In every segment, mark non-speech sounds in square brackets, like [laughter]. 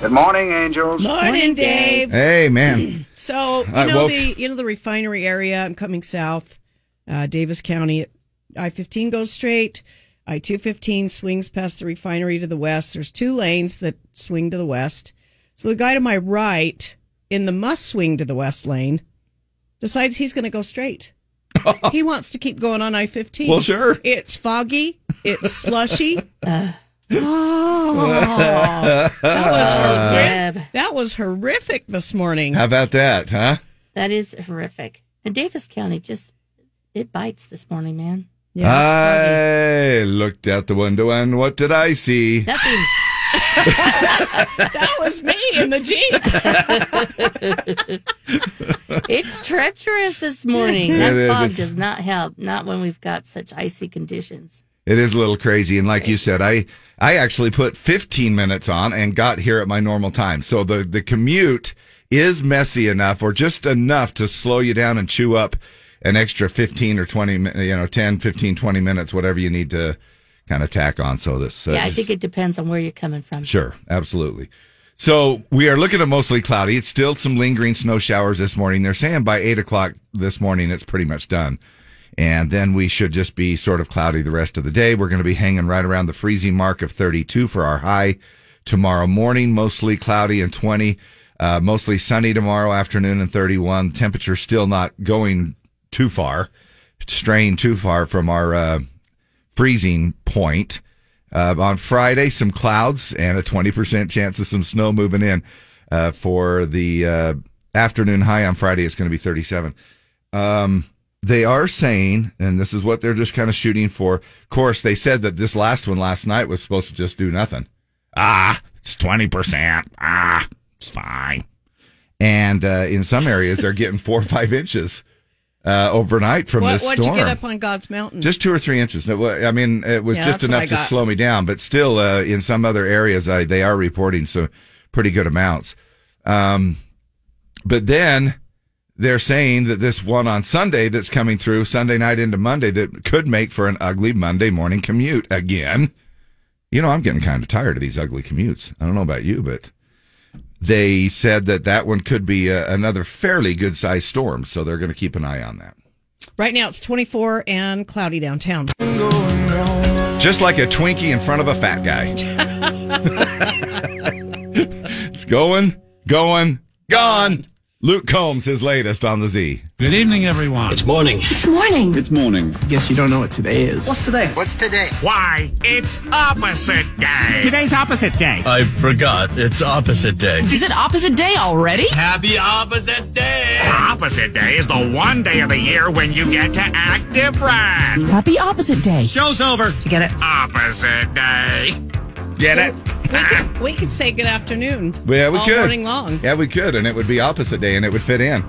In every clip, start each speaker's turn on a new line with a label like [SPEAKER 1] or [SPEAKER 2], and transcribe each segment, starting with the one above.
[SPEAKER 1] Good morning, angels.
[SPEAKER 2] Morning, Dave.
[SPEAKER 3] Hey,
[SPEAKER 2] [laughs]
[SPEAKER 3] man.
[SPEAKER 2] So you
[SPEAKER 3] I
[SPEAKER 2] know
[SPEAKER 3] woke-
[SPEAKER 2] the you know the refinery area. I'm coming south, uh, Davis County. I-15 goes straight. I-215 swings past the refinery to the west. There's two lanes that swing to the west. So the guy to my right in the must swing to the west lane decides he's going to
[SPEAKER 3] [laughs]
[SPEAKER 2] go straight. he wants to keep going on I-15.
[SPEAKER 3] Well, sure. Uh,
[SPEAKER 2] It's foggy. It's
[SPEAKER 3] [laughs]
[SPEAKER 2] slushy. oh, that was horrific.
[SPEAKER 4] Deb.
[SPEAKER 2] That was horrific this morning.
[SPEAKER 3] Uh, How about that, huh?
[SPEAKER 4] That is horrific. And Davis County just it bites this morning, man.
[SPEAKER 2] Yeah,
[SPEAKER 3] I looked out the window and what did I see?
[SPEAKER 4] Nothing.
[SPEAKER 2] [laughs] that was me in the jeep.
[SPEAKER 4] [laughs] it's treacherous this morning.
[SPEAKER 3] It
[SPEAKER 4] That
[SPEAKER 3] is.
[SPEAKER 4] fog
[SPEAKER 3] It's-
[SPEAKER 4] does not help. Not when we've got such icy conditions.
[SPEAKER 3] It is a little crazy, and like you said, I I actually put 15 minutes on and got here at my normal time. So the the commute is messy enough, or just enough to slow you down and chew up an extra 15 or 20, min- you know, 10, 15, 20 minutes, whatever you need to kind of tack on. So this, uh,
[SPEAKER 4] yeah, I think it depends on where you're coming from.
[SPEAKER 3] Sure, absolutely. So we are looking at mostly cloudy. It's still some lingering snow showers this morning. They're saying by eight o'clock this morning, it's pretty much done. And then we should just be sort of cloudy the rest of the day. We're going to be hanging right around the freezing mark of 32 for our high tomorrow morning, mostly cloudy and 20, uh, mostly sunny tomorrow afternoon and 31. Temperature still not going too far, straying too far from our, uh, freezing point. Uh, on Friday, some clouds and a 20% chance of some snow moving in uh, for the uh, afternoon high on Friday. It's going to be 37. Um, they are saying, and this is what they're just kind of shooting for. Of course, they said that this last one last night was supposed to just do nothing. Ah, it's 20%. Ah, it's fine. And uh, in some areas, they're getting four or five inches uh, overnight from
[SPEAKER 2] What,
[SPEAKER 3] this storm
[SPEAKER 2] what'd you get up on God's mountain?
[SPEAKER 3] just two or three inches. That wa- I mean, it was
[SPEAKER 2] Yeah,
[SPEAKER 3] just
[SPEAKER 2] that's what I
[SPEAKER 3] enough to
[SPEAKER 2] got.
[SPEAKER 3] slow me down, but still, uh, in some other areas, I, they are reporting some pretty good amounts. Um, but then they're saying that this one on Sunday that's coming through Sunday night into Monday that could make for an ugly Monday morning commute again. You know, I'm getting kind of tired of these ugly commutes. I don't know about you, but they said that that one could be uh, another fairly good sized storm. So they're going to keep an eye on that.
[SPEAKER 2] right now it's 24 and cloudy downtown.
[SPEAKER 3] Just like a Twinkie in front of a fat
[SPEAKER 2] [laughs]
[SPEAKER 3] guy. it's going, going, gone. Luke Combs, his latest on the Z.
[SPEAKER 5] Good evening, everyone.
[SPEAKER 6] It's morning.
[SPEAKER 7] It's morning.
[SPEAKER 8] It's morning.
[SPEAKER 9] Guess you don't know what today is. What's today?
[SPEAKER 5] Why, it's opposite day. Today's opposite day.
[SPEAKER 8] I forgot. It's opposite day.
[SPEAKER 7] Is it opposite day already?
[SPEAKER 6] Happy opposite day.
[SPEAKER 5] opposite day is the one day of the year when you get to act different.
[SPEAKER 7] Happy opposite day.
[SPEAKER 8] Show's over.
[SPEAKER 7] You get it?
[SPEAKER 5] Opposite day.
[SPEAKER 3] Get it?
[SPEAKER 2] We could, we could say good afternoon.
[SPEAKER 3] Ah. Yeah, we
[SPEAKER 2] all
[SPEAKER 3] could.
[SPEAKER 2] morning long.
[SPEAKER 3] Yeah, we could, and it would be opposite day, and it would fit in.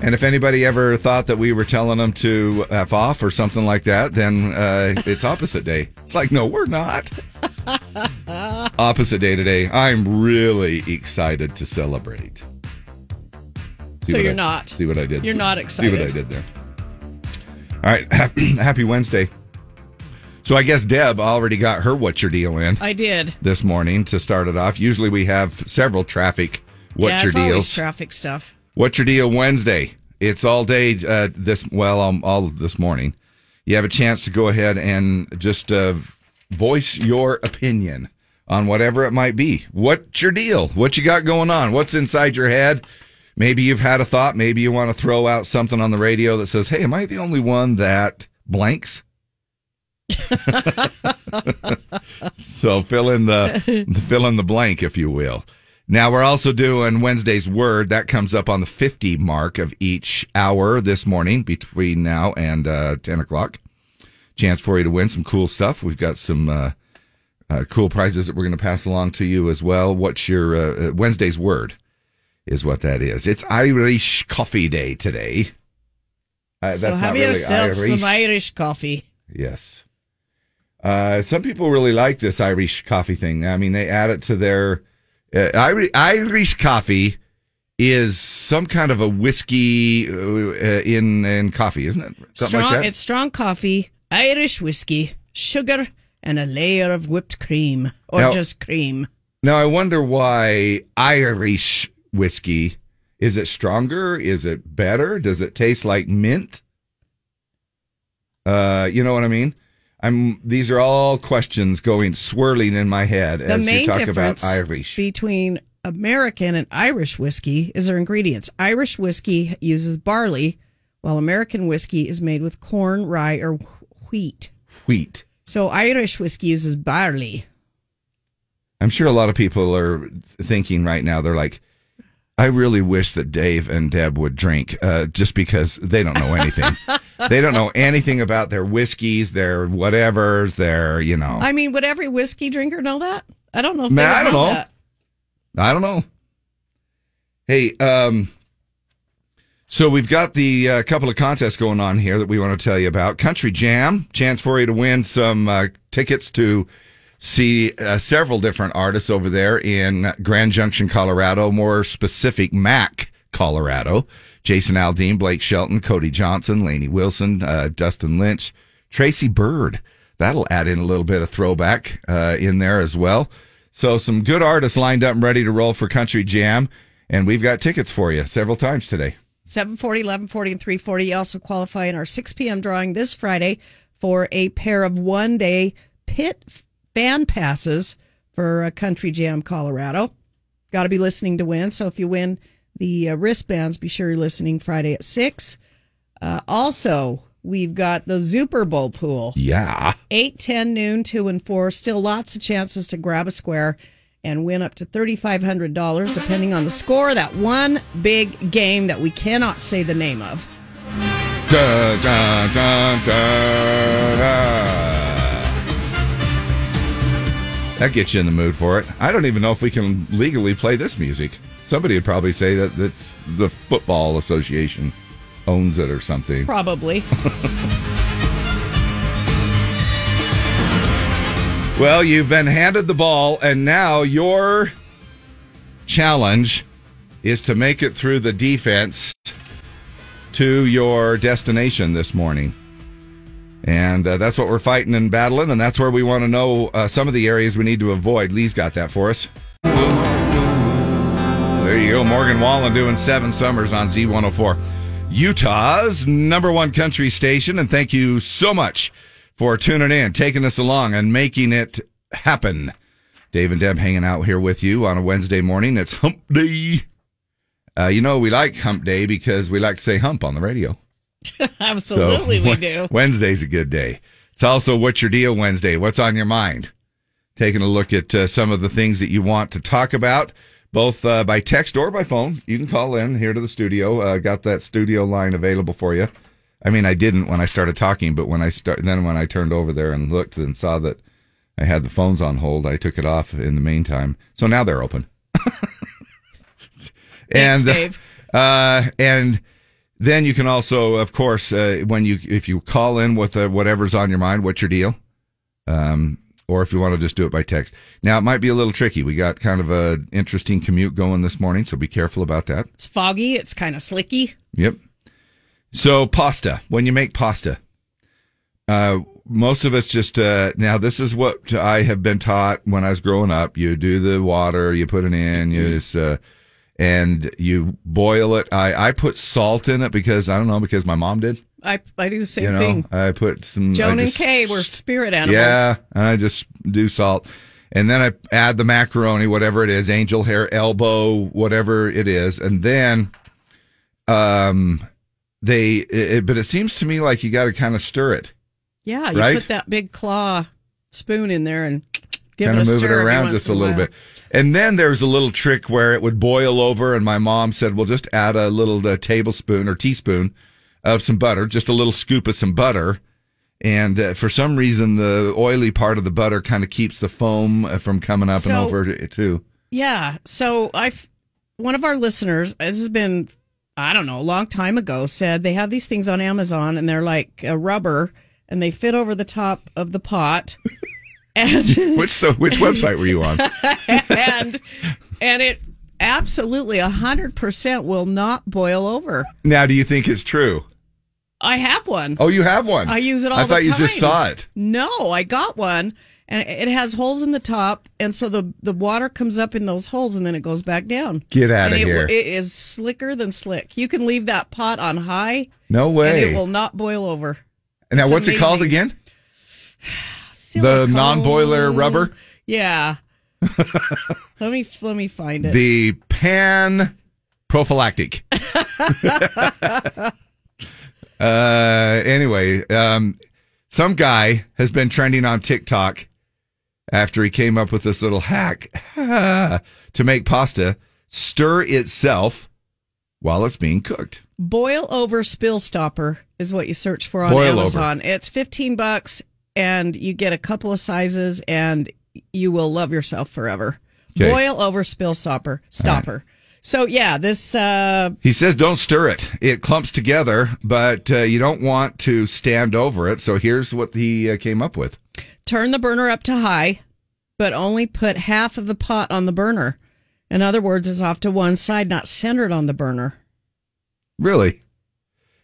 [SPEAKER 3] And if anybody ever thought that we were telling them to f off or something like that, then uh, it's opposite day. It's like, no, we're not. opposite day today. I'm really excited to celebrate. See
[SPEAKER 2] So
[SPEAKER 3] what
[SPEAKER 2] you're
[SPEAKER 3] I-
[SPEAKER 2] not.
[SPEAKER 3] See what I did.
[SPEAKER 2] You're not
[SPEAKER 3] See what
[SPEAKER 2] excited.
[SPEAKER 3] I did there. All right, [clears throat] happy Wednesday. So I guess Deb already got her "What's Your Deal" in
[SPEAKER 2] I did.
[SPEAKER 3] this morning to start it off. Usually we have several traffic
[SPEAKER 2] yeah,
[SPEAKER 3] what's
[SPEAKER 2] it's
[SPEAKER 3] your
[SPEAKER 2] always
[SPEAKER 3] deals.
[SPEAKER 2] traffic stuff.
[SPEAKER 3] what's your deal Wednesday? It's all day uh, this well um, all this morning. You have a chance to go ahead and just uh, voice your opinion on whatever it might be. What's your deal? What you got going on? What's inside your head? Maybe you've had a thought. Maybe you want to throw out something on the radio that says, "Hey, am I the only one that blanks?" So fill in
[SPEAKER 2] [laughs]
[SPEAKER 3] the fill in the blank, if you will. Now we're also doing Wednesday's word that comes up on the fifty mark of each hour this morning between now and uh, ten o'clock. Chance for you to win some cool stuff. We've got some uh, uh, cool prizes that we're going to pass along to you as well. What's your uh, uh, Wednesday's word? Is what that is. It's Irish Coffee Day today. Uh,
[SPEAKER 2] so have yourself some Irish coffee.
[SPEAKER 3] Yes. Uh, some people really like this Irish coffee thing. I mean, they add it to their uh, Irish, Irish coffee is some kind of a whiskey uh, uh, in in coffee, isn't it? Something
[SPEAKER 2] strong.
[SPEAKER 3] like that.
[SPEAKER 2] It's strong coffee, Irish whiskey, sugar, and a layer of whipped cream or
[SPEAKER 3] Now-
[SPEAKER 2] just cream.
[SPEAKER 3] Now I wonder why Irish whiskey is it stronger? Is it better? Does it taste like mint? Uh, you know what I mean? I'm these are all questions going swirling in my head
[SPEAKER 2] the
[SPEAKER 3] as you
[SPEAKER 2] main
[SPEAKER 3] talk
[SPEAKER 2] difference
[SPEAKER 3] about Irish.
[SPEAKER 2] between American and Irish whiskey is their ingredients. Irish whiskey uses barley, while American whiskey is made with corn, rye, or wh- wheat.
[SPEAKER 3] Wheat.
[SPEAKER 2] So Irish whiskey uses barley.
[SPEAKER 3] I'm sure a lot of people are thinking right now, they're like, I really wish that Dave and Deb would drink uh, just because they don't know
[SPEAKER 2] [laughs]
[SPEAKER 3] anything. they don't know anything about their whiskeys, their whatevers, their, you know.
[SPEAKER 2] I mean, would every whiskey drinker know that? I don't know. If
[SPEAKER 3] Man,
[SPEAKER 2] they would
[SPEAKER 3] I don't know.
[SPEAKER 2] that.
[SPEAKER 3] I don't know. Hey, um, so we've got the uh, couple of contests going on here that we want to tell you about. Country Jam, chance for you to win some uh, tickets to see uh, several different artists over there in Grand Junction, Colorado, more specific, Mac, Colorado. Jason Aldean, Blake Shelton, Cody Johnson, Laney Wilson, uh, Dustin Lynch, Tracy Bird. That'll add in a little bit of throwback uh, in there as well. So some good artists lined up and ready to roll for Country Jam, and we've got tickets for you several times today.
[SPEAKER 2] 740, 1140, and 340. You also qualify in our 6 p.m. drawing this Friday for a pair of one day pit fan passes for uh, Country Jam Colorado. Got to be listening to win. So if you win the uh, wristbands, be sure you're listening Friday at 6. Uh, also, we've got the Super Bowl pool.
[SPEAKER 3] Yeah.
[SPEAKER 2] 8, 10, noon, 2, and 4. Still lots of chances to grab a square and win up to $3,500 depending on the score. That one big game that we cannot say the name of.
[SPEAKER 3] Da, da, da, da, da. That gets you in the mood for it. I don't even know if we can legally play this music. Somebody would probably say that that's the Football Association owns it or something.
[SPEAKER 2] [laughs] Probably. [laughs]
[SPEAKER 3] [laughs] Well, you've been handed the ball, and now your challenge is to make it through the defense to your destination this morning. And uh, that's what we're fighting and battling, and that's where we want to know uh, some of the areas we need to avoid. Lee's got that for us. There you go. Morgan Wallen doing seven summers on Z104, Utah's number one country station. And thank you so much for tuning in, taking us along, and making it happen. Dave and Deb hanging out here with you on a Wednesday morning. It's hump day. Uh, you know, we like hump day because we like to say hump on the radio. So,
[SPEAKER 2] Absolutely, we
[SPEAKER 3] Wed-
[SPEAKER 2] do.
[SPEAKER 3] Wednesday's a good day. It's also what's your deal Wednesday? What's on your mind? Taking a look at uh, some of the things that you want to talk about, both uh, by text or by phone. You can call in here to the studio. Uh, got that studio line available for you. I mean, I didn't when I started talking, but when I start, then when I turned over there and looked and saw that I had the phones on hold, I took it off in the meantime. So now they're open.
[SPEAKER 2] Thanks,
[SPEAKER 3] uh,
[SPEAKER 2] Dave.
[SPEAKER 3] uh, and then you can also, of course, uh, when you if you call in with uh, whatever's on your mind, what's your deal, um, or if you want to just do it by text. Now it might be a little tricky. We got kind of a interesting commute going this morning, so be careful about that.
[SPEAKER 2] It's foggy. It's kind of slicky.
[SPEAKER 3] Yep. So pasta. When you make pasta, uh, most of us just uh, now. This is what I have been taught when I was growing up. You do the water. You put it in.
[SPEAKER 2] Mm-hmm.
[SPEAKER 3] You just, uh, and you boil it. I I put salt in it because I don't know because my mom did.
[SPEAKER 2] I, I do the same
[SPEAKER 3] you know,
[SPEAKER 2] thing.
[SPEAKER 3] I put some. I
[SPEAKER 2] Joan and
[SPEAKER 3] just-
[SPEAKER 2] Kay were spirit animals.
[SPEAKER 3] Yeah, I just do salt. And then I add the macaroni, whatever it is, angel hair, elbow, whatever it is. And then um they it, but it seems to me like you got to kind of stir it.
[SPEAKER 2] Yeah, you
[SPEAKER 3] Right?
[SPEAKER 2] put that big claw spoon in there and give
[SPEAKER 3] kind
[SPEAKER 2] it a
[SPEAKER 3] of move it
[SPEAKER 2] stir every
[SPEAKER 3] around
[SPEAKER 2] once
[SPEAKER 3] just a
[SPEAKER 2] in
[SPEAKER 3] little
[SPEAKER 2] while.
[SPEAKER 3] bit. And then there's a little trick where it would boil over, and my mom said, "Well, just add a little uh, tablespoon or teaspoon of some butter, just a little scoop of some butter." And uh, for some reason, the oily part of the butter kind of keeps the foam uh, from coming up and
[SPEAKER 2] So-
[SPEAKER 3] over it too.
[SPEAKER 2] Yeah. So I, have one of our listeners, this has been, I don't know, a long time ago, said they have these things on Amazon and they're like uh, rubber and they fit over the top of
[SPEAKER 3] [laughs]
[SPEAKER 2] the pot, and
[SPEAKER 3] Which so which website were you on?
[SPEAKER 2] [laughs] and and it absolutely hundred percent will not boil over.
[SPEAKER 3] now, do you think it's true?
[SPEAKER 2] I have one.
[SPEAKER 3] Oh, you have one.
[SPEAKER 2] I use it all
[SPEAKER 3] I
[SPEAKER 2] the
[SPEAKER 3] thought you just
[SPEAKER 2] time.
[SPEAKER 3] saw it.
[SPEAKER 2] No, I got one and it has holes in the top, and so the the water comes up in those holes, and then it goes back down.
[SPEAKER 3] Get outta
[SPEAKER 2] And it
[SPEAKER 3] here.
[SPEAKER 2] will- It is slicker than slick. You can leave that pot on high.
[SPEAKER 3] No way.
[SPEAKER 2] And it will not boil over.
[SPEAKER 3] And now,
[SPEAKER 2] It's
[SPEAKER 3] what's it called
[SPEAKER 2] amazing. [sighs]
[SPEAKER 3] again? The
[SPEAKER 2] Silicone.
[SPEAKER 3] non-boiler rubber, [laughs]
[SPEAKER 2] Yeah. let me let me find it.
[SPEAKER 3] the pan
[SPEAKER 2] [laughs]
[SPEAKER 3] prophylactic. [laughs] uh, anyway, um, some guy has been trending on TikTok after he came up with this little hack [laughs] to make pasta stir itself while it's being cooked.
[SPEAKER 2] Boil over spill stopper is what you search for on
[SPEAKER 3] Boil over.
[SPEAKER 2] Amazon. It's 15 bucks and you get a couple of sizes and you will love yourself forever.
[SPEAKER 3] Okay.
[SPEAKER 2] Boil over spill stopper stopper. So yeah, this uh
[SPEAKER 3] He says don't stir it. It clumps together, but uh, you don't want to stand over it. So here's what he uh, came up with.
[SPEAKER 2] turn the burner up to high, but only put half of the pot on the burner. In other words, it's off to one side, not centered on the burner.
[SPEAKER 3] Really?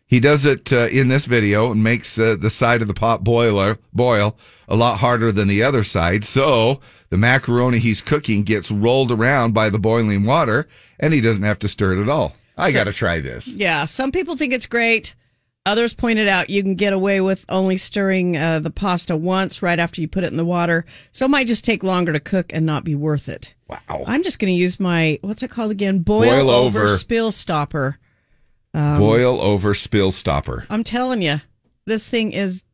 [SPEAKER 3] He does it uh, in this video and makes uh, the side of the pot boiler boil a lot harder than the other side. So the macaroni he's cooking gets rolled around by the boiling water and he doesn't have to stir it at all. I
[SPEAKER 2] So-
[SPEAKER 3] got to try this.
[SPEAKER 2] Yeah, some people think it's great. Others pointed out you can get away with only stirring uh, the pasta once right after you put it in the water. So it might just take longer to cook and not be worth it.
[SPEAKER 3] Wow.
[SPEAKER 2] I'm just going to use my, what's it called again? Boil,
[SPEAKER 3] Boil
[SPEAKER 2] over,
[SPEAKER 3] over.
[SPEAKER 2] spill stopper. Um,
[SPEAKER 3] boil over spill stopper.
[SPEAKER 2] I'm telling you, this thing is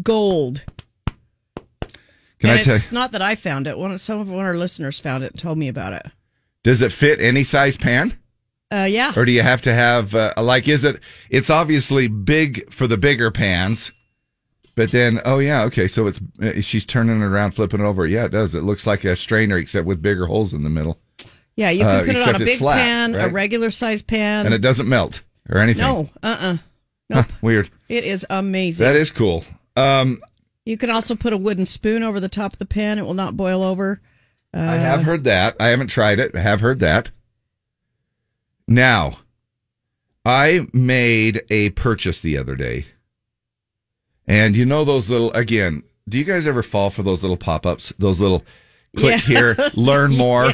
[SPEAKER 2] gold.
[SPEAKER 3] Can
[SPEAKER 2] and
[SPEAKER 3] I tell you?
[SPEAKER 2] it's not that I found it. One, some of one of our listeners found it and told me about it.
[SPEAKER 3] Does it fit any size pan?
[SPEAKER 2] Uh, yeah.
[SPEAKER 3] Or do you have to have, uh, like, is it, it's obviously big for the bigger pans, but then, oh yeah, okay, so it's, uh, she's turning it around, flipping it over. Yeah, it does. It looks like a strainer, except with bigger holes in the middle.
[SPEAKER 2] Yeah, you can
[SPEAKER 3] Uh,
[SPEAKER 2] put it on
[SPEAKER 3] except
[SPEAKER 2] a
[SPEAKER 3] it's
[SPEAKER 2] big
[SPEAKER 3] flat,
[SPEAKER 2] pan, a
[SPEAKER 3] right?
[SPEAKER 2] regular size pan.
[SPEAKER 3] And it doesn't melt or anything.
[SPEAKER 2] no, uh-uh. [laughs]
[SPEAKER 3] Huh, weird.
[SPEAKER 2] It is amazing.
[SPEAKER 3] That is cool. Um,
[SPEAKER 2] You can also put a wooden spoon over the top of the pan. It will not boil over.
[SPEAKER 3] I
[SPEAKER 2] Uh,
[SPEAKER 3] have heard that. I haven't tried it. I have heard that. Now, I made a purchase the other day. And you know those little again, do you guys ever fall for those little pop-ups? Those little click here, learn more,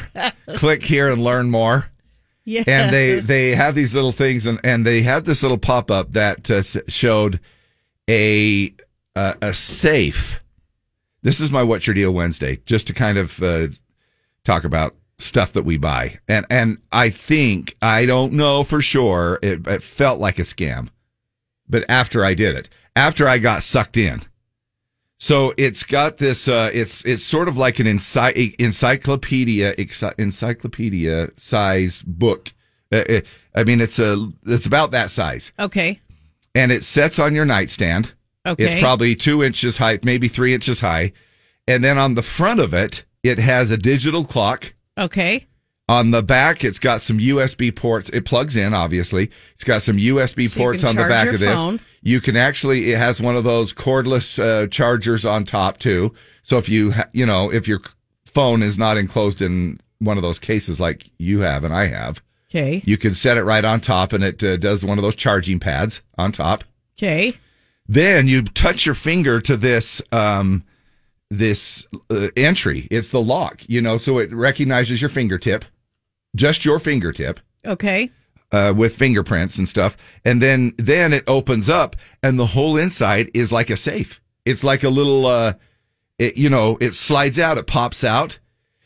[SPEAKER 3] click here and learn more.
[SPEAKER 2] Yeah.
[SPEAKER 3] And they they have these little things and and they had this little pop-up that uh, s- showed a uh, a safe. This is my what's your deal Wednesday just to kind of uh, talk about stuff that we buy. And and I think I don't know for sure. It, it felt like a scam, but after I did it, after I got sucked in, so it's got this. Uh, it's it's sort of like an ency- encyclopedia exi- encyclopedia size book. Uh, uh, I mean, it's a it's about that size,
[SPEAKER 2] Uh, Okay.
[SPEAKER 3] and it sets on your nightstand.
[SPEAKER 2] Okay.
[SPEAKER 3] It's probably two inches high, maybe three inches high, and then on the front of it, it has a digital clock.
[SPEAKER 2] okay.
[SPEAKER 3] On the back, it's got some USB ports. It plugs in, obviously. It's got some USB
[SPEAKER 2] So you
[SPEAKER 3] ports
[SPEAKER 2] can
[SPEAKER 3] on the
[SPEAKER 2] charge
[SPEAKER 3] back
[SPEAKER 2] your
[SPEAKER 3] of this.
[SPEAKER 2] phone.
[SPEAKER 3] You can actually, it has one of those cordless uh, chargers on top too. So if you, ha- you know, if your phone is not enclosed in one of those cases like you have and I have,
[SPEAKER 2] Okay.
[SPEAKER 3] you can set it right on top and it uh, does one of those charging pads on top
[SPEAKER 2] Okay.
[SPEAKER 3] then you touch your finger to this um this uh, entry it's the lock you know so it recognizes your fingertip just your fingertip
[SPEAKER 2] Okay.
[SPEAKER 3] uh, with fingerprints and stuff and then then it opens up and the whole inside is like a safe it's like a little uh it, you know it slides out it pops out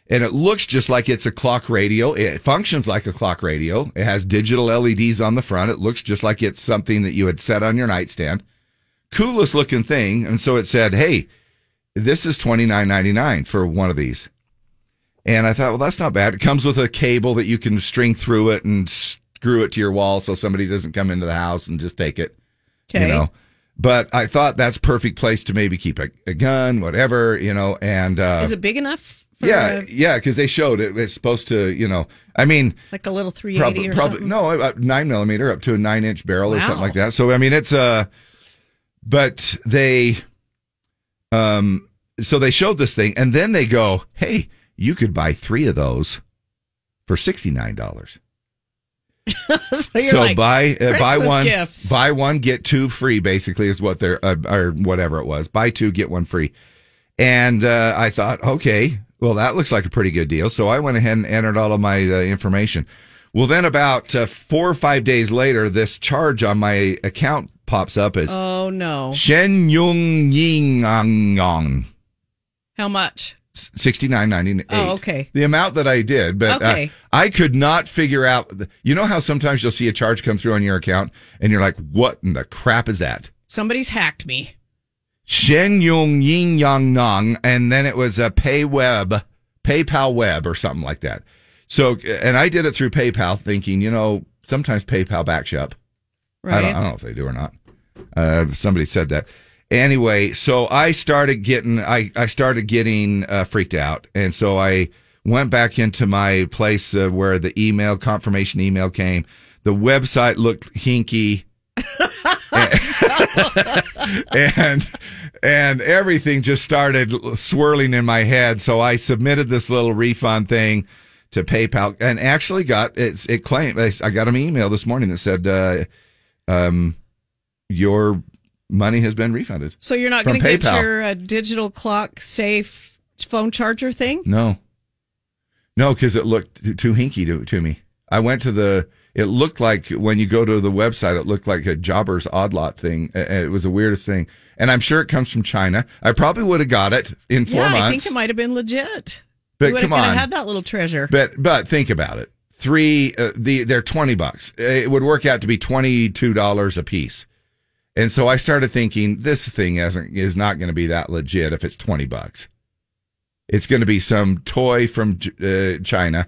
[SPEAKER 3] and it looks just like it's a clock radio it functions like a clock radio it has digital leds on the front it looks just like it's something that you had set on your nightstand coolest looking thing. And so it said, Hey, this is twenty nine ninety nine for one of these. And I thought, well, that's not bad. It comes with a cable that you can string through it and screw it to your wall so somebody doesn't come into the house and just take it.
[SPEAKER 2] Okay.
[SPEAKER 3] You know. But I thought that's perfect place to maybe keep a, a gun, whatever, you know, and uh
[SPEAKER 2] Is it big enough? For uh,
[SPEAKER 3] yeah,
[SPEAKER 2] a-
[SPEAKER 3] yeah, because they showed it. It's supposed to, you know. I mean,
[SPEAKER 2] like a little 380
[SPEAKER 3] probably,
[SPEAKER 2] or
[SPEAKER 3] probably
[SPEAKER 2] something?
[SPEAKER 3] no uh, nine millimeter up to a nine inch barrel or something
[SPEAKER 2] Wow.
[SPEAKER 3] like that. So I mean, it's uh, but they, um, so they showed this thing, and then they go, "Hey, you could buy three of those for sixty nine dollars."
[SPEAKER 2] [laughs] so you're
[SPEAKER 3] so
[SPEAKER 2] like,
[SPEAKER 3] buy uh, buy
[SPEAKER 2] Christmas
[SPEAKER 3] one
[SPEAKER 2] gifts.
[SPEAKER 3] buy one get two free basically is what they're uh, or whatever it was buy two get one free And uh, I thought, okay, well, that looks like a pretty good deal. So I went ahead and entered all of my uh, information. Well, then about uh, four or five days later, this charge on my account pops up as
[SPEAKER 7] Oh no!
[SPEAKER 3] Shen Yung Ying Ang Ang.
[SPEAKER 7] How much?
[SPEAKER 3] Sixty nine ninety eight.
[SPEAKER 7] Oh, okay.
[SPEAKER 3] The amount that I did, but uh,
[SPEAKER 7] Okay.
[SPEAKER 3] I could not figure out. the- You know how sometimes you'll see a charge come through on your account, and you're like, "What in the crap is that?"
[SPEAKER 7] Somebody's hacked me.
[SPEAKER 3] Shen Yung Yin Yang Nang, and then it was a pay web, PayPal web or something like that. So, and I did it through PayPal, thinking, you know, sometimes PayPal backs you up. I
[SPEAKER 7] Right.
[SPEAKER 3] don't, I don't know if they do or not. Uh, somebody said that. Anyway, so I started getting, I, I started getting uh, freaked out, and so I went back into my place uh, where the email confirmation email came. The website looked hinky, and and everything just started swirling in my head. So I submitted this little refund thing to PayPal, and actually got it's it claimed I got an email this morning that said. Uh, um, your money has been refunded.
[SPEAKER 7] So you're not
[SPEAKER 3] From
[SPEAKER 7] going to get
[SPEAKER 3] PayPal.
[SPEAKER 7] your uh, digital clock safe phone charger thing?
[SPEAKER 3] No, no, because it looked t- too hinky to, to me. I went to the. It looked like when you go to the website, it looked like a jobber's odd lot thing. Uh, uh, It was the weirdest thing, and I'm sure it comes from China. I probably would have got it in four
[SPEAKER 7] yeah,
[SPEAKER 3] months.
[SPEAKER 7] I think it might have been legit.
[SPEAKER 3] But
[SPEAKER 7] you would've
[SPEAKER 3] come
[SPEAKER 7] gotta
[SPEAKER 3] on.
[SPEAKER 7] had that little treasure.
[SPEAKER 3] [laughs]
[SPEAKER 2] [laughs]
[SPEAKER 3] But but think about it. Three uh, the they're twenty bucks. Uh, It would work out to be twenty two dollars a piece. And so I started thinking this thing isn't is not going to be that legit if it's twenty bucks. It's going to be some toy from J- uh,
[SPEAKER 4] [laughs]
[SPEAKER 3] China.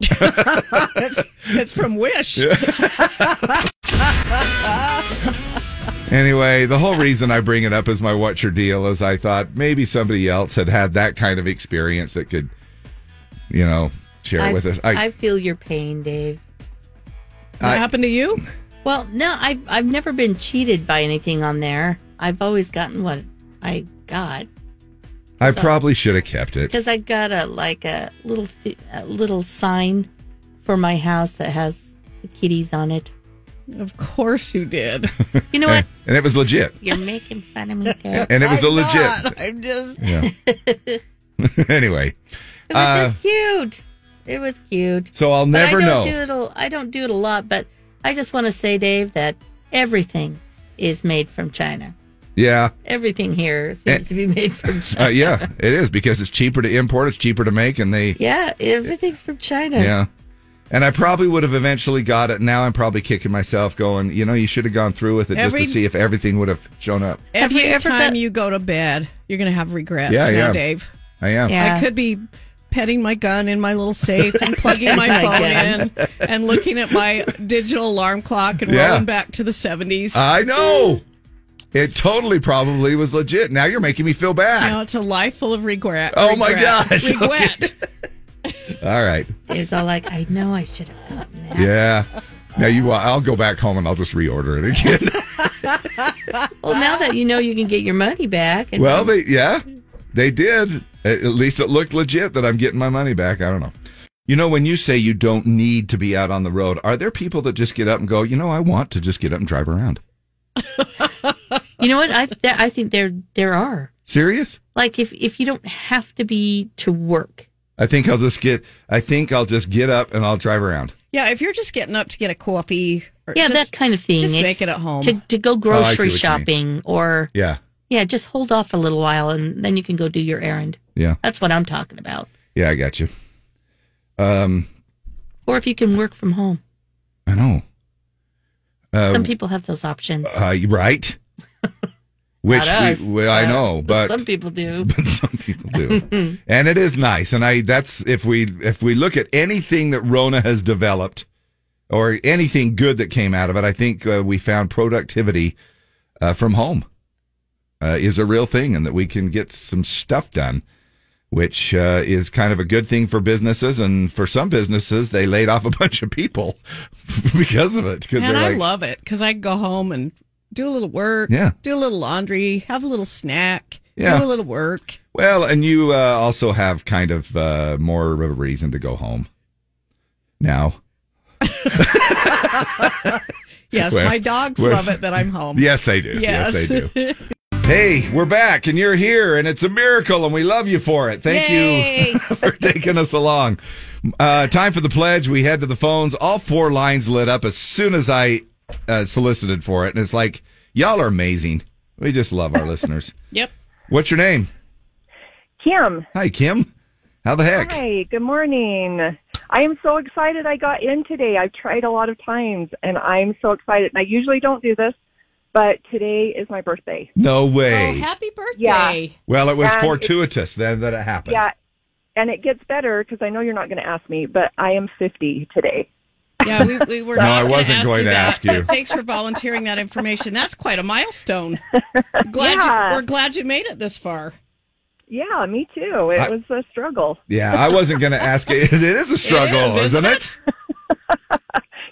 [SPEAKER 7] it's, it's from Wish.
[SPEAKER 2] [laughs]
[SPEAKER 3] Anyway, the whole reason I bring it up as my what's your deal is I thought maybe somebody else had had that kind of experience that could, you know, share it
[SPEAKER 4] I,
[SPEAKER 3] with us.
[SPEAKER 4] I, feel your pain, Dave.
[SPEAKER 7] That happened to you?
[SPEAKER 4] Well, no, I've I've never been cheated by anything on there. I've always gotten what I got
[SPEAKER 3] I probably should have kept it.
[SPEAKER 4] because I got a like a little fi- a little sign for my house that has the kitties on it.
[SPEAKER 7] Of course
[SPEAKER 3] [laughs]
[SPEAKER 7] you did.
[SPEAKER 4] You know what?
[SPEAKER 3] And it was legit.
[SPEAKER 4] You're making fun of me, Dave.
[SPEAKER 3] And it was a
[SPEAKER 7] I'm
[SPEAKER 3] legit.
[SPEAKER 7] not. I'm just.
[SPEAKER 3] Yeah.
[SPEAKER 4] [laughs]
[SPEAKER 3] [laughs] anyway,
[SPEAKER 4] It was
[SPEAKER 3] Uh,
[SPEAKER 4] just cute. It was cute.
[SPEAKER 3] so I'll
[SPEAKER 4] But
[SPEAKER 3] never
[SPEAKER 4] I
[SPEAKER 3] know.
[SPEAKER 4] don't Do it a, I don't do it a lot, but I just want to say, Dave, that everything is made from China.
[SPEAKER 3] yeah.
[SPEAKER 4] Everything here seems to be made from China.
[SPEAKER 3] Eh.
[SPEAKER 4] [laughs]
[SPEAKER 3] [laughs] Uh, yeah, it is because it's cheaper to import, it's cheaper to make, and they,
[SPEAKER 4] Yeah, everything's from China.
[SPEAKER 3] yeah. And I probably would have eventually got it. Now I'm probably kicking myself going, you know, you should have gone through with it
[SPEAKER 7] Every-
[SPEAKER 3] just to see if everything would have shown up.
[SPEAKER 4] Have
[SPEAKER 7] Every
[SPEAKER 4] you ever
[SPEAKER 7] time
[SPEAKER 4] got-
[SPEAKER 7] you go to bed, you're going to have regrets
[SPEAKER 3] Yeah,
[SPEAKER 7] now,
[SPEAKER 3] yeah.
[SPEAKER 7] Dave.
[SPEAKER 3] I am.
[SPEAKER 4] Yeah.
[SPEAKER 7] I could be petting my gun in my little safe and
[SPEAKER 4] [laughs]
[SPEAKER 7] plugging my
[SPEAKER 4] My
[SPEAKER 7] phone
[SPEAKER 4] gun.
[SPEAKER 7] in and looking at my digital alarm clock and
[SPEAKER 3] Yeah.
[SPEAKER 7] rolling back to the 70s.
[SPEAKER 3] I know. It totally probably was legit. Now you're making me feel bad.
[SPEAKER 7] now it's a life full of regret.
[SPEAKER 3] Oh, my
[SPEAKER 7] regret,
[SPEAKER 3] gosh.
[SPEAKER 7] Regret.
[SPEAKER 4] [laughs]
[SPEAKER 3] All right.
[SPEAKER 4] Dave's all like, I know I should have gotten that.
[SPEAKER 3] [laughs] Yeah. Now you, I'll go back home and I'll just reorder it again.
[SPEAKER 4] Well, now that you know you can get your money back. And
[SPEAKER 3] Well, they yeah, they did. At at least it looked legit that I'm getting my money back. I don't know. You know, when you say you don't need to be out on the road, are there people that just get up and go? You know, I want to just get up and drive around.
[SPEAKER 4] you know what? I th- I think there there are
[SPEAKER 3] Serious?
[SPEAKER 4] like if if you don't have to be to work.
[SPEAKER 3] I think I'll just get. I think I'll just get up and I'll drive around.
[SPEAKER 7] Yeah, if you're just getting up to get a coffee. Or
[SPEAKER 4] Yeah,
[SPEAKER 7] just-
[SPEAKER 4] that kind of thing.
[SPEAKER 7] just
[SPEAKER 4] It's
[SPEAKER 7] make it at home.
[SPEAKER 4] to to go
[SPEAKER 3] Oh, I see what you
[SPEAKER 4] grocery
[SPEAKER 3] mean.
[SPEAKER 4] shopping or
[SPEAKER 3] Yeah,
[SPEAKER 4] yeah, just hold off a little while and then you can go do your errand.
[SPEAKER 3] yeah,
[SPEAKER 4] That's what I'm talking about.
[SPEAKER 3] yeah. I got you. Um,
[SPEAKER 4] Or if you can work from home.
[SPEAKER 3] I know. Uh,
[SPEAKER 4] Some people have those options.
[SPEAKER 3] uh,
[SPEAKER 4] [laughs]
[SPEAKER 3] you- right. Which
[SPEAKER 4] Not us,
[SPEAKER 3] we, well, I know, but
[SPEAKER 4] some people do.
[SPEAKER 3] but [laughs] some people do and it is nice and i that's if we if we look at anything that rona has developed or anything good that came out of it i think uh, we found productivity uh, from home uh, is a real thing and that we can get some stuff done which uh, is kind of a good thing for businesses and for some businesses they laid off a [laughs] bunch of people because of it because
[SPEAKER 7] Man,
[SPEAKER 3] they're
[SPEAKER 7] I
[SPEAKER 3] like
[SPEAKER 7] love it because I can go home and do a little work.
[SPEAKER 3] Yeah.
[SPEAKER 7] Do a little laundry, have a little snack,
[SPEAKER 3] Yeah.
[SPEAKER 7] do a little work.
[SPEAKER 3] Well, and you uh, also have kind of uh, more of a reason to go home now.
[SPEAKER 7] Yes,
[SPEAKER 3] Well,
[SPEAKER 7] my dogs
[SPEAKER 3] well- [laughs]
[SPEAKER 7] love it that I'm home. [laughs]
[SPEAKER 3] Yes, I do. Yes, I do. Hey, we're back and you're here and it's a miracle and we love you for it. Thank you [laughs] for taking us along. Uh, time for the pledge. We head to the phones. All four lines lit up as soon as I uh, solicited for it. And it's like, y'all are amazing. We just love our listeners.
[SPEAKER 2] Yep.
[SPEAKER 3] What's your name?
[SPEAKER 7] Kim.
[SPEAKER 3] Hi, Kim. How the heck?
[SPEAKER 7] Hi, good morning. I am so excited I got in today. I've tried a lot of times and I'm so excited. And I usually don't do this, but today is my birthday.
[SPEAKER 3] No way.
[SPEAKER 10] happy birthday.
[SPEAKER 7] Yeah.
[SPEAKER 3] well, it was
[SPEAKER 7] And it-
[SPEAKER 3] fortuitous then that it happened.
[SPEAKER 7] Yeah. And it gets better because I know you're not going to ask me, but I am 50 today.
[SPEAKER 2] Yeah, we,
[SPEAKER 7] [laughs]
[SPEAKER 2] we were
[SPEAKER 3] No,
[SPEAKER 2] not
[SPEAKER 3] I
[SPEAKER 2] gonna
[SPEAKER 3] wasn't
[SPEAKER 2] ask
[SPEAKER 3] going
[SPEAKER 2] you
[SPEAKER 3] to
[SPEAKER 2] that,
[SPEAKER 3] ask you.
[SPEAKER 2] but [laughs] thanks for volunteering that information. That's quite
[SPEAKER 7] [laughs]
[SPEAKER 2] a milestone. Glad
[SPEAKER 7] Yeah.
[SPEAKER 2] you, we're glad you made it this far.
[SPEAKER 7] Yeah, me too. It
[SPEAKER 3] I-
[SPEAKER 7] was a struggle.
[SPEAKER 3] Yeah, I wasn't going to ask [laughs] it. It is a struggle,
[SPEAKER 2] It is,
[SPEAKER 3] isn't,
[SPEAKER 2] isn't
[SPEAKER 3] it?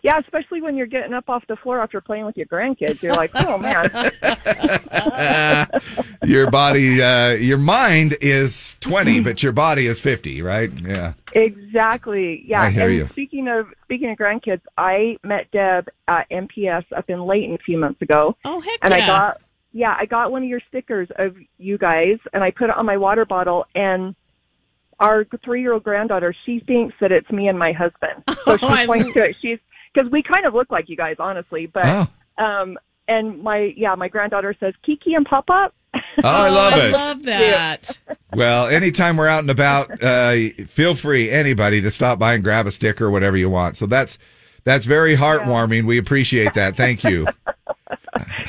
[SPEAKER 7] Yeah, especially when you're getting up off the floor after playing with your grandkids. You're like, oh man.
[SPEAKER 3] your body, uh, your mind is 20, but your body is 50, right? Yeah.
[SPEAKER 7] Exactly. Yeah.
[SPEAKER 3] I hear
[SPEAKER 7] and
[SPEAKER 3] you.
[SPEAKER 7] Speaking of speaking of grandkids, I met Deb at MPS up in Layton a few months ago,
[SPEAKER 2] Oh heck
[SPEAKER 7] and
[SPEAKER 2] yeah!
[SPEAKER 7] I got yeah, I got one of your stickers of you guys, and I put it on my water bottle. And our three-year-old granddaughter, she thinks that it's me and my
[SPEAKER 2] [laughs]
[SPEAKER 7] husband, so she
[SPEAKER 2] Oh, I
[SPEAKER 7] points to it. She's because we kind of look like you guys, honestly. But
[SPEAKER 3] Oh,
[SPEAKER 7] um, and my yeah, my granddaughter says Kiki and Papa.
[SPEAKER 3] oh I love
[SPEAKER 2] I
[SPEAKER 3] it.
[SPEAKER 7] [laughs]
[SPEAKER 2] love that.
[SPEAKER 3] well, anytime we're out and about, uh, feel free, anybody, to stop by and grab a sticker or whatever you want. So that's that's very heartwarming. We appreciate that. Thank you.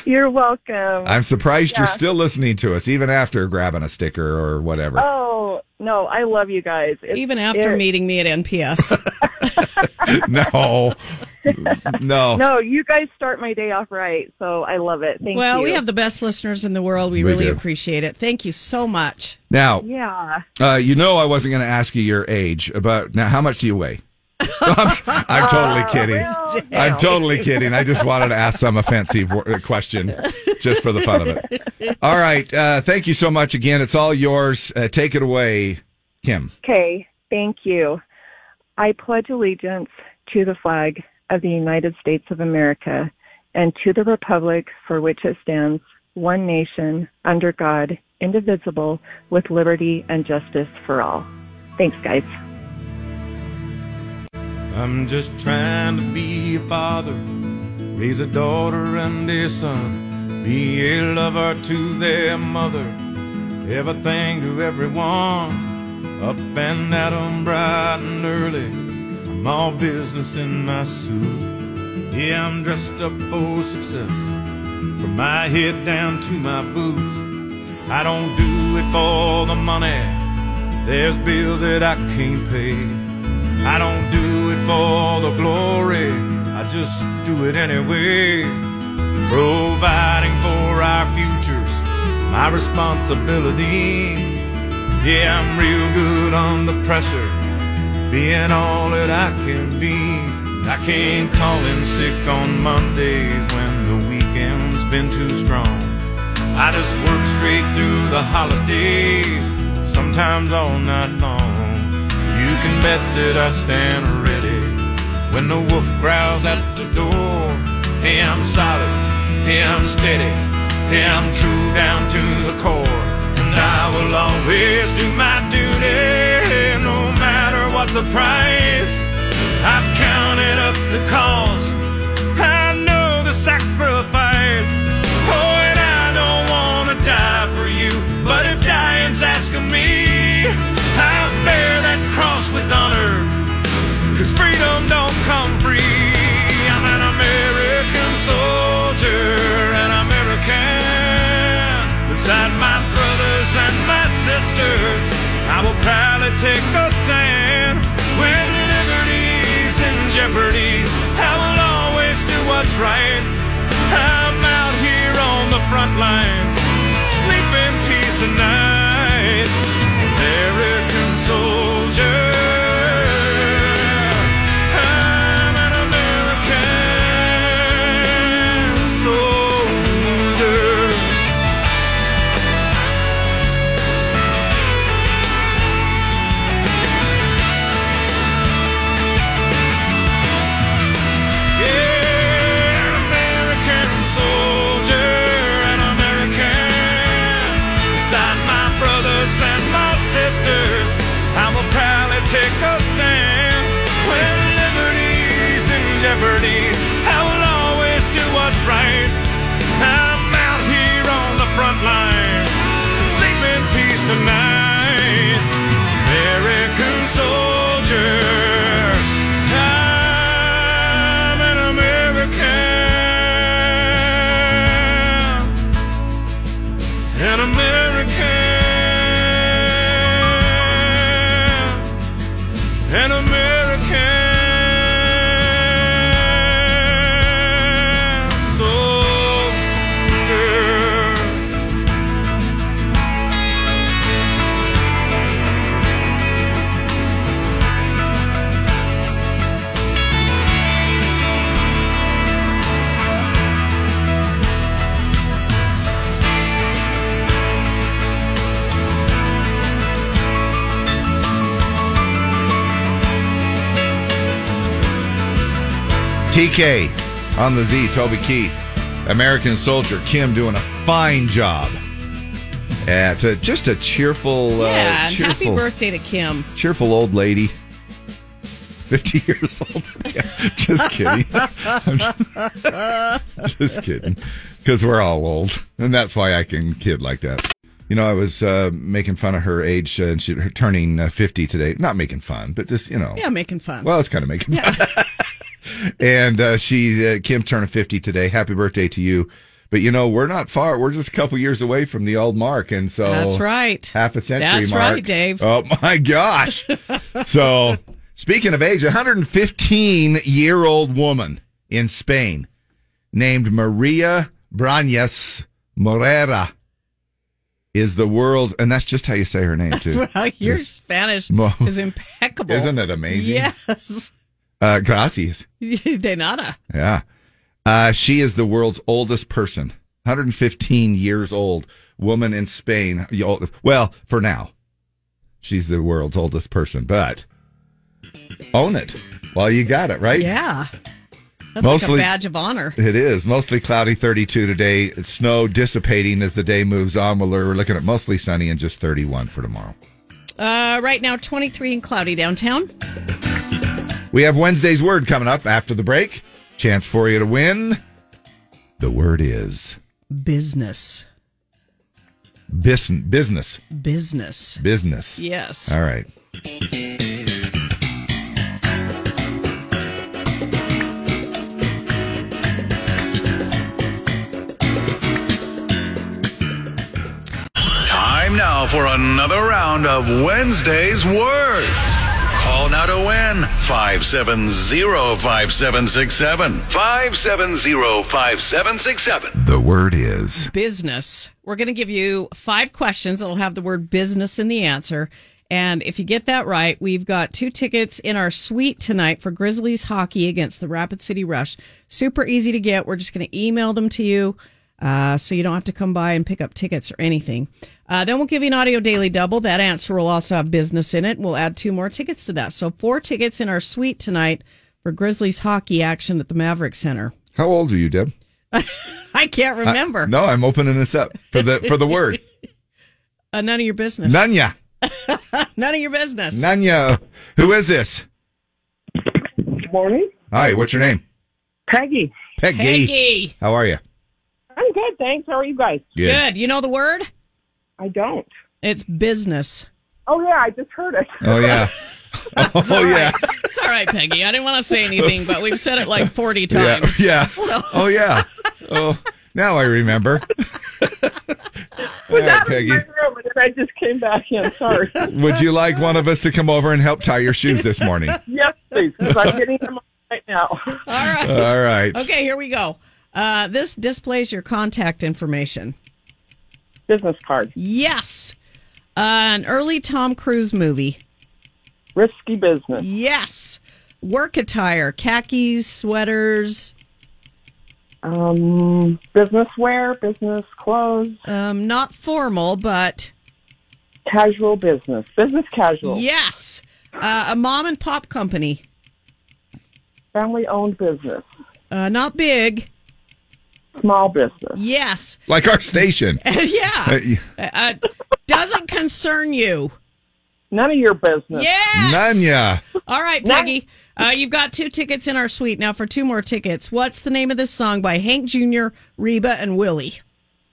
[SPEAKER 7] You're welcome.
[SPEAKER 3] I'm surprised you're
[SPEAKER 7] Yeah.
[SPEAKER 3] still listening to us, even after grabbing a sticker or whatever.
[SPEAKER 7] Oh no, I love you guys. It's-
[SPEAKER 2] Even after
[SPEAKER 7] it-
[SPEAKER 2] meeting me at
[SPEAKER 7] [laughs]
[SPEAKER 2] NPS,
[SPEAKER 3] [laughs] no. no.
[SPEAKER 7] No, you guys start my day off right, so I love it. Thank
[SPEAKER 2] well,
[SPEAKER 7] you.
[SPEAKER 2] we have the best listeners in the world. We,
[SPEAKER 3] We
[SPEAKER 2] really
[SPEAKER 3] do.
[SPEAKER 2] appreciate it. Thank you so much.
[SPEAKER 3] Now,
[SPEAKER 7] yeah.
[SPEAKER 3] Uh, you know, I wasn't going to ask you your age, but now how much do you weigh? [laughs] I'm, I'm totally
[SPEAKER 2] [laughs]
[SPEAKER 5] Uh,
[SPEAKER 3] kidding.
[SPEAKER 5] Oh,
[SPEAKER 7] well, you
[SPEAKER 3] I'm
[SPEAKER 7] know.
[SPEAKER 3] totally kidding. I just wanted to ask some offensive wor- uh, question just for the fun of it. All right. Uh, thank you so much again. It's all yours. Uh, take it away, Kim.
[SPEAKER 7] [laughs] Okay, thank you. I pledge allegiance to the flag of the United States of America and to the republic for which it stands, one nation, under God, indivisible, with liberty and justice for all. Thanks, guys.
[SPEAKER 11] I'm just trying to be a father, raise a daughter and a son, be a lover to their mother, everything to everyone. Up and at 'em bright and early, I'm all business in my suit. Yeah, I'm dressed up for success, from my head down to my boots. I don't do it for the money, there's bills that I can't pay. I don't do it for the glory, I just do it anyway. Providing for our futures, my responsibility. Yeah, I'm real good under pressure, being all that I can be. I can't call in sick on Mondays when the weekend's been too strong. I just work straight through the holidays, sometimes all night long. You can bet that I stand ready when the wolf growls at the door. Hey, I'm solid, hey, I'm steady, hey, I'm true down to the core. And I will always do my duty, no matter what the price. I've counted up the cost. I know the sacrifice. Oh, and I don't want to die for you. But if dying's asking me, I bear that cross with honor. Cause freedom don't come free. I'm an American soldier, an American. Beside my brothers and my sisters, I will proudly take a stand. When liberty's in jeopardy, I will always do what's right. I'm out here on the front lines, sleep in peace tonight. American soldier. I'm an American soldier. Yeah, an American soldier, an American
[SPEAKER 1] take a stand. When liberty's in jeopardy, I will always do what's right. I'm out here on the front line, so sleep in peace tonight. American soldier, I'm an American an American, an American [laughs] soldier.
[SPEAKER 3] TK on the Z, Toby Keith, American Soldier, Kim doing a fine job at uh, just a cheerful,
[SPEAKER 2] yeah,
[SPEAKER 3] uh,
[SPEAKER 2] and
[SPEAKER 3] cheerful,
[SPEAKER 2] happy birthday to Kim.
[SPEAKER 3] cheerful old lady. 50 years old. [laughs] just kidding. [laughs] I'm
[SPEAKER 12] [laughs]
[SPEAKER 3] just, [laughs] just kidding. Because we're all old. And that's why I can kid like that. You know, I was uh, making fun of her age uh, and she, her turning uh, 50 today. Not making fun, but just, you know.
[SPEAKER 2] Yeah, making fun.
[SPEAKER 3] Well, it's kind of making fun. [laughs] and uh, she, uh, Kim, turned 50 today. Happy birthday to you. But you know, we're not far. We're just a couple years away from the old mark. And so
[SPEAKER 2] That's right.
[SPEAKER 3] Half a century
[SPEAKER 2] That's
[SPEAKER 3] mark.
[SPEAKER 2] right, Dave.
[SPEAKER 3] Oh my
[SPEAKER 2] [laughs]
[SPEAKER 3] gosh. so speaking of age, 115 year old woman in Spain named Maria Brañas Morera is the world. And that's just how you say her name
[SPEAKER 2] [laughs]
[SPEAKER 3] too.
[SPEAKER 2] [laughs] Well, your
[SPEAKER 3] Yes.
[SPEAKER 2] Spanish
[SPEAKER 3] Well,
[SPEAKER 2] is impeccable.
[SPEAKER 3] Isn't it amazing?
[SPEAKER 2] Yes. [laughs]
[SPEAKER 3] Uh, gracias.
[SPEAKER 2] De nada.
[SPEAKER 3] Yeah. Uh, she is the world's oldest person, 115 years old, woman in Spain. Y- old- Well, for now, she's the world's oldest person, but own it while you got it, right?
[SPEAKER 2] Yeah. That's
[SPEAKER 3] Mostly-
[SPEAKER 2] like a badge of honor.
[SPEAKER 3] It is mostly cloudy, 32 today. Snow dissipating as the day moves on. Well, We're looking at mostly sunny and just 31 for tomorrow.
[SPEAKER 2] Uh, right now, 23 and cloudy downtown.
[SPEAKER 3] We have Wednesday's word coming up after the break. Chance for you to win. The word is
[SPEAKER 2] Business.
[SPEAKER 3] bus- business.
[SPEAKER 2] Business.
[SPEAKER 3] Business.
[SPEAKER 2] Yes.
[SPEAKER 3] All right.
[SPEAKER 12] Time now for another round of Wednesday's Words. Call now to win 570-5767. 570-5767.
[SPEAKER 3] The word is
[SPEAKER 2] Business. We're going to give you five questions that'll have the word business in the answer. And if you get that right, we've got two tickets in our suite tonight for Grizzlies hockey against the Rapid City Rush. Super easy to get. We're just going to email them to you. Uh, so you don't have to come by and pick up tickets or anything. Uh, then we'll give you an audio daily double. That answer will also have business in it. We'll add two more tickets to that. So four tickets in our suite tonight for Grizzlies hockey action at the Maverick Center. [laughs]
[SPEAKER 3] How old are you, Deb?
[SPEAKER 2] I can't remember.
[SPEAKER 3] Uh, No, I'm opening this up for the for the
[SPEAKER 2] [laughs]
[SPEAKER 3] word.
[SPEAKER 2] Uh, none of your business.
[SPEAKER 3] Nanya.
[SPEAKER 2] [laughs] None of your business.
[SPEAKER 3] Nanya. Who is this?
[SPEAKER 13] Good morning,
[SPEAKER 3] Hi, what's your name?
[SPEAKER 13] Peggy.
[SPEAKER 3] Peggy.
[SPEAKER 2] Peggy.
[SPEAKER 3] How are you?
[SPEAKER 13] I'm good, thanks. How are you guys?
[SPEAKER 3] Good.
[SPEAKER 2] Good. You know the word?
[SPEAKER 13] I don't.
[SPEAKER 2] It's business.
[SPEAKER 13] Oh yeah, I just heard it.
[SPEAKER 3] Oh
[SPEAKER 2] [laughs]
[SPEAKER 3] yeah. oh yeah.
[SPEAKER 2] It's all right, Peggy. I didn't want to say anything, but we've said it like 40 times.
[SPEAKER 3] Yeah. yeah.
[SPEAKER 2] So-
[SPEAKER 3] Oh yeah. Oh, now I
[SPEAKER 2] [laughs]
[SPEAKER 3] remember. All right, Peggy.
[SPEAKER 13] room, and then I just came back in. Sorry.
[SPEAKER 3] [laughs] Would you like one of us to come over and help tie your shoes this
[SPEAKER 2] [laughs]
[SPEAKER 3] morning?
[SPEAKER 13] [laughs] yes, please. Because I'm getting them
[SPEAKER 3] [laughs]
[SPEAKER 13] right now.
[SPEAKER 2] All right.
[SPEAKER 3] All right.
[SPEAKER 2] Okay, here we go. Uh, this displays your contact information.
[SPEAKER 13] Business card.
[SPEAKER 2] Yes. Uh, an early Tom Cruise movie.
[SPEAKER 13] Risky business.
[SPEAKER 2] Yes. Work attire, khakis, sweaters,
[SPEAKER 13] Um, business wear, business clothes,
[SPEAKER 2] um, not formal, but
[SPEAKER 13] casual business, business casual,
[SPEAKER 2] yes. Uh, a mom and pop company.
[SPEAKER 13] family owned business,
[SPEAKER 2] Uh, not big.
[SPEAKER 13] small business.
[SPEAKER 2] Yes. [laughs]
[SPEAKER 3] Like our station.
[SPEAKER 2] yeah.
[SPEAKER 3] Uh, y-
[SPEAKER 2] uh, doesn't concern you.
[SPEAKER 14] None of your business.
[SPEAKER 2] Yes!
[SPEAKER 3] Nanya.
[SPEAKER 2] All right, Peggy. Uh, you've got two tickets in our suite now for two more tickets. What's the name of this song by Hank Jr., Reba, and Willie?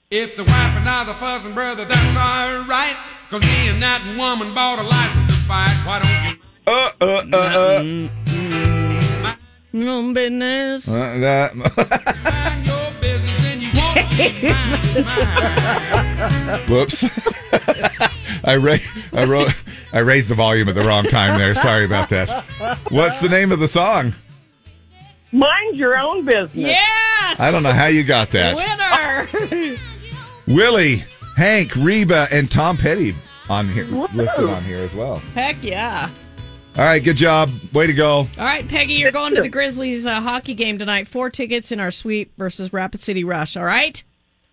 [SPEAKER 15] If the wife and I are fussing, brother, that's all right. Cause me and that woman bought a license to fight. Why don't you?
[SPEAKER 3] Uh, uh, uh, uh.
[SPEAKER 2] No business.
[SPEAKER 3] Uh, that, whoops. I, ra- I, wrote, I raised the volume at the wrong [laughs] time there. Sorry about that. What's the name of the song?
[SPEAKER 14] Mind your own business.
[SPEAKER 2] Yes.
[SPEAKER 3] I don't know how you got that. uh.
[SPEAKER 2] Winner.
[SPEAKER 3] Willie, Hank, Reba, and Tom Petty on here
[SPEAKER 2] Woo.
[SPEAKER 3] listed on here as well.
[SPEAKER 2] Heck yeah.
[SPEAKER 3] All right, good job. Way to go.
[SPEAKER 2] All right, Peggy, you're going to the Grizzlies uh, hockey game tonight. Four tickets in our suite versus Rapid City Rush. All right.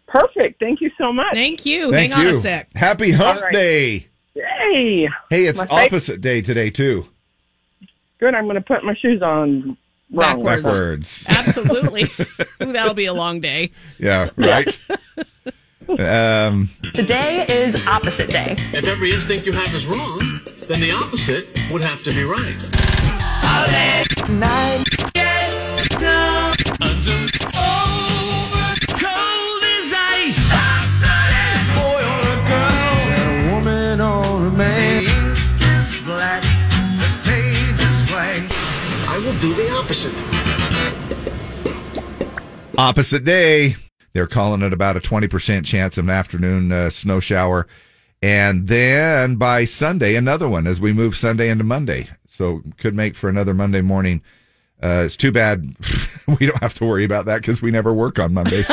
[SPEAKER 14] Perfect. Thank you so much.
[SPEAKER 2] Thank you.
[SPEAKER 3] Thank
[SPEAKER 2] Hang
[SPEAKER 3] you.
[SPEAKER 2] on a sec.
[SPEAKER 3] Happy Hump
[SPEAKER 14] All right.
[SPEAKER 3] Day.
[SPEAKER 14] Yay.
[SPEAKER 3] Hey, it's
[SPEAKER 14] [laughs] My fa-
[SPEAKER 3] opposite day today too.
[SPEAKER 14] Good. I'm going to put my shoes on wrong.
[SPEAKER 2] Backwards.
[SPEAKER 3] Backwards.
[SPEAKER 2] Absolutely. Ooh, that'll be a long day.
[SPEAKER 3] Yeah, right. um,
[SPEAKER 16] [laughs] Today is opposite day.
[SPEAKER 5] If every instinct you have is wrong, then the opposite would have to be right.
[SPEAKER 16] Night.
[SPEAKER 5] I will do the opposite.
[SPEAKER 3] opposite day. They're calling it about a 20% chance of an afternoon uh, snow shower. And then by Sunday, another one as we move Sunday into Monday. So could make for another Monday morning. Uh, it's too bad [laughs] we don't have to worry about that because we never work on
[SPEAKER 2] [laughs]
[SPEAKER 3] Mondays.
[SPEAKER 2] [laughs]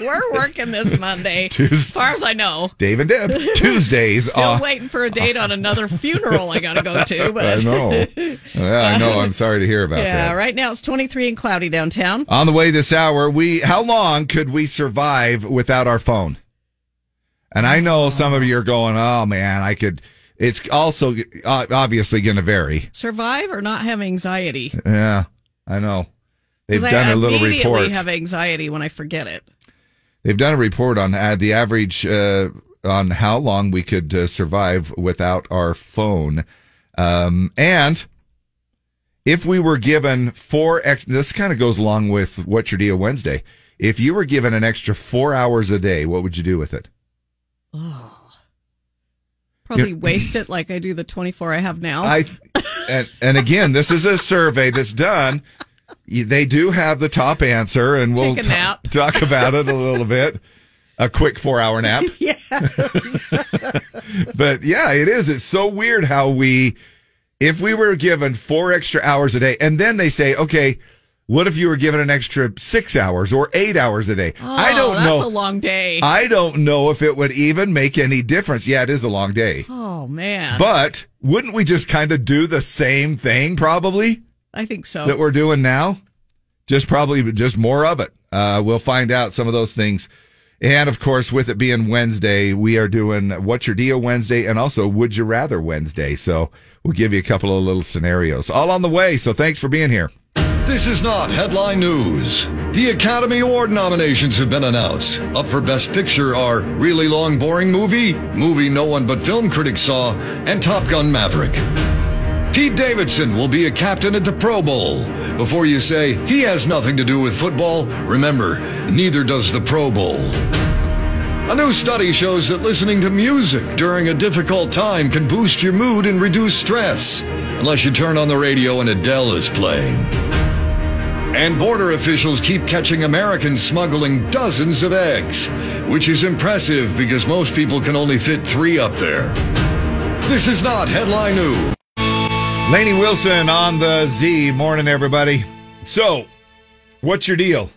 [SPEAKER 2] We're working this Monday,
[SPEAKER 3] [laughs]
[SPEAKER 2] as far as I know.
[SPEAKER 3] Dave and Deb, Tuesdays.
[SPEAKER 2] Still
[SPEAKER 3] off.
[SPEAKER 2] waiting for a date on another funeral I got to go to.
[SPEAKER 3] [laughs]
[SPEAKER 2] But
[SPEAKER 3] I
[SPEAKER 2] [laughs]
[SPEAKER 3] know. Yeah, I know. I'm sorry to hear about that.
[SPEAKER 2] yeah, right now it's 23 and cloudy downtown.
[SPEAKER 3] On the way this hour, we how long could we survive without our phone? And I know some of you are going, "Oh man, I could." It's also uh, obviously going to vary.
[SPEAKER 2] Survive or not have anxiety?
[SPEAKER 3] Yeah, I know. They've
[SPEAKER 2] 'Cause I
[SPEAKER 3] done a little
[SPEAKER 2] immediately
[SPEAKER 3] report.
[SPEAKER 2] have anxiety when I forget it.
[SPEAKER 3] They've done a report on uh, the average uh, on how long we could uh, survive without our phone, um, and if we were given four ex, this kind of goes along with what's your deal Wednesday. If you were given an extra four hours a day, what would you do with it?
[SPEAKER 2] Probably
[SPEAKER 3] Yeah.
[SPEAKER 2] waste it like I do the 24 I have now.
[SPEAKER 3] I and, and again, this is a survey that's done. You- They do have the top answer, and we'll
[SPEAKER 2] Take
[SPEAKER 3] ta-
[SPEAKER 2] a nap.
[SPEAKER 3] talk about it a little bit. A quick four-hour nap. [laughs]
[SPEAKER 2] yeah.
[SPEAKER 3] but yeah, it is. It's so weird how we, if we were given four extra hours a day, and then they say, okay, what if you were given an extra six hours or eight hours a day? I
[SPEAKER 2] Oh,
[SPEAKER 3] don't
[SPEAKER 2] that's
[SPEAKER 3] know.
[SPEAKER 2] a long day.
[SPEAKER 3] I don't know if it would even make any difference. Yeah, it is a long day.
[SPEAKER 2] oh, man.
[SPEAKER 3] But wouldn't we just kind of do the same thing probably
[SPEAKER 2] I think so.
[SPEAKER 3] that we're doing now? Just probably just more of it. Uh, we'll find out some of those things. And of course, with it being Wednesday, we are doing What's Your Deal Wednesday and also Would You Rather Wednesday. So we'll give you a couple of little scenarios all on the way. So thanks for being here.
[SPEAKER 9] This is not headline news. The Academy Award nominations have been announced. Up for Best Picture are Really Long Boring Movie, Movie No One But Film Critics Saw, and Top Gun Maverick. Pete Davidson will be a captain at the Pro Bowl. Before you say he has nothing to do with football, remember, neither does the Pro Bowl. A new study shows that listening to music during a difficult time can boost your mood and reduce stress, unless you turn on the radio and Adele is playing. And border officials keep catching Americans smuggling dozens of eggs, which is impressive because most people can only fit three up there. This is not headline news.
[SPEAKER 3] Laney Wilson on the Z. Morning, everybody. So, what's your deal?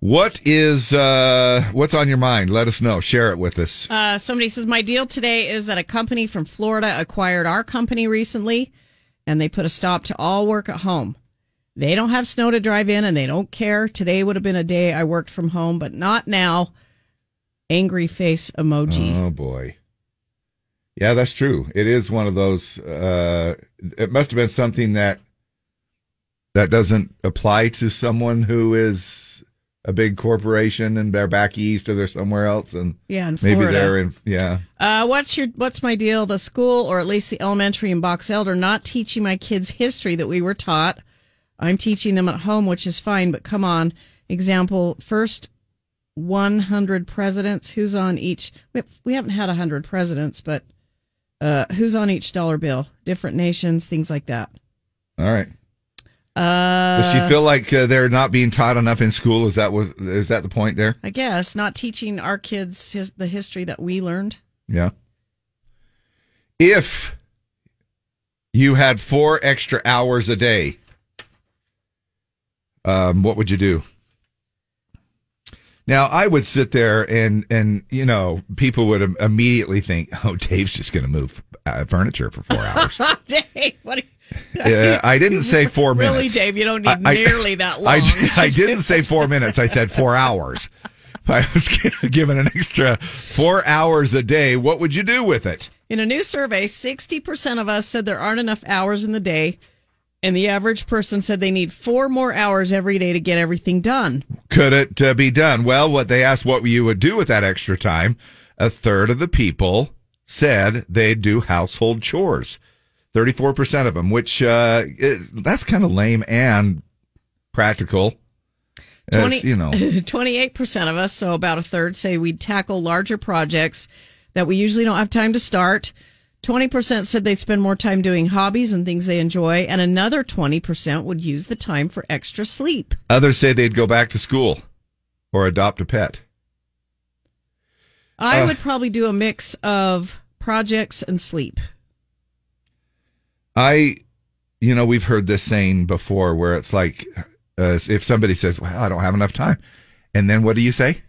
[SPEAKER 3] What is uh what's on your mind? Let us know. Share it with us.
[SPEAKER 2] Uh, somebody says my deal today is that a company from Florida acquired our company recently, and they put a stop to all work at home. They don't have snow to drive in, and they don't care. Today would have been a day I worked from home, but not now. Angry face emoji.
[SPEAKER 3] Oh boy. Yeah, that's true. It is one of those uh it must have been something that that doesn't apply to someone who is a big corporation and they're back east or they're somewhere else and
[SPEAKER 7] Yeah, in
[SPEAKER 3] maybe
[SPEAKER 7] Florida.
[SPEAKER 3] they're in yeah
[SPEAKER 2] Uh, what's your what's my deal? The school, or at least the elementary and Box Elder, not teaching my kids history that we were taught. I'm teaching them at home, which is fine, but come on. Example: first 100 presidents. Who's on each? We, we haven't had 100 presidents, but uh, who's on each dollar bill? Different nations, things like that.
[SPEAKER 3] all right
[SPEAKER 2] Uh,
[SPEAKER 3] does she feel like uh, they're not being taught enough in school is that was is that the point there
[SPEAKER 2] I guess not teaching our kids his, the history that we learned.
[SPEAKER 3] Yeah. If you had four extra hours a day, um, what would you do? Now, I would sit there and, and you know, people would im- immediately think, oh, Dave's just going to move uh, furniture for four
[SPEAKER 2] [laughs]
[SPEAKER 3] hours.
[SPEAKER 2] Dave, what? Are you,
[SPEAKER 3] Uh, I didn't say four
[SPEAKER 2] Really,
[SPEAKER 3] minutes.
[SPEAKER 2] Dave, you don't need nearly that
[SPEAKER 3] I,
[SPEAKER 2] long.
[SPEAKER 3] [laughs] I didn't say four minutes. I said four hours. [laughs] If I was g- given an extra four hours a day, what would you do with it?
[SPEAKER 2] In a new survey, 60% of us said there aren't enough hours in the day, and the average person said they need four more hours every day to get everything done.
[SPEAKER 3] Could it uh, be done? Well, what they asked what you would do with that extra time, a third of the people said they'd do household chores. 34% of them, which uh, is, that's kind of lame and practical. As, you
[SPEAKER 2] [laughs]
[SPEAKER 3] know,
[SPEAKER 2] 28% of us, so about a third, say we'd tackle larger projects that we usually don't have time to start. 20% said they'd spend more time doing hobbies and things they enjoy, and another 20% would use the time for extra sleep.
[SPEAKER 3] others say they'd go back to school or adopt a pet.
[SPEAKER 2] I
[SPEAKER 3] Uh.
[SPEAKER 2] would probably do a mix of projects and sleep.
[SPEAKER 3] I, you know, we've heard this saying before where it's like, uh, if somebody says, well, I don't have enough time. And then what do you say?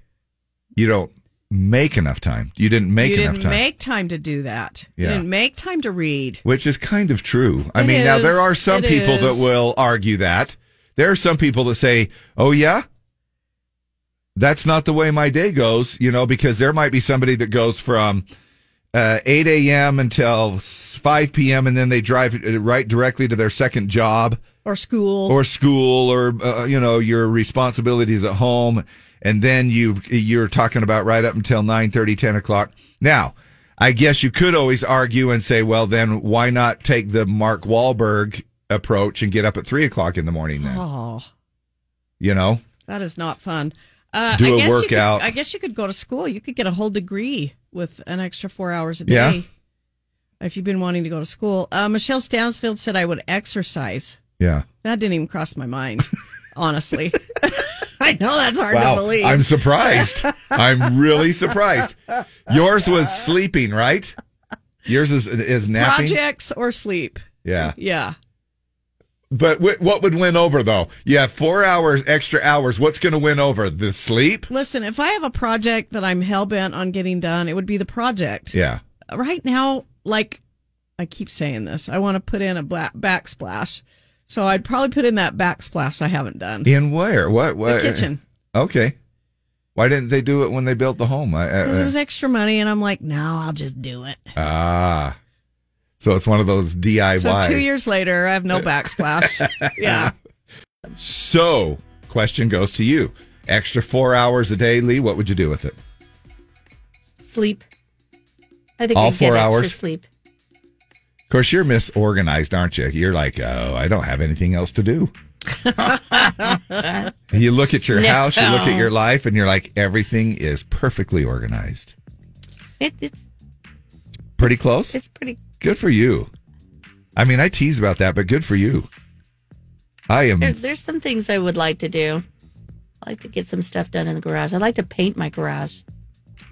[SPEAKER 3] You don't make enough time. You didn't make
[SPEAKER 2] you
[SPEAKER 3] enough
[SPEAKER 2] didn't
[SPEAKER 3] time.
[SPEAKER 2] make time to do that. You
[SPEAKER 3] Yeah.
[SPEAKER 2] didn't make time to read.
[SPEAKER 3] Which is kind of true. I
[SPEAKER 2] It
[SPEAKER 3] mean, now
[SPEAKER 2] is.
[SPEAKER 3] there are some
[SPEAKER 2] It
[SPEAKER 3] people
[SPEAKER 2] is.
[SPEAKER 3] that will argue that. There are some people that say, oh, yeah, that's not the way my day goes, you know, because there might be somebody that goes from uh, 8 a.m. until 5 p.m. and then they drive uh, right directly to their second job
[SPEAKER 2] or school
[SPEAKER 3] or school or, uh, you know, your responsibilities at home. And then you, you're talking about right up until 9 10 o'clock. Now, I guess you could always argue and say, well, then why not take the Mark Wahlberg approach and get up at three o'clock in the morning then,
[SPEAKER 2] Oh,
[SPEAKER 3] you know?
[SPEAKER 2] that is not fun. Uh,
[SPEAKER 3] Do
[SPEAKER 2] I
[SPEAKER 3] a
[SPEAKER 2] guess you could-
[SPEAKER 3] workout.
[SPEAKER 2] I guess you could go to school. You could get a whole degree with an extra four hours a day
[SPEAKER 3] Yeah.
[SPEAKER 2] if you've been wanting to go to school. Uh, Michelle Stansfield said I would exercise.
[SPEAKER 3] Yeah.
[SPEAKER 2] That didn't even cross
[SPEAKER 3] [laughs]
[SPEAKER 2] my mind, honestly. [laughs] I know that's hard
[SPEAKER 3] wow.
[SPEAKER 2] to believe.
[SPEAKER 3] I'm
[SPEAKER 2] [laughs]
[SPEAKER 3] surprised. I'm really surprised. Yours was sleeping, right? Yours is, is napping.
[SPEAKER 2] Projects or sleep?
[SPEAKER 3] Yeah.
[SPEAKER 2] Yeah.
[SPEAKER 3] But wh- what would win over though? Yeah, four hours, extra hours. What's going to win over? The sleep?
[SPEAKER 2] Listen, if I have a project that I'm hell bent on getting done, it would be the project.
[SPEAKER 3] Yeah.
[SPEAKER 2] right now, like I keep saying this, I want to put in a black backsplash. So I'd probably put in that backsplash I haven't done.
[SPEAKER 3] In where? What? what?
[SPEAKER 2] kitchen.
[SPEAKER 3] Okay. Why didn't they do it when they built the home? I, I,
[SPEAKER 2] Because it was extra money, and I'm like, no, I'll just do it.
[SPEAKER 3] ah. So it's one of those DIY.
[SPEAKER 2] So two years later, I have no backsplash. yeah.
[SPEAKER 3] So, question goes to you. Extra four hours a day, Lee, what would you do with it?
[SPEAKER 4] [laughs] Sleep. I think
[SPEAKER 3] All
[SPEAKER 4] I'd
[SPEAKER 3] four
[SPEAKER 4] get
[SPEAKER 3] hours?
[SPEAKER 4] extra
[SPEAKER 3] [laughs]
[SPEAKER 4] sleep. [laughs]
[SPEAKER 3] Of course, you're misorganized, aren't you? You're like, oh, I don't have anything else to do. You look at your
[SPEAKER 4] No.
[SPEAKER 3] house, you look at
[SPEAKER 2] [laughs]
[SPEAKER 3] your life, and you're like, everything is perfectly organized.
[SPEAKER 4] It, it's
[SPEAKER 3] Pretty close?
[SPEAKER 4] it's pretty.
[SPEAKER 3] Good for you. I mean, I tease about that, but good for you. I am.
[SPEAKER 4] There, there's some things I would like to do. I like to get some stuff done in the garage. I like to paint my garage.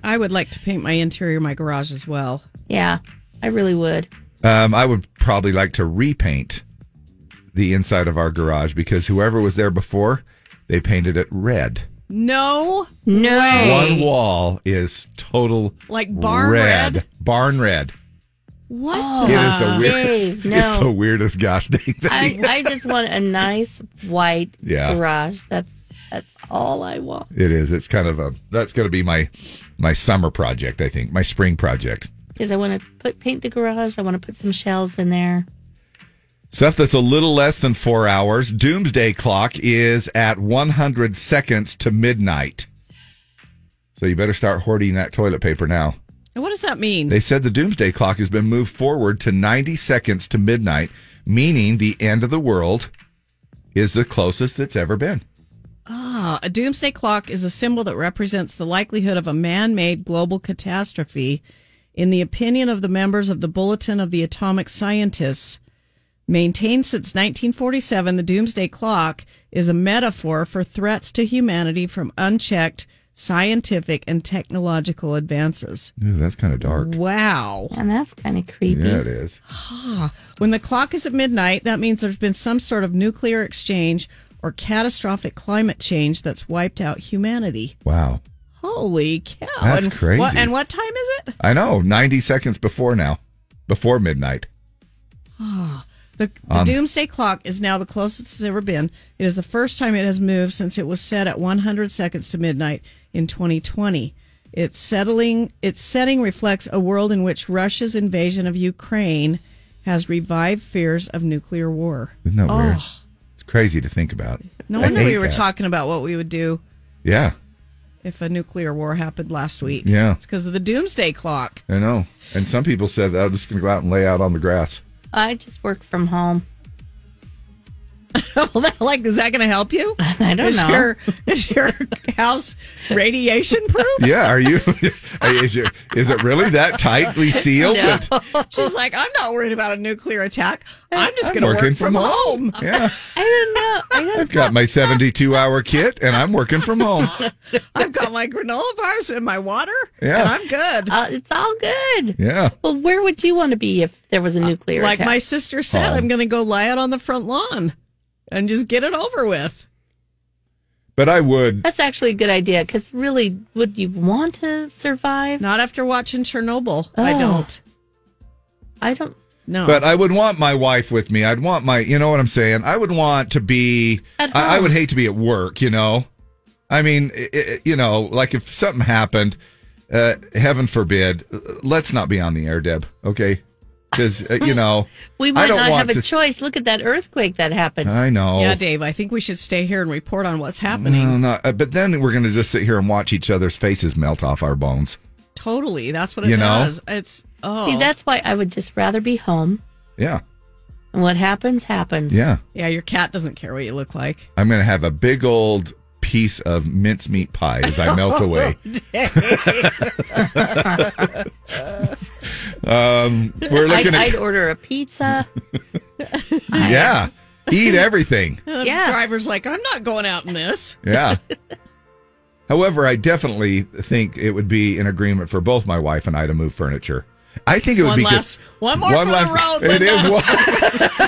[SPEAKER 2] I would like to paint my interior, my garage as well.
[SPEAKER 4] Yeah, I really would.
[SPEAKER 3] Um, I would probably like to repaint the inside of our garage because whoever was there before, they painted it red.
[SPEAKER 2] No.
[SPEAKER 4] No.
[SPEAKER 3] One wall is total
[SPEAKER 2] Like barn red?
[SPEAKER 3] Barn red.
[SPEAKER 2] What?
[SPEAKER 3] it is the weirdest.
[SPEAKER 4] Oh, Dave,
[SPEAKER 3] [laughs]
[SPEAKER 4] no.
[SPEAKER 3] It's the weirdest gosh dang thing.
[SPEAKER 4] I, I just want a nice white
[SPEAKER 3] Yeah.
[SPEAKER 4] garage. That's that's all I want.
[SPEAKER 3] it is. It's kind of a. That's going to be my my summer project. I think my spring project.
[SPEAKER 4] Because I want to put paint the garage. I want to put some shells in there.
[SPEAKER 3] Stuff that's a little less than four hours. Doomsday clock is at 100 seconds to midnight. So you better start hoarding that toilet paper now.
[SPEAKER 7] And what does that mean?
[SPEAKER 3] They said the doomsday clock has been moved forward to 90 seconds to midnight, meaning the end of the world is the closest it's ever been.
[SPEAKER 2] Ah, a doomsday clock is a symbol that represents the likelihood of a man made global catastrophe. In the opinion of the members of the Bulletin of the Atomic Scientists, maintained since 1947, the doomsday clock is a metaphor for threats to humanity from unchecked scientific and technological advances.
[SPEAKER 3] Ooh, that's kind of dark.
[SPEAKER 2] Wow.
[SPEAKER 4] And that's kind of creepy.
[SPEAKER 3] Yeah, it is.
[SPEAKER 2] Ah, when the clock is at midnight, that means there's been some sort of nuclear exchange or catastrophic climate change that's wiped out humanity.
[SPEAKER 3] Wow.
[SPEAKER 2] Holy cow.
[SPEAKER 3] That's
[SPEAKER 2] and
[SPEAKER 3] crazy.
[SPEAKER 2] What, and what time is it?
[SPEAKER 3] I know, 90 seconds before now, before midnight.
[SPEAKER 2] Ah, the, the
[SPEAKER 3] Um,
[SPEAKER 2] doomsday clock is now the closest it's ever been. It is the first time it has moved since it was set at 100 seconds to midnight in 2020. Its settling, its setting reflects a world in which Russia's invasion of Ukraine has revived fears of nuclear war.
[SPEAKER 3] Isn't that
[SPEAKER 2] oh,
[SPEAKER 3] weird? It's crazy to think about.
[SPEAKER 2] No
[SPEAKER 3] I
[SPEAKER 2] wonder
[SPEAKER 3] hate
[SPEAKER 2] we were
[SPEAKER 3] that.
[SPEAKER 2] talking about what we would do
[SPEAKER 3] Yeah,
[SPEAKER 2] if a nuclear war happened last week.
[SPEAKER 3] Yeah.
[SPEAKER 2] It's because of the doomsday
[SPEAKER 4] [laughs]
[SPEAKER 2] clock.
[SPEAKER 3] I know. And some people said, I'm just going to go out and lay out on the grass.
[SPEAKER 4] I just work from home.
[SPEAKER 2] [laughs] well, that, like, is that going to help you?
[SPEAKER 4] [laughs] I don't
[SPEAKER 2] is
[SPEAKER 4] know.
[SPEAKER 2] Your, is your house radiation [laughs] proof?
[SPEAKER 3] Yeah, are you? [laughs] is, your, is it really that
[SPEAKER 2] [laughs]
[SPEAKER 3] tightly sealed? that-
[SPEAKER 2] She's like, I'm not worried about a nuclear attack. I'm just
[SPEAKER 3] I'm
[SPEAKER 2] going to work
[SPEAKER 3] working
[SPEAKER 2] from,
[SPEAKER 3] from
[SPEAKER 2] home.
[SPEAKER 3] Yeah.
[SPEAKER 4] I don't know. I
[SPEAKER 3] [laughs] I've got my 72 hour kit and I'm working from home.
[SPEAKER 2] [laughs] I've got my granola bars and my water,
[SPEAKER 3] Yeah.
[SPEAKER 2] and I'm good.
[SPEAKER 4] Uh, it's all good.
[SPEAKER 3] Yeah.
[SPEAKER 4] Well, where would you want to be if there was a nuclear
[SPEAKER 2] Like
[SPEAKER 4] attack?
[SPEAKER 2] my sister said,
[SPEAKER 4] Home.
[SPEAKER 2] I'm going to go lie out on the front lawn and just get it over with.
[SPEAKER 3] But I would.
[SPEAKER 4] That's actually a good idea because really, would you want to survive?
[SPEAKER 2] Not after watching Chernobyl. I don't.
[SPEAKER 4] I don't.
[SPEAKER 2] No.
[SPEAKER 3] But I would want my wife with me. I'd want my, you know what I'm saying? I would want to be,
[SPEAKER 4] At
[SPEAKER 3] I, I
[SPEAKER 4] home.
[SPEAKER 3] would hate to be at work, you know? I mean, i i you know, like if something happened, uh, heaven forbid, uh, let's not be on the air, Deb, okay? Because, uh, you know,
[SPEAKER 4] [laughs] we
[SPEAKER 3] I
[SPEAKER 4] might
[SPEAKER 3] don't
[SPEAKER 4] not
[SPEAKER 3] want
[SPEAKER 4] have a
[SPEAKER 3] to,
[SPEAKER 4] choice. Look at that earthquake that happened.
[SPEAKER 3] I know.
[SPEAKER 2] Yeah, Dave, I think we should stay here and report on what's happening.
[SPEAKER 3] No, no, uh, but then we're going to just sit here and watch each other's faces melt off our bones.
[SPEAKER 2] Totally. That's what it
[SPEAKER 3] You know?
[SPEAKER 2] does. It's, oh.
[SPEAKER 4] See, that's why I would just rather be home.
[SPEAKER 3] Yeah.
[SPEAKER 4] And what happens, happens.
[SPEAKER 3] Yeah.
[SPEAKER 2] Yeah, your cat doesn't care what you look like.
[SPEAKER 3] I'm going to have a big old piece of mincemeat pie as
[SPEAKER 4] [laughs]
[SPEAKER 3] I
[SPEAKER 4] Oh,
[SPEAKER 3] melt away. um, we're looking
[SPEAKER 4] I'd, I'd [laughs]
[SPEAKER 3] at.
[SPEAKER 4] order a pizza.
[SPEAKER 3] yeah. Eat everything.
[SPEAKER 2] And [laughs] the
[SPEAKER 4] Yeah.
[SPEAKER 2] driver's like, I'm not going out in this.
[SPEAKER 3] Yeah. However, I definitely think it would be an agreement for both my wife and I to move furniture. I think it would
[SPEAKER 2] one
[SPEAKER 3] be good-
[SPEAKER 2] last, one more for the road.
[SPEAKER 3] It
[SPEAKER 2] Linda.
[SPEAKER 3] is one.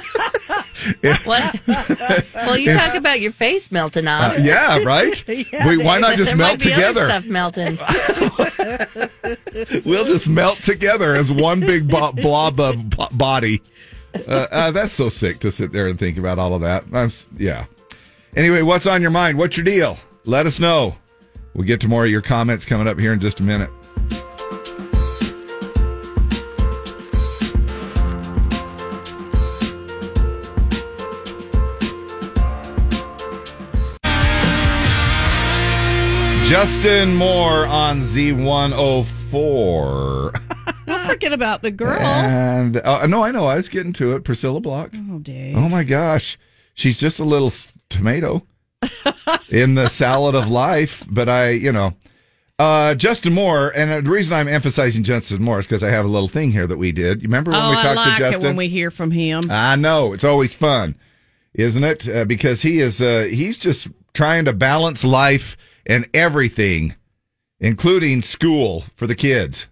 [SPEAKER 4] What? well, you talk about your face melting off.
[SPEAKER 3] Uh, yeah,
[SPEAKER 4] [laughs]
[SPEAKER 3] right? We- why not
[SPEAKER 4] But
[SPEAKER 3] just
[SPEAKER 4] there
[SPEAKER 3] melt
[SPEAKER 4] might be other
[SPEAKER 3] together?
[SPEAKER 4] stuff
[SPEAKER 3] [laughs]
[SPEAKER 4] melting.
[SPEAKER 3] We'll just melt together as one big bo- blob of bo- body. Uh, uh, that's so sick to sit there and think about all of that. I'm s- yeah. Anyway, what's on your mind? What's your deal? Let us know. We'll get to more of your comments coming up here in just a minute. Justin Moore on Z104.
[SPEAKER 2] Don't forget about the
[SPEAKER 3] [laughs]
[SPEAKER 2] girl.
[SPEAKER 3] And uh, no, I know. I was getting to it. Priscilla Block.
[SPEAKER 2] Oh, Dave.
[SPEAKER 3] Oh my gosh, she's just a little s-
[SPEAKER 2] [laughs]
[SPEAKER 3] tomato in the salad of life. But I, you know, uh, Justin Moore, and uh, the reason I'm emphasizing Justin Moore is because I have a little thing here that we did. You remember when
[SPEAKER 2] oh,
[SPEAKER 3] we talked
[SPEAKER 2] I like
[SPEAKER 3] to Justin?
[SPEAKER 2] it when we hear from him.
[SPEAKER 3] I know it's always fun, isn't it? Uh, because he is uh, he's just trying to balance life and everything, including school for the kids.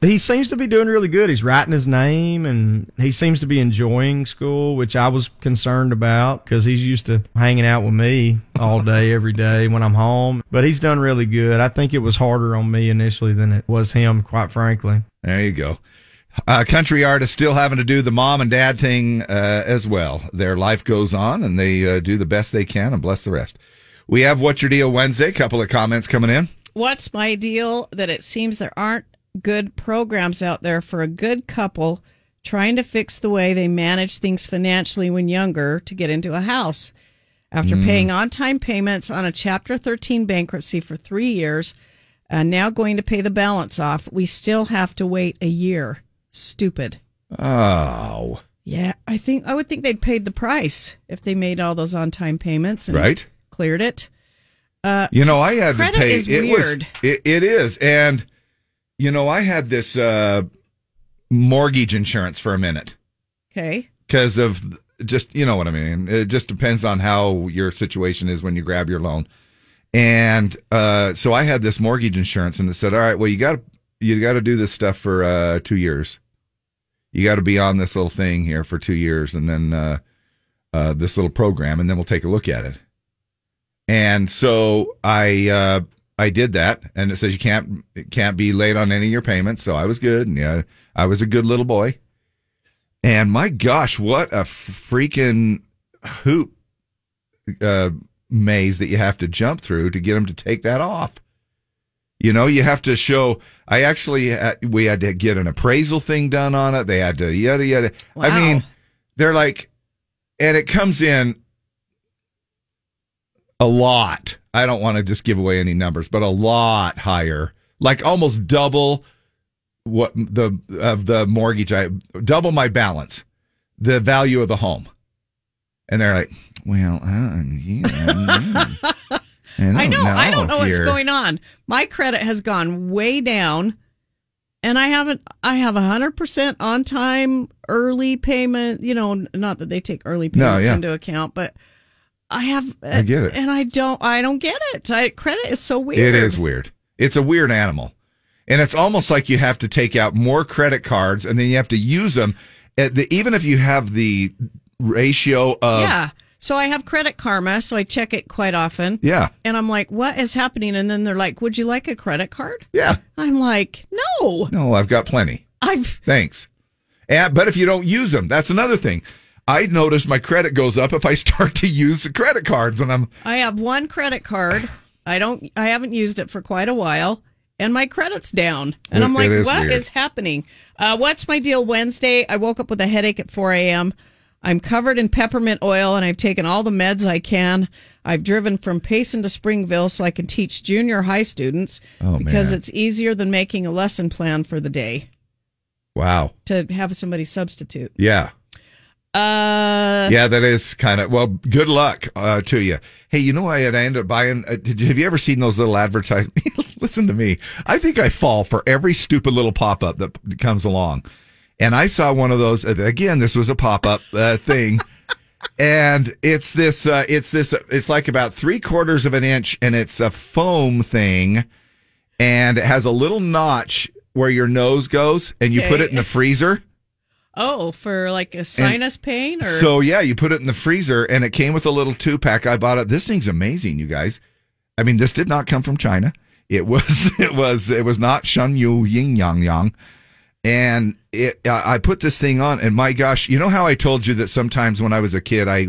[SPEAKER 17] He seems to be doing really good. He's writing his name and he seems to be enjoying school, which I was concerned about because he's used to hanging out with me all day, every day when I'm home. But he's done really good. I think it was harder on me initially than it was him, quite frankly.
[SPEAKER 3] There you go. Uh, country artists still having to do the mom and dad thing uh, as well. Their life goes on, and they uh, do the best they can, and bless the rest. We have What's Your Deal Wednesday. Couple of comments coming in.
[SPEAKER 2] What's my deal that it seems there aren't good programs out there for a good couple trying to fix the way they managed things financially when younger to get into a house. After
[SPEAKER 3] Hmm.
[SPEAKER 13] Mm.
[SPEAKER 2] paying on time payments on a Chapter 13 bankruptcy for three years, and now going to pay the balance off, we still have to wait a year. Stupid.
[SPEAKER 3] Oh.
[SPEAKER 2] Yeah, I think I would think they'd paid the price if they made all those on time payments and
[SPEAKER 3] Right.
[SPEAKER 2] cleared it. Uh,
[SPEAKER 3] You know, I had
[SPEAKER 2] credit
[SPEAKER 3] to pay.
[SPEAKER 2] Is
[SPEAKER 3] it
[SPEAKER 2] weird.
[SPEAKER 3] was. It, it is, and you know, I had this uh, mortgage insurance for a minute
[SPEAKER 2] okay.
[SPEAKER 3] because of just you know what I mean. It just depends on how your situation is when you grab your loan, and uh, so I had this mortgage insurance, and it said, "All right, well, you got to you got to do this stuff for uh, two years. You got to be on this little thing here for two years, and then uh, uh, this little program, and then we'll take a look at it." And so I uh, I did that, and it says you can't it can't be late on any of your payments. So I was good, and yeah, I was a good little boy. And my gosh, what a freaking hoop uh, maze that you have to jump through to get them to take that off. You know, you have to show. I actually had, we had to get an appraisal thing done on it. They had to yada yada. I mean, they're like, and it comes in a lot. I don't want to just give away any numbers, but a lot higher, like almost double what the of the mortgage. I double my balance, the value of the home, and they're like, "Well, uh, yeah,
[SPEAKER 2] [laughs]
[SPEAKER 3] mm,
[SPEAKER 2] I know. I don't know what's
[SPEAKER 3] here."
[SPEAKER 2] going on. My credit has gone way down, and I haven't. I have hundred percent on time, early payment. You know, n- not that they take early
[SPEAKER 3] No,
[SPEAKER 2] payments
[SPEAKER 3] yeah.
[SPEAKER 2] into account, but I have.
[SPEAKER 3] I get it.
[SPEAKER 2] and I don't. I don't get it. I, credit is so weird.
[SPEAKER 3] It is weird. It's a weird animal. And it's almost like you have to take out more credit cards and then you have to use them. At the, even if you have the ratio of.
[SPEAKER 2] yeah. So I have Credit Karma, so I check it quite often.
[SPEAKER 3] Yeah.
[SPEAKER 2] And I'm like, what is happening? And then they're like, would you like a credit card?
[SPEAKER 3] Yeah.
[SPEAKER 2] I'm like, no.
[SPEAKER 3] No, I've got plenty.
[SPEAKER 2] I've
[SPEAKER 3] Thanks. And, but if you don't use them, that's another thing. I notice my credit goes up if I start [laughs] to use the credit cards and I'm.
[SPEAKER 2] I have one credit card. I don't I haven't used it for quite a while and my credit's down. And
[SPEAKER 13] It-
[SPEAKER 2] I'm
[SPEAKER 13] it
[SPEAKER 2] like,
[SPEAKER 13] is
[SPEAKER 2] what
[SPEAKER 13] weird.
[SPEAKER 2] is happening? Uh, what's my deal Wednesday? I woke up with a headache at 4 a.m. I'm covered in peppermint oil and I've taken all the meds I can. I've driven from Payson to Springville so I can teach junior high students
[SPEAKER 3] Oh,
[SPEAKER 2] because
[SPEAKER 3] man.
[SPEAKER 2] it's easier than making a lesson plan for the day
[SPEAKER 3] Wow.
[SPEAKER 2] to have somebody substitute.
[SPEAKER 3] Yeah.
[SPEAKER 2] Uh,
[SPEAKER 3] yeah, that is kind of well. Good luck uh, to you. Hey, you know I had I ended up buying. Uh, did you, have you ever seen those little advertisements? [laughs] Listen to me. I think I fall for every stupid little pop up that p- comes along, and I saw one of those. uh, Again, this was a pop up uh,
[SPEAKER 2] [laughs]
[SPEAKER 3] thing, and it's this. Uh, it's this. It's like about three quarters of an inch, and it's a foam thing, and it has a little notch where your nose goes, and you put
[SPEAKER 2] Okay.
[SPEAKER 3] it in the freezer.
[SPEAKER 2] Oh, for like a sinus pain or
[SPEAKER 3] So yeah, you put it in the freezer, and it came with a little two pack. I bought it. This thing's amazing, you guys. I mean, this did not come from China. It was [laughs] it was it was not Shun Yu Ying Yang Yang. And it, I I put this thing on, and my gosh, you know how I told you that sometimes when I was a kid, I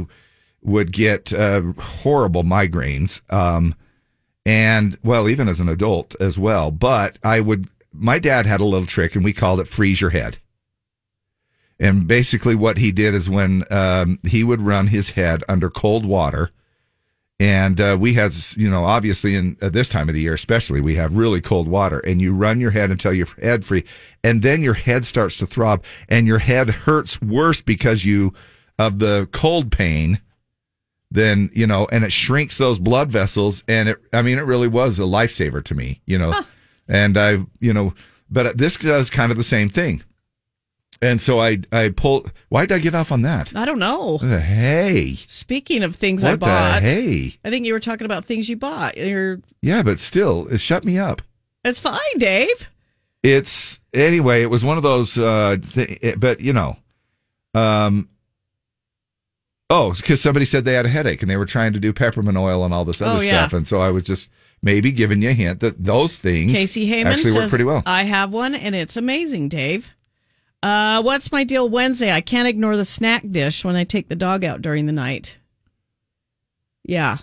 [SPEAKER 3] would get uh, horrible migraines. Um, and well, even as an adult as well. But I would. My dad had a little trick, and we called it freeze your head. And basically, what he did is when um, he would run his head under cold water, and uh, we had, you know, obviously in at this time of the year, especially, we have really cold water, and you run your head until your head free, and then your head starts to throb, and your head hurts worse because you of the cold pain. Then you know, and it shrinks those blood vessels, and it. I mean, it really was a lifesaver to me, you know, and I, you know, but this does kind of the same thing. And so I I pulled. Why did I get off on that?
[SPEAKER 2] I don't know.
[SPEAKER 3] Uh, hey,
[SPEAKER 2] Speaking of things Oh. I
[SPEAKER 3] what
[SPEAKER 2] bought,
[SPEAKER 3] the hey?
[SPEAKER 2] I think you were talking about things you bought. You're,
[SPEAKER 3] Yeah, but still, it shut me up.
[SPEAKER 2] it's fine, Dave.
[SPEAKER 3] It's anyway. It was one of those. Uh, th- it- but you know, um, oh, because somebody said they had a headache and they were trying to do peppermint oil and all this other
[SPEAKER 2] Oh, yeah.
[SPEAKER 3] stuff, and so I was just maybe giving you a hint that those things
[SPEAKER 2] Casey Heyman
[SPEAKER 3] actually
[SPEAKER 2] says,
[SPEAKER 3] work pretty well.
[SPEAKER 2] I have one and it's amazing, Dave. Uh, what's my deal Wednesday? I can't ignore the snack dish when I take the dog out during the night. Yeah.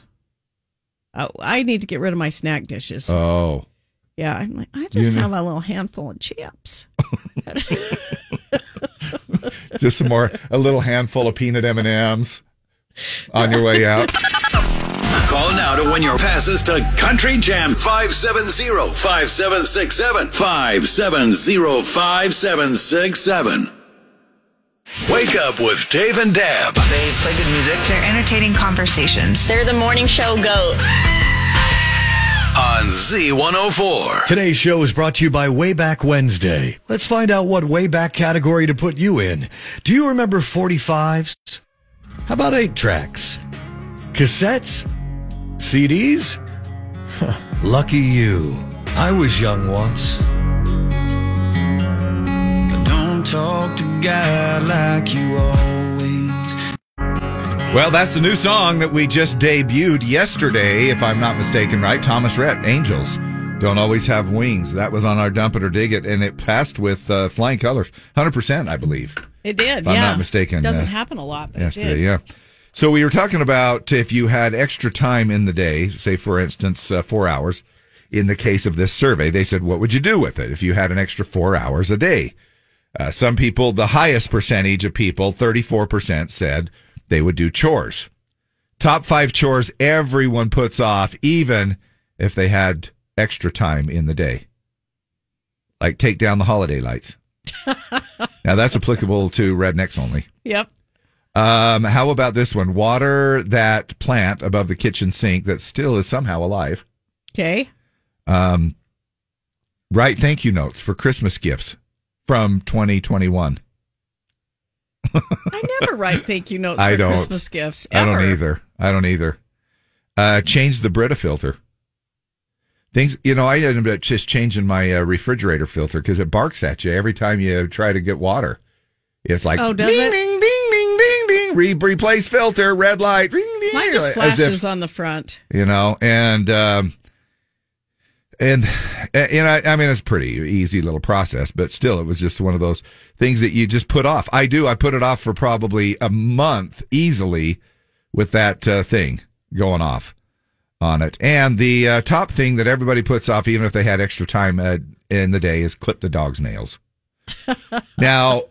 [SPEAKER 2] Oh, I need to get rid of my snack dishes.
[SPEAKER 3] oh,
[SPEAKER 2] Yeah, I'm like, I just
[SPEAKER 3] You know- [laughs]
[SPEAKER 2] [laughs] have a little handful of chips.
[SPEAKER 3] Just some more, a little handful of peanut M and M's on your way
[SPEAKER 2] [laughs]
[SPEAKER 3] out.
[SPEAKER 12] Call now to win your passes to Country Jam 570-5767. 570-5767. Wake up with Dave and Dab. They play good music
[SPEAKER 18] They're entertaining conversations. They're the morning show goat.
[SPEAKER 12] on Z104.
[SPEAKER 9] Today's show is brought to you by Wayback Wednesday. Let's find out what Wayback category to put you in. Do you remember 45s? How about 8 tracks? Cassettes? CDs? Huh, Lucky you. I was young once.
[SPEAKER 19] Don't talk to God like you always.
[SPEAKER 3] Well, that's the new song that we just debuted yesterday, if I'm not mistaken, right? Thomas Rhett, Angels. Don't always have wings. That was on our dump it or dig it, and it passed with uh, flying colors. 100%, I believe.
[SPEAKER 7] It did.
[SPEAKER 3] If
[SPEAKER 7] yeah.
[SPEAKER 3] I'm not mistaken,
[SPEAKER 7] Doesn't
[SPEAKER 3] uh,
[SPEAKER 7] happen a lot, but it
[SPEAKER 3] yesterday,
[SPEAKER 7] did.
[SPEAKER 3] yeah. So we were talking about if you had extra time in the day, say for instance, uh, four hours. In the case of this survey, they said, what would you do with it if you had an extra four hours a day? Uh, some people, the highest percentage of people, 34% said they would do chores. Top five chores everyone puts off, even if they had extra time in the day. Like take down the holiday
[SPEAKER 7] [laughs]
[SPEAKER 3] lights. now that's applicable to rednecks only.
[SPEAKER 7] Yep.
[SPEAKER 3] Um, how about this one? Water that plant above the kitchen sink that still is somehow alive.
[SPEAKER 7] Okay.
[SPEAKER 3] Um, write thank you notes for Christmas gifts from 2021.
[SPEAKER 7] I never write thank you notes for
[SPEAKER 3] I don't.
[SPEAKER 7] Christmas gifts.
[SPEAKER 3] I
[SPEAKER 7] Ever.
[SPEAKER 3] don't either. I don't either. Uh, change the Brita filter. Things, you know, I ended up just changing my uh, refrigerator filter because it barks at you every time you try to get water. It's like,
[SPEAKER 7] oh, does
[SPEAKER 3] ding,
[SPEAKER 7] it?
[SPEAKER 3] ding, ding, ding, ding, ding. Re- replace filter, red light. Ring, ding,
[SPEAKER 7] Mine
[SPEAKER 3] As
[SPEAKER 7] just
[SPEAKER 3] if-
[SPEAKER 7] flashes on the front.
[SPEAKER 3] you know and um and and I, I mean it's a pretty easy little process but still it was just one of those things that you just put off i do i put it off for probably a month easily with that uh, thing going off on it and the uh, top thing that everybody puts off even if they had extra time uh, in the day is clip the dog's nails now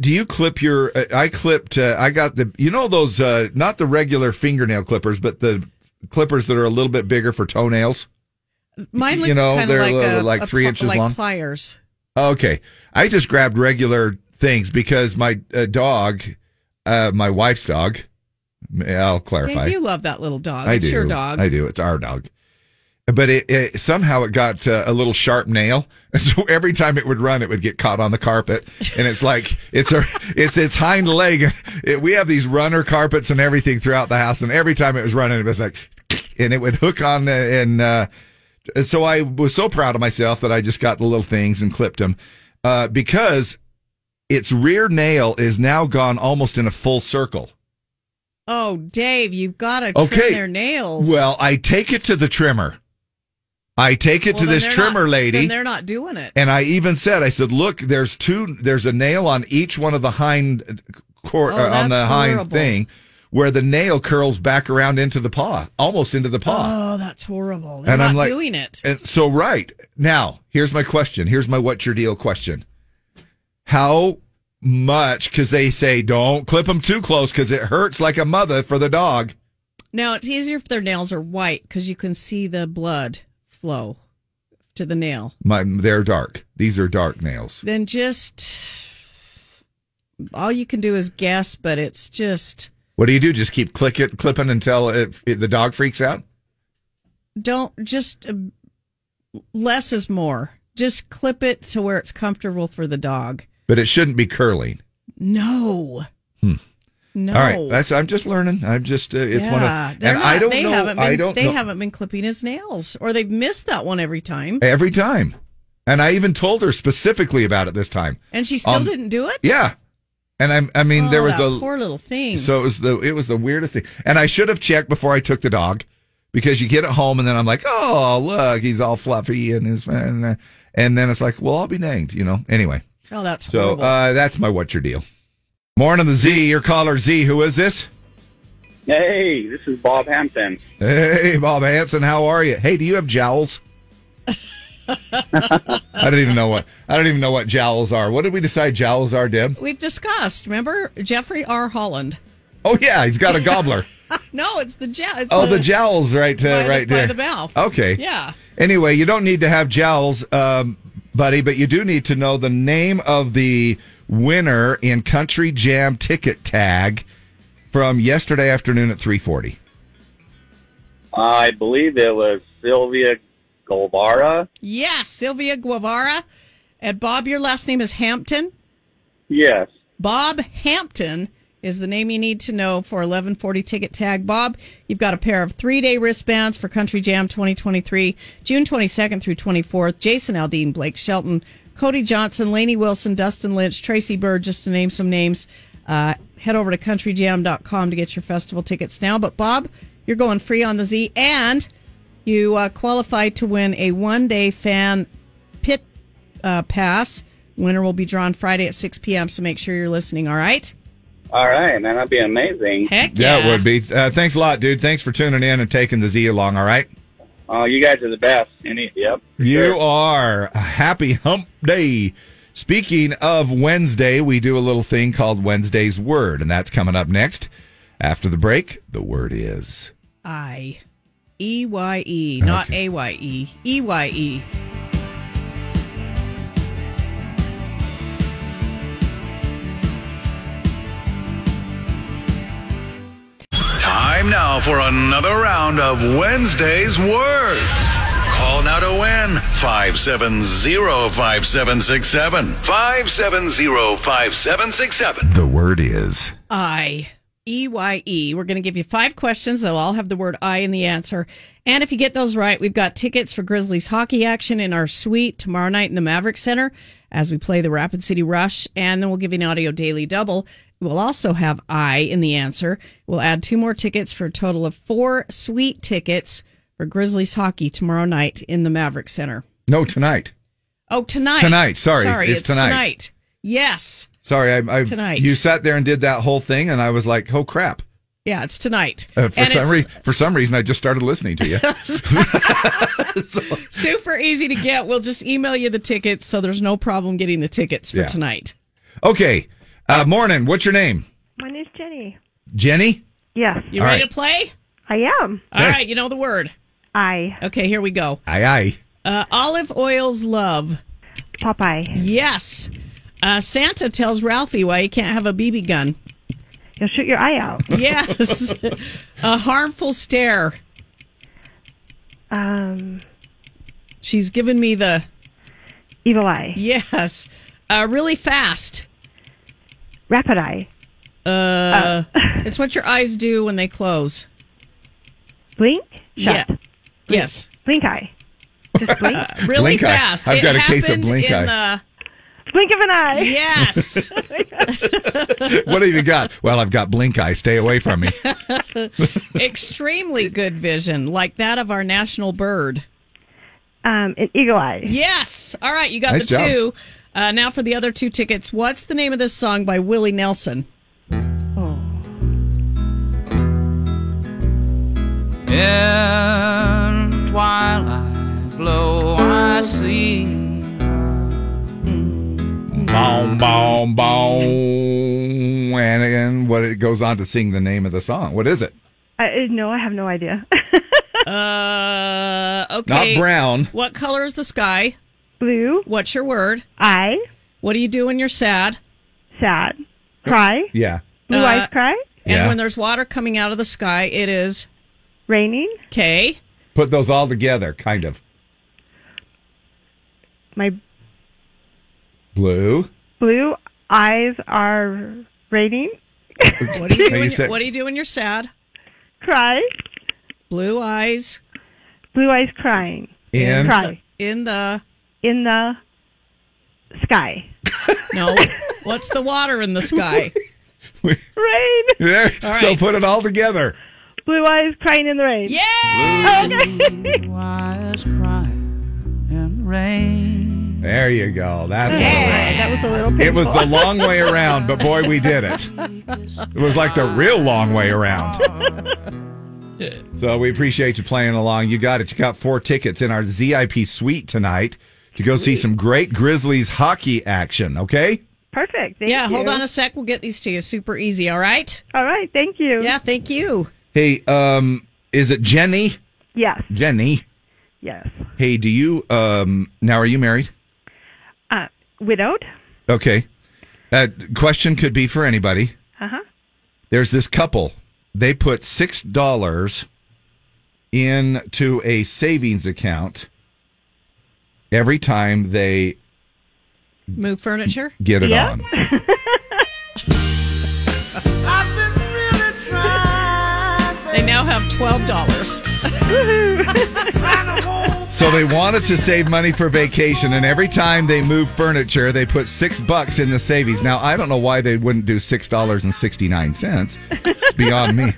[SPEAKER 3] do you clip your uh, i clipped uh, i got the you know those uh not the regular fingernail clippers but the clippers that are a little bit bigger for toenails
[SPEAKER 7] Mine look
[SPEAKER 3] You know,
[SPEAKER 7] kinda
[SPEAKER 3] they're
[SPEAKER 7] like,
[SPEAKER 3] little-
[SPEAKER 7] a-
[SPEAKER 3] like
[SPEAKER 7] a
[SPEAKER 3] three
[SPEAKER 7] pl-
[SPEAKER 3] inches
[SPEAKER 7] like
[SPEAKER 3] long.
[SPEAKER 7] pliers.
[SPEAKER 3] okay i just grabbed regular things because my uh, dog uh my wife's dog i'll clarify
[SPEAKER 7] Dave, you love that little dog.
[SPEAKER 3] I
[SPEAKER 7] it's
[SPEAKER 3] do.
[SPEAKER 7] your dog.
[SPEAKER 3] I do. It's our dog. But it, it somehow it got uh, a little sharp nail, [laughs] and so every time it would run, it would get caught on the carpet, and it's like it's a it's its hind leg. [laughs] It, we have these runner carpets and everything throughout the house, and every time it was running, it was like, [laughs] and it would hook on, and uh, and so I was so proud of myself that I just got the little things and clipped them, uh, because its rear nail is now gone almost in a full circle.
[SPEAKER 7] Oh, Dave, you've got to
[SPEAKER 3] Okay.
[SPEAKER 7] trim their nails.
[SPEAKER 3] Well, I take it to the trimmer. I take it
[SPEAKER 7] Well,
[SPEAKER 3] to
[SPEAKER 7] then
[SPEAKER 3] this
[SPEAKER 7] they're
[SPEAKER 3] trimmer
[SPEAKER 7] not- Then
[SPEAKER 3] lady.
[SPEAKER 7] they're not doing it.
[SPEAKER 3] And I even said, I said, look, there's two, there's a nail on each one of the hind, cor-
[SPEAKER 7] Oh,
[SPEAKER 3] uh, on the
[SPEAKER 7] that's
[SPEAKER 3] hind
[SPEAKER 7] horrible.
[SPEAKER 3] thing where the nail curls back around into the paw, almost into the paw.
[SPEAKER 7] Oh, that's horrible. They're
[SPEAKER 3] And
[SPEAKER 7] not
[SPEAKER 3] I'm like-
[SPEAKER 7] doing it.
[SPEAKER 3] And so, right now, here's my question. Here's my what's your deal question. How much? Because they say don't clip them too close because it hurts like a mother for the dog.
[SPEAKER 7] Now it's easier if their nails are white because you can see the blood flow to the nail.
[SPEAKER 3] My, they're dark. These are dark nails.
[SPEAKER 7] Then just all you can do is guess, but it's just
[SPEAKER 3] What do you do? Just keep click it, clipping until it, it, the dog freaks out.
[SPEAKER 7] don't just uh, less is more. Just clip it to where it's comfortable for the dog.
[SPEAKER 3] But it shouldn't be curling.
[SPEAKER 7] No.
[SPEAKER 3] Hmm.
[SPEAKER 7] No.
[SPEAKER 3] All right, that's I'm just learning. I'm just uh, it's one
[SPEAKER 7] Yeah,
[SPEAKER 3] of
[SPEAKER 7] they're
[SPEAKER 3] and I
[SPEAKER 7] not-
[SPEAKER 3] don't
[SPEAKER 7] they
[SPEAKER 3] know.
[SPEAKER 7] Haven't been,
[SPEAKER 3] I don't
[SPEAKER 7] They
[SPEAKER 3] know
[SPEAKER 7] haven't been clipping his nails, or they've missed that one every time,
[SPEAKER 3] every time, and I even told her specifically about it this time.
[SPEAKER 7] and she still
[SPEAKER 3] Um,
[SPEAKER 7] didn't do it.
[SPEAKER 3] Yeah, and I'm I mean
[SPEAKER 7] Oh,
[SPEAKER 3] there was
[SPEAKER 7] that
[SPEAKER 3] a
[SPEAKER 7] poor little thing.
[SPEAKER 3] so it was the it was the weirdest thing, and I should have checked before I took the dog because you get it home and then I'm like, oh look, he's all fluffy and his and, uh, and then it's like, well, I'll be danged, you know. Anyway,
[SPEAKER 7] oh, that's
[SPEAKER 3] so
[SPEAKER 7] horrible.
[SPEAKER 3] uh, that's my what's your deal. Morning the Z, your caller Z. Who is this?
[SPEAKER 20] Hey, this is Bob Hampton.
[SPEAKER 2] [laughs]
[SPEAKER 3] Hey, Bob Hanson, how are you? Hey, do you have jowls? I don't even know what I don't even know what jowls are. What did we decide jowls are, Deb?
[SPEAKER 2] We've discussed. Remember Jeffrey
[SPEAKER 7] [laughs]
[SPEAKER 2] R. Holland?
[SPEAKER 3] Oh yeah, he's got a
[SPEAKER 2] [laughs]
[SPEAKER 3] gobbler.
[SPEAKER 2] no, it's the jowl.
[SPEAKER 3] Oh, the jowls right uh,
[SPEAKER 2] by the-
[SPEAKER 3] right
[SPEAKER 2] by
[SPEAKER 3] there.
[SPEAKER 2] the mouth.
[SPEAKER 3] Okay.
[SPEAKER 2] Yeah.
[SPEAKER 3] Anyway, you don't need to have jowls, um, buddy, but you do need to know the name of the winner in Country Jam ticket tag from yesterday afternoon at three forty.
[SPEAKER 20] I believe it was Sylvia Golvara.
[SPEAKER 2] Yes, Sylvia Guevara. And Bob, your last name is Hampton.
[SPEAKER 20] Yes.
[SPEAKER 2] Bob Hampton is the name you need to know for 1140 ticket tag. Bob, you've got a pair of three day wristbands for Country Jam 2023, June 22nd through 24th. Jason Aldean, Blake Shelton, Cody Johnson, Laney Wilson, Dustin Lynch, Tracy Bird, just to name some names. Uh, head over to countryjam.com to get your festival tickets now. But Bob, you're going free on the Z and you uh, qualify to win a one day fan pit uh, pass. Winner will be drawn Friday at 6 p.m. So make sure you're listening. All right.
[SPEAKER 20] All right, man, that'd be amazing.
[SPEAKER 2] Heck
[SPEAKER 3] That would be. Uh, thanks a lot, dude. Thanks for tuning in and taking the Z along. All right.
[SPEAKER 20] Oh, you guys are the best. Any, yep.
[SPEAKER 3] You are. Happy hump day. Speaking of Wednesday, we do a little thing called Wednesday's Word, and that's coming up next. After the break, the word is.
[SPEAKER 2] I E Y E, not A Y E. E Y E.
[SPEAKER 12] Time now for another round of Wednesday's Words. Call now to win 570-5767. 570-5767.
[SPEAKER 3] The word is.
[SPEAKER 2] I E Y E. We're going to give you five questions. They'll all have the word I in the answer. And if you get those right, we've got tickets for Grizzlies hockey action in our suite tomorrow night in the Maverick Center as we play the Rapid City Rush. And then we'll give you an audio daily double. We'll also have I in the answer. We'll add two more tickets for a total of four suite tickets for Grizzlies hockey tomorrow night in the Maverick Center.
[SPEAKER 3] No, tonight.
[SPEAKER 2] Oh, tonight.
[SPEAKER 3] Tonight, sorry.
[SPEAKER 2] it's,
[SPEAKER 3] It's
[SPEAKER 2] tonight.
[SPEAKER 3] tonight.
[SPEAKER 2] Yes.
[SPEAKER 3] Sorry, I, I
[SPEAKER 2] Tonight.
[SPEAKER 3] You sat there and did that whole thing, and I was like, "Oh crap!"
[SPEAKER 2] Yeah, it's tonight.
[SPEAKER 3] Uh, for
[SPEAKER 2] And
[SPEAKER 3] some
[SPEAKER 2] it's-
[SPEAKER 3] reason, for some reason, I just started listening to
[SPEAKER 2] [laughs]
[SPEAKER 3] you.
[SPEAKER 2] Super easy to get. We'll just email you the tickets, so there's no problem getting the tickets for
[SPEAKER 3] Yeah.
[SPEAKER 2] tonight.
[SPEAKER 3] okay, uh, morning. What's your name,
[SPEAKER 21] My name's Jenny.
[SPEAKER 3] Jenny?
[SPEAKER 21] Yes.
[SPEAKER 2] You
[SPEAKER 3] All
[SPEAKER 2] ready
[SPEAKER 3] right.
[SPEAKER 2] to play?
[SPEAKER 21] I am.
[SPEAKER 2] All right, you know the word.
[SPEAKER 21] I.
[SPEAKER 2] Okay, here we go.
[SPEAKER 3] Aye, aye. [laughs]
[SPEAKER 2] Uh, olive oil's love.
[SPEAKER 21] Popeye.
[SPEAKER 2] Yes. Uh, Santa tells Ralphie why he can't have a BB gun.
[SPEAKER 21] You'll shoot your eye out.
[SPEAKER 2] [laughs] Yes. a harmful stare.
[SPEAKER 21] Um.
[SPEAKER 2] She's given me the
[SPEAKER 21] evil eye.
[SPEAKER 2] Yes. Uh, really fast.
[SPEAKER 21] Rapid eye.
[SPEAKER 2] Uh,
[SPEAKER 21] [laughs]
[SPEAKER 2] it's what your eyes do when they close.
[SPEAKER 21] Blink.
[SPEAKER 2] Yeah.
[SPEAKER 21] Shut.
[SPEAKER 2] Yes.
[SPEAKER 21] Blink eye. Just blink.
[SPEAKER 2] [laughs] Really
[SPEAKER 3] Blink eye.
[SPEAKER 2] fast.
[SPEAKER 3] I've
[SPEAKER 2] It
[SPEAKER 3] got a case of
[SPEAKER 2] happened
[SPEAKER 3] blink
[SPEAKER 2] in
[SPEAKER 3] eye.
[SPEAKER 21] blink of an eye. [laughs]
[SPEAKER 2] Yes.
[SPEAKER 3] what have you got? Well, I've got blink eye. Stay away from me.
[SPEAKER 2] Extremely good vision, like that of our national bird.
[SPEAKER 21] Um. An eagle eye.
[SPEAKER 2] Yes. All right, you got
[SPEAKER 21] Nice
[SPEAKER 2] the
[SPEAKER 21] job.
[SPEAKER 2] two. Uh, now for the other two tickets. What's the name of this song by Willie Nelson?
[SPEAKER 21] Oh.
[SPEAKER 22] In twilight glow, I see
[SPEAKER 3] Boom, boom, boom. And, and what it goes on to sing the name of the song. What is it?
[SPEAKER 21] I, I- no, I have no idea.
[SPEAKER 2] [laughs] uh. Okay.
[SPEAKER 3] Not brown.
[SPEAKER 2] What color is the sky?
[SPEAKER 21] Blue.
[SPEAKER 2] What's your word?
[SPEAKER 21] I.
[SPEAKER 2] What do you do when you're sad?
[SPEAKER 21] Sad. Cry.
[SPEAKER 3] Yeah.
[SPEAKER 21] Blue
[SPEAKER 2] Uh,
[SPEAKER 21] eyes cry.
[SPEAKER 2] And
[SPEAKER 3] Yeah.
[SPEAKER 2] when there's water coming out of the sky, it is
[SPEAKER 21] raining.
[SPEAKER 2] Okay.
[SPEAKER 3] Put those all together, kind of.
[SPEAKER 21] My
[SPEAKER 3] Blue.
[SPEAKER 21] blue eyes are raining.
[SPEAKER 2] What do
[SPEAKER 21] [laughs]
[SPEAKER 2] you do?
[SPEAKER 3] Now you
[SPEAKER 2] when
[SPEAKER 3] said-
[SPEAKER 2] you're, what do you do when you're sad?
[SPEAKER 21] Cry.
[SPEAKER 2] Blue eyes.
[SPEAKER 21] Blue eyes crying.
[SPEAKER 3] In?
[SPEAKER 21] cry.
[SPEAKER 2] In the
[SPEAKER 21] in the sky. [laughs]
[SPEAKER 2] No. What's the water in the sky?
[SPEAKER 21] Rain.
[SPEAKER 3] There.
[SPEAKER 21] All
[SPEAKER 3] So
[SPEAKER 21] right.
[SPEAKER 3] put it all together.
[SPEAKER 21] Blue eyes crying in the rain.
[SPEAKER 2] Yeah.
[SPEAKER 21] Okay.
[SPEAKER 22] eyes cry and rain.
[SPEAKER 3] There you go. That's all right.
[SPEAKER 21] that was a little.
[SPEAKER 3] It was the long way around,
[SPEAKER 21] [laughs]
[SPEAKER 3] but boy, we did it. It was like the real long way around. So we appreciate you playing along. You got it. You got four tickets in our ZIP suite tonight to go see some great Grizzlies hockey action. Okay.
[SPEAKER 21] Perfect. Thank
[SPEAKER 2] yeah,
[SPEAKER 21] you.
[SPEAKER 2] hold on a sec. We'll get these to you super easy, all right?
[SPEAKER 21] All right. Thank you.
[SPEAKER 2] Yeah, thank you.
[SPEAKER 3] Hey, um, is it Jenny?
[SPEAKER 21] Yes.
[SPEAKER 3] Jenny.
[SPEAKER 21] Yes.
[SPEAKER 3] Hey, do you um now are you married?
[SPEAKER 21] Uh, widowed.
[SPEAKER 3] Okay. Uh, question could be for anybody.
[SPEAKER 21] Uh huh.
[SPEAKER 3] There's this couple. They put six dollars into a savings account every time they
[SPEAKER 2] Move furniture?
[SPEAKER 3] get it
[SPEAKER 21] [laughs]
[SPEAKER 3] on.
[SPEAKER 2] They now have $12.
[SPEAKER 3] So they wanted to save money for vacation, and every time they move furniture, they put six bucks in the savings. Now I don't know why they wouldn't do six dollars and sixty nine cents. It's beyond me.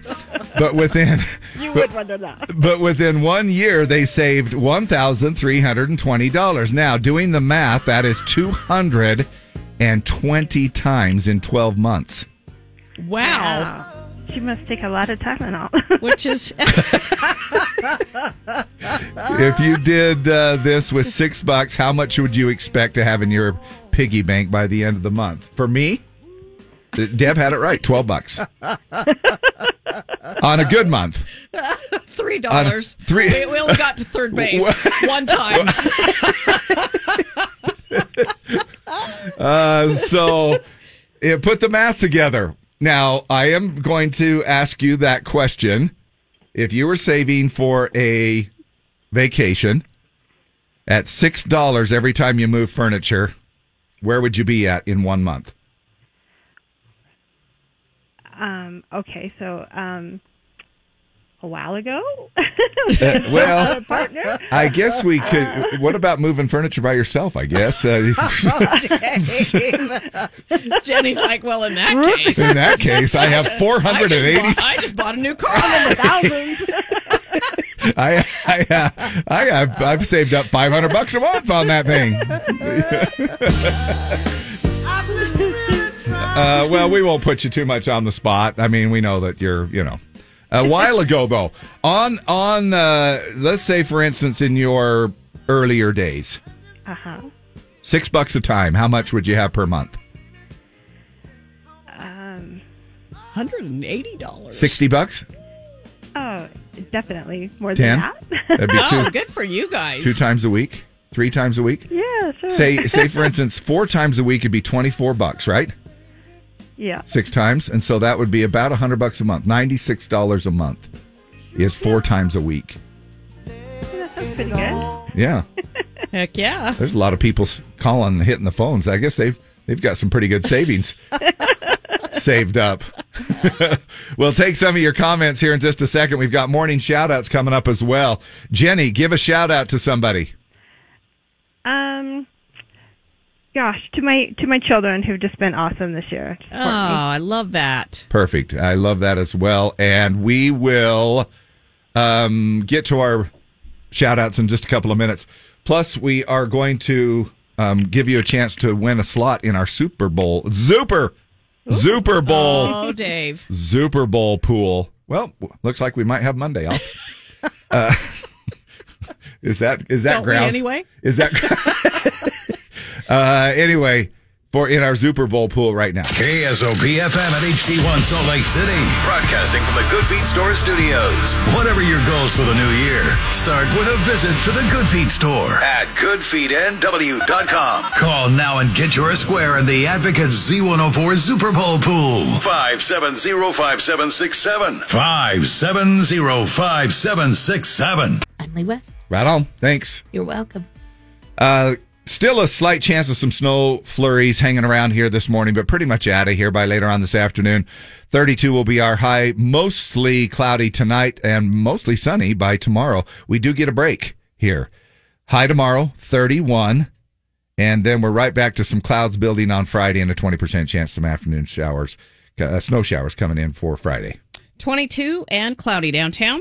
[SPEAKER 3] But within
[SPEAKER 21] [laughs] You
[SPEAKER 3] but,
[SPEAKER 21] would wonder that.
[SPEAKER 3] but within one year, they saved one thousand three hundred and twenty dollars. Now doing the math, that is two hundred and twenty times in twelve months.
[SPEAKER 2] Wow.
[SPEAKER 21] She must take a lot of time and all.
[SPEAKER 2] [laughs] Which is
[SPEAKER 3] If you did uh, this with six bucks, how much would you expect to have in your piggy bank by the end of the month? For me, Deb had it right, twelve bucks [laughs] on a good month.
[SPEAKER 2] [laughs] three dollars.
[SPEAKER 3] On three-
[SPEAKER 2] We, we only got
[SPEAKER 3] [laughs]
[SPEAKER 2] to third base one time.
[SPEAKER 3] Uh, so it put the math together. Now I am going to ask you that question. If you were saving for a vacation at six dollars every time you move furniture, where would you be at in one month?
[SPEAKER 21] [laughs] um, okay, so um, a while ago, [laughs]
[SPEAKER 3] Uh, well,
[SPEAKER 21] a partner.
[SPEAKER 3] I [laughs] guess we could. What about moving furniture by yourself? I guess.
[SPEAKER 2] [laughs]
[SPEAKER 3] Uh,
[SPEAKER 2] Dave. [laughs] Jenny's like, well, in that case,
[SPEAKER 3] in that case, I have four hundred and
[SPEAKER 2] I just
[SPEAKER 3] eighty.
[SPEAKER 2] bought- I just bought a new
[SPEAKER 21] [laughs]
[SPEAKER 2] car. I'm
[SPEAKER 3] I I uh, I have I've saved up five hundred bucks a month on that thing. Uh, well, we won't put you too much on the spot. I mean, we know that you're you know. A while ago, though, on on uh, let's say for instance in your earlier days,
[SPEAKER 21] Uh huh.
[SPEAKER 3] six bucks a time. How much would you have per month?
[SPEAKER 21] Um,
[SPEAKER 2] Hundred and eighty dollars.
[SPEAKER 3] Sixty bucks.
[SPEAKER 21] oh, definitely more
[SPEAKER 3] Ten?
[SPEAKER 21] than that. [laughs]
[SPEAKER 3] That'd be
[SPEAKER 2] oh,
[SPEAKER 3] two.
[SPEAKER 2] good for you guys.
[SPEAKER 3] two times a week, three times a week.
[SPEAKER 21] [laughs] Yeah, sure.
[SPEAKER 3] Say say for instance, four times a week would be twenty four bucks, right?
[SPEAKER 21] yeah.
[SPEAKER 3] Six times, and so that would be about hundred bucks a month. Ninety six dollars a month is four times a week.
[SPEAKER 21] That sounds pretty good.
[SPEAKER 3] Yeah,
[SPEAKER 2] Heck yeah.
[SPEAKER 3] there's a lot of people s- calling, and hitting the phones. I guess they've they've got some pretty good savings saved up. [laughs] we'll take some of your comments here in just a second. We've got morning shout outs coming up as well. Jenny, give a shout out to somebody.
[SPEAKER 21] [laughs] Um, gosh, to my to my children who've just been awesome this year.
[SPEAKER 2] Oh, I love that.
[SPEAKER 3] Perfect. I love that as well. And we will um, get to our shout outs in just a couple of minutes. Plus, we are going to um, give you a chance to win a slot in our Super Bowl, Zuper, Super Bowl,
[SPEAKER 2] Oh, Dave.
[SPEAKER 3] Super Bowl pool. Well, w- looks like we might have Monday
[SPEAKER 2] [laughs]
[SPEAKER 3] off. uh, [laughs] is that is that
[SPEAKER 2] Don't we
[SPEAKER 3] grounds
[SPEAKER 2] anyway?
[SPEAKER 3] Is that [laughs] uh, anyway for in our Super Bowl pool right now?
[SPEAKER 12] KSOP FM at HD1 Salt Lake City. Broadcasting from the Good Feet Store Studios. Whatever your goals for the new year, start with a visit to the Good Feet Store at goodfeetnw.com. Call now and get your square in the Advocate Z104 Super Bowl Pool. 5705767. 5705767.
[SPEAKER 4] Emily West,
[SPEAKER 3] Right on. Thanks.
[SPEAKER 4] you're welcome.
[SPEAKER 3] Uh, still a slight chance of some snow flurries hanging around here this morning, but pretty much out of here by later on this afternoon. 32 will be our high, mostly cloudy tonight and mostly sunny by tomorrow. We do get a break here. High tomorrow, 31. And then we're right back to some clouds building on Friday and a 20% chance some afternoon showers, uh, snow showers coming in for Friday.
[SPEAKER 2] 22 and cloudy downtown.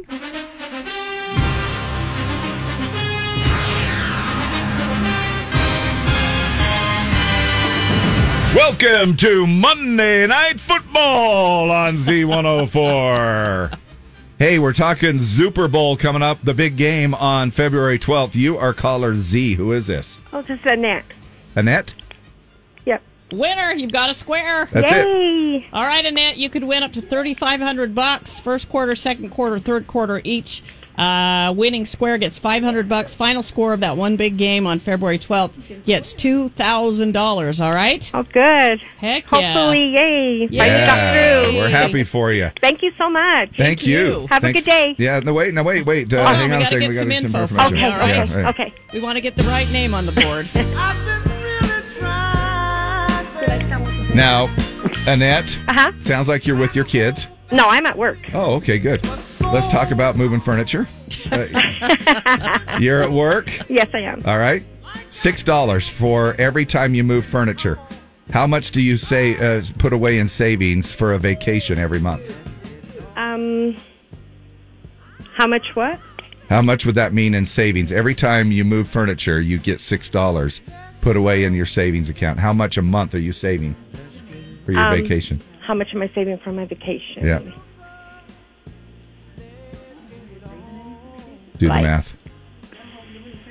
[SPEAKER 3] Welcome to Monday Night Football on Z104. Hey, we're talking Super Bowl coming up, the big game on February 12th. You are caller Z. Who is this?
[SPEAKER 23] Oh, just a net.
[SPEAKER 3] Annette?
[SPEAKER 23] Yep.
[SPEAKER 2] Winner, you've got a square.
[SPEAKER 3] That's it.
[SPEAKER 23] Yay!
[SPEAKER 2] All right, Annette, you could win up to thirty five hundred bucks. First quarter, second quarter, third quarter each. Uh, winning square gets five hundred bucks. Final score of that one big game on February twelfth gets two thousand dollars. All right.
[SPEAKER 23] Oh, good.
[SPEAKER 2] Heck yeah.
[SPEAKER 23] Hopefully, yay! If I
[SPEAKER 3] Yeah,
[SPEAKER 23] stuck through.
[SPEAKER 3] we're happy for you.
[SPEAKER 23] Thank you so much.
[SPEAKER 3] Thank you.
[SPEAKER 23] Have
[SPEAKER 3] Thank-
[SPEAKER 23] a good
[SPEAKER 3] [laughs]
[SPEAKER 23] day.
[SPEAKER 3] Yeah, no, wait, no, wait, wait. Uh,
[SPEAKER 2] Oh,
[SPEAKER 3] hang
[SPEAKER 2] we
[SPEAKER 3] on a
[SPEAKER 2] gotta
[SPEAKER 3] second.
[SPEAKER 2] get
[SPEAKER 3] we got
[SPEAKER 2] some
[SPEAKER 3] to get some
[SPEAKER 2] info
[SPEAKER 3] information.
[SPEAKER 2] Okay, all right.
[SPEAKER 3] Yeah,
[SPEAKER 23] Okay.
[SPEAKER 2] We want to get the right name on the board.
[SPEAKER 3] [laughs] Now, Annette,
[SPEAKER 23] Uh-huh.
[SPEAKER 3] sounds like you're with your kids.
[SPEAKER 23] No, I'm at work.
[SPEAKER 3] Oh, okay, good. Let's talk about
[SPEAKER 23] [laughs]
[SPEAKER 3] moving furniture. Uh, you're at work.
[SPEAKER 23] Yes, I am.
[SPEAKER 3] All right. Six dollars for every time you move furniture. How much do you say uh, put away in savings for a vacation every month?
[SPEAKER 23] Um, how much? What?
[SPEAKER 3] How much would that mean in savings? Every time you move furniture, you get six dollars put away in your savings account. How much a month are you saving for your
[SPEAKER 23] Um,
[SPEAKER 3] vacation?
[SPEAKER 23] How much am I saving for my vacation?
[SPEAKER 3] Yeah. Do the
[SPEAKER 23] like-
[SPEAKER 3] math.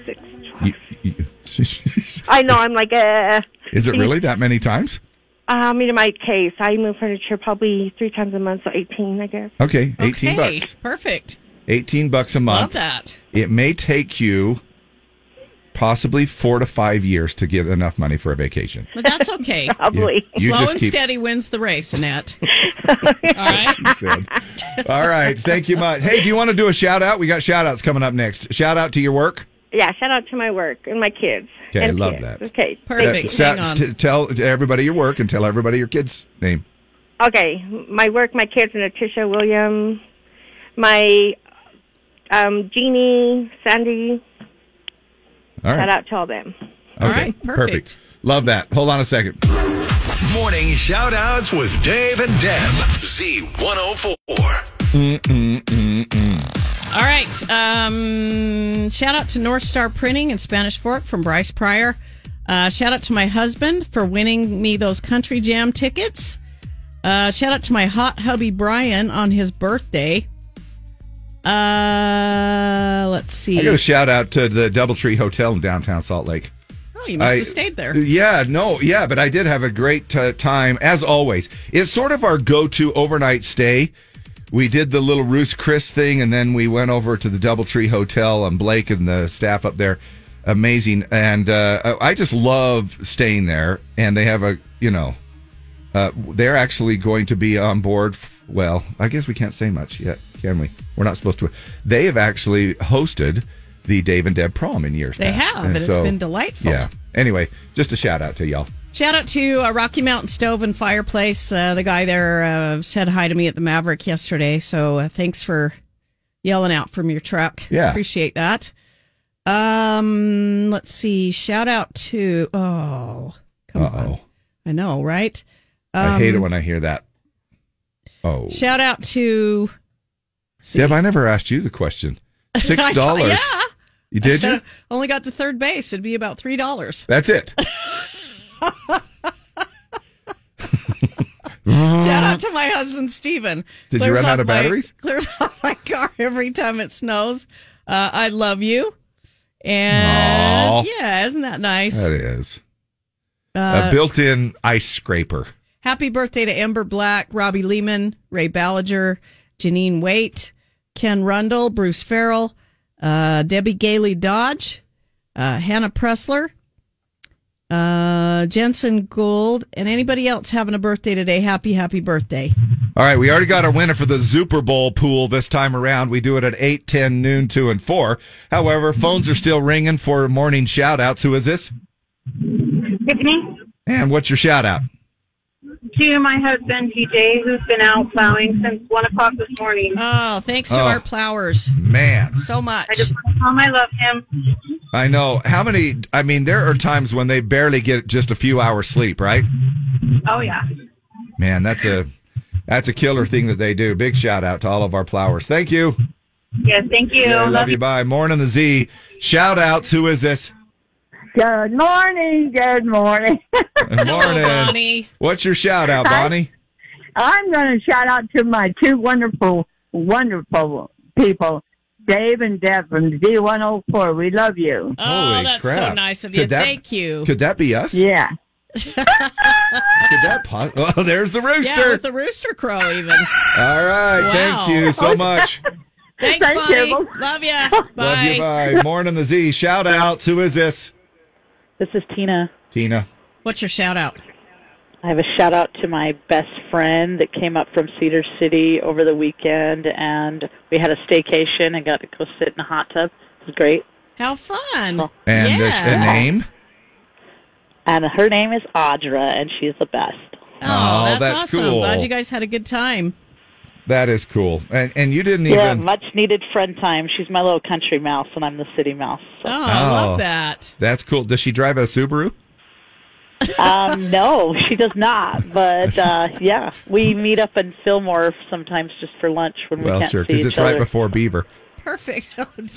[SPEAKER 23] Six.
[SPEAKER 3] You- you- [laughs]
[SPEAKER 23] I know. I'm like, uh,
[SPEAKER 3] is it really that many times?
[SPEAKER 23] Um, in my case, I move furniture probably three times a month, so eighteen, I guess.
[SPEAKER 3] Okay, eighteen
[SPEAKER 2] Okay,
[SPEAKER 3] bucks.
[SPEAKER 2] Perfect.
[SPEAKER 3] Eighteen bucks a month.
[SPEAKER 2] Love that.
[SPEAKER 3] It may take you possibly four to five years to get enough money for a vacation.
[SPEAKER 23] [laughs]
[SPEAKER 2] But that's okay.
[SPEAKER 3] Probably. You- you
[SPEAKER 2] Slow
[SPEAKER 3] just
[SPEAKER 2] and
[SPEAKER 3] keep-
[SPEAKER 2] steady wins the race, Annette.
[SPEAKER 3] She said. All right. Thank you much. Hey, do you want to do a shout out? We got shout outs coming up next. Shout out to your work.
[SPEAKER 23] Yeah. Shout out to my work and my kids.
[SPEAKER 3] Okay,
[SPEAKER 23] and
[SPEAKER 3] love
[SPEAKER 23] kids.
[SPEAKER 3] that.
[SPEAKER 23] Okay.
[SPEAKER 3] Uh, shout- t- tell everybody your work and tell everybody your kid's name.
[SPEAKER 23] Okay, my work, my kids, Natisha, William, my um, Jeannie, Sandy.
[SPEAKER 3] All right.
[SPEAKER 23] Shout out to all them.
[SPEAKER 3] All right. perfect. Love that. Hold on a second.
[SPEAKER 12] Morning shout outs with Dave and Deb. Z104.
[SPEAKER 3] Mm, mm, mm, mm.
[SPEAKER 2] All right. Um, shout out to North Star Printing in Spanish Fork from Bryce Pryor. Uh, shout out to my husband for winning me those Country Jam tickets. Uh, shout out to my hot hubby Brian on his birthday. Uh, let's see.
[SPEAKER 3] I got a shout out to the Doubletree Hotel in downtown Salt Lake.
[SPEAKER 2] oh, you must
[SPEAKER 3] I-
[SPEAKER 2] have stayed there.
[SPEAKER 3] Yeah, no, yeah, but I did have a great uh, time as always. It's sort of our go-to overnight stay. We did the little Ruth's Chris thing, and then we went over to the DoubleTree Hotel, and Blake and the staff up there, amazing. And uh, I I just love staying there. And they have a, you know, uh, they're actually going to be on board. f- Well, I guess we can't say much yet, can we? We're not supposed to. They have actually hosted the Dave and Deb prom in years.
[SPEAKER 2] They
[SPEAKER 3] past.
[SPEAKER 2] have, and it's been delightful.
[SPEAKER 3] Yeah. Anyway, just a shout out to y'all.
[SPEAKER 2] Shout out to uh, Rocky Mountain Stove and Fireplace. Uh, the guy there uh, said hi to me at the Maverick yesterday, so uh, thanks for yelling out from your truck.
[SPEAKER 3] Yeah.
[SPEAKER 2] appreciate that. Um, let's see. Shout out to oh, come on, I know, right?
[SPEAKER 3] I
[SPEAKER 2] Um,
[SPEAKER 3] hate it when I hear that. Oh,
[SPEAKER 2] Shout out to [laughs]
[SPEAKER 3] Deb, I never asked you the question. Six
[SPEAKER 2] I told-
[SPEAKER 3] dollars.
[SPEAKER 2] [laughs] yeah,
[SPEAKER 3] You did
[SPEAKER 2] [laughs]
[SPEAKER 3] you?
[SPEAKER 2] only got to third base. It'd be about three dollars. [laughs]
[SPEAKER 3] That's it.
[SPEAKER 2] Shout
[SPEAKER 3] [laughs]
[SPEAKER 2] out to my husband Steven.
[SPEAKER 3] Mm. Did you run out
[SPEAKER 2] off
[SPEAKER 3] of
[SPEAKER 2] my-
[SPEAKER 3] batteries?
[SPEAKER 2] [laughs] clears off my car every time it snows. Uh, I love you. And
[SPEAKER 3] Aw.
[SPEAKER 2] yeah, isn't that nice?
[SPEAKER 3] that is
[SPEAKER 2] Uh,
[SPEAKER 3] a built-in ice scraper.
[SPEAKER 2] Happy birthday to Amber Black, Robbie Lehman, Ray Ballinger, Janine Waite, Ken Rundle, Bruce Farrell, uh, Debbie Gailey Dodge, uh, Hannah Pressler, uh, Jensen Gould, and anybody else having a birthday today. Happy, happy birthday.
[SPEAKER 3] All right, we already got our winner for the Super Bowl pool this time around. We do it at 8, 10, noon, 2, and 4. However, phones are still ringing for morning shout outs. Who is this?
[SPEAKER 24] It's me
[SPEAKER 3] And what's your shout out?
[SPEAKER 24] to my husband TJ, who's been out plowing since one o'clock this morning.
[SPEAKER 2] Oh, thanks
[SPEAKER 3] to Oh. our
[SPEAKER 2] plowers.
[SPEAKER 3] Man,
[SPEAKER 2] so much.
[SPEAKER 24] I just want to tell him I love him.
[SPEAKER 3] I know. How many? I mean, there are times when they barely get just a few hours sleep, right?
[SPEAKER 24] Oh yeah.
[SPEAKER 3] Man, that's a. That's a killer thing that they do. Big shout out to all of our plowers. Thank you.
[SPEAKER 24] Yes, thank you.
[SPEAKER 3] Yeah, love, you. Bye. Morning the Z. Shout outs. Who is
[SPEAKER 2] [laughs]
[SPEAKER 3] this?
[SPEAKER 13] Good morning. Good morning. [laughs]
[SPEAKER 3] Good morning.
[SPEAKER 13] Bonnie.
[SPEAKER 3] What's your shout out, Bonnie?
[SPEAKER 13] I'm going to shout out to my two wonderful wonderful people. Dave and Deb from D104, we love you.
[SPEAKER 2] Oh,
[SPEAKER 3] Holy
[SPEAKER 2] that's
[SPEAKER 3] crap.
[SPEAKER 2] so nice of
[SPEAKER 3] Could
[SPEAKER 2] you.
[SPEAKER 3] that-
[SPEAKER 2] Thank you.
[SPEAKER 3] Could that be us?
[SPEAKER 2] [laughs]
[SPEAKER 13] Yeah.
[SPEAKER 3] Could that po- [laughs] Oh, there's the rooster.
[SPEAKER 2] Yeah, with the rooster crow even.
[SPEAKER 3] All right.
[SPEAKER 2] Wow.
[SPEAKER 3] Thank you so
[SPEAKER 2] [laughs]
[SPEAKER 3] much.
[SPEAKER 2] Thanks,
[SPEAKER 13] Thank
[SPEAKER 2] buddy.
[SPEAKER 13] you.
[SPEAKER 2] Love ya. Bye.
[SPEAKER 3] Love you. Bye. Morning on the Z. Shout outs. Who is this?
[SPEAKER 25] This is Tina.
[SPEAKER 3] Tina.
[SPEAKER 25] What's your shout out? I have a shout out to my best friend that came up from Cedar City over the weekend, and we had a staycation and got to go sit in a hot tub. It was great.
[SPEAKER 2] How fun.
[SPEAKER 3] And there's a name.
[SPEAKER 25] And her name is Audra, and she's the best.
[SPEAKER 2] Oh,
[SPEAKER 3] Oh,
[SPEAKER 2] that's,
[SPEAKER 3] that's
[SPEAKER 2] awesome.
[SPEAKER 3] cool.
[SPEAKER 2] Glad you guys had a good time.
[SPEAKER 3] That is cool. And and you didn't
[SPEAKER 25] Yeah,
[SPEAKER 3] even.
[SPEAKER 25] much needed friend time. She's my little country mouse, and I'm the city mouse.
[SPEAKER 2] Oh,
[SPEAKER 3] Oh. love that. That's cool. Does she drive a Subaru?
[SPEAKER 25] um, no, she does not.
[SPEAKER 3] [laughs]
[SPEAKER 25] But uh, yeah, we meet up in Fillmore sometimes just for lunch when we
[SPEAKER 3] Well,
[SPEAKER 25] can't
[SPEAKER 3] sure,
[SPEAKER 25] see
[SPEAKER 3] because
[SPEAKER 25] each
[SPEAKER 3] it's
[SPEAKER 25] other.
[SPEAKER 3] right before Beaver.
[SPEAKER 2] Perfect.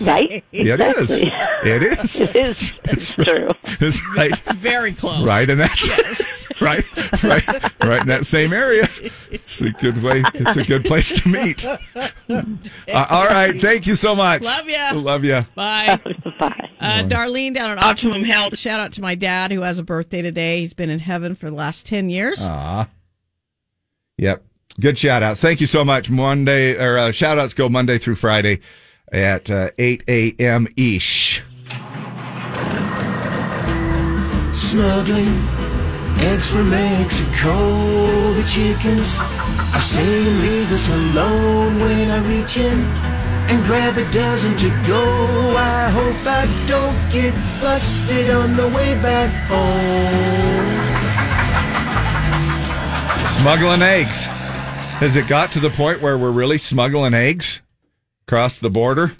[SPEAKER 3] [laughs]
[SPEAKER 25] Right?
[SPEAKER 3] Yeah, It is.
[SPEAKER 25] Exactly.
[SPEAKER 3] [laughs] It is.
[SPEAKER 25] It is. It's true.
[SPEAKER 3] It's right.
[SPEAKER 25] It's very close.
[SPEAKER 3] Right in that. [laughs] right. Right. Right in that same area. It's a good way. It's a good place to
[SPEAKER 12] [laughs]
[SPEAKER 3] meet. Uh, all right. Thank you so much.
[SPEAKER 2] Love ya.
[SPEAKER 3] Love you.
[SPEAKER 2] Bye. Uh,
[SPEAKER 3] Bye.
[SPEAKER 2] Darlene down at Optimum Health. Shout out to my dad who has a birthday today. He's been in heaven for the last 10 years.
[SPEAKER 3] Aw. Yep. Good shout outs. Thank you so much. Monday or uh, shout outs go Monday through Friday at uh, 8 a.m. ish.
[SPEAKER 26] Snuggling, eggs from Mexico, the chickens. I've seen 'em leave us alone when I reach in and grab a dozen to go. I hope I don't get busted on the way back home.
[SPEAKER 3] Smuggling eggs. Has it got to the point where we're really smuggling eggs across the border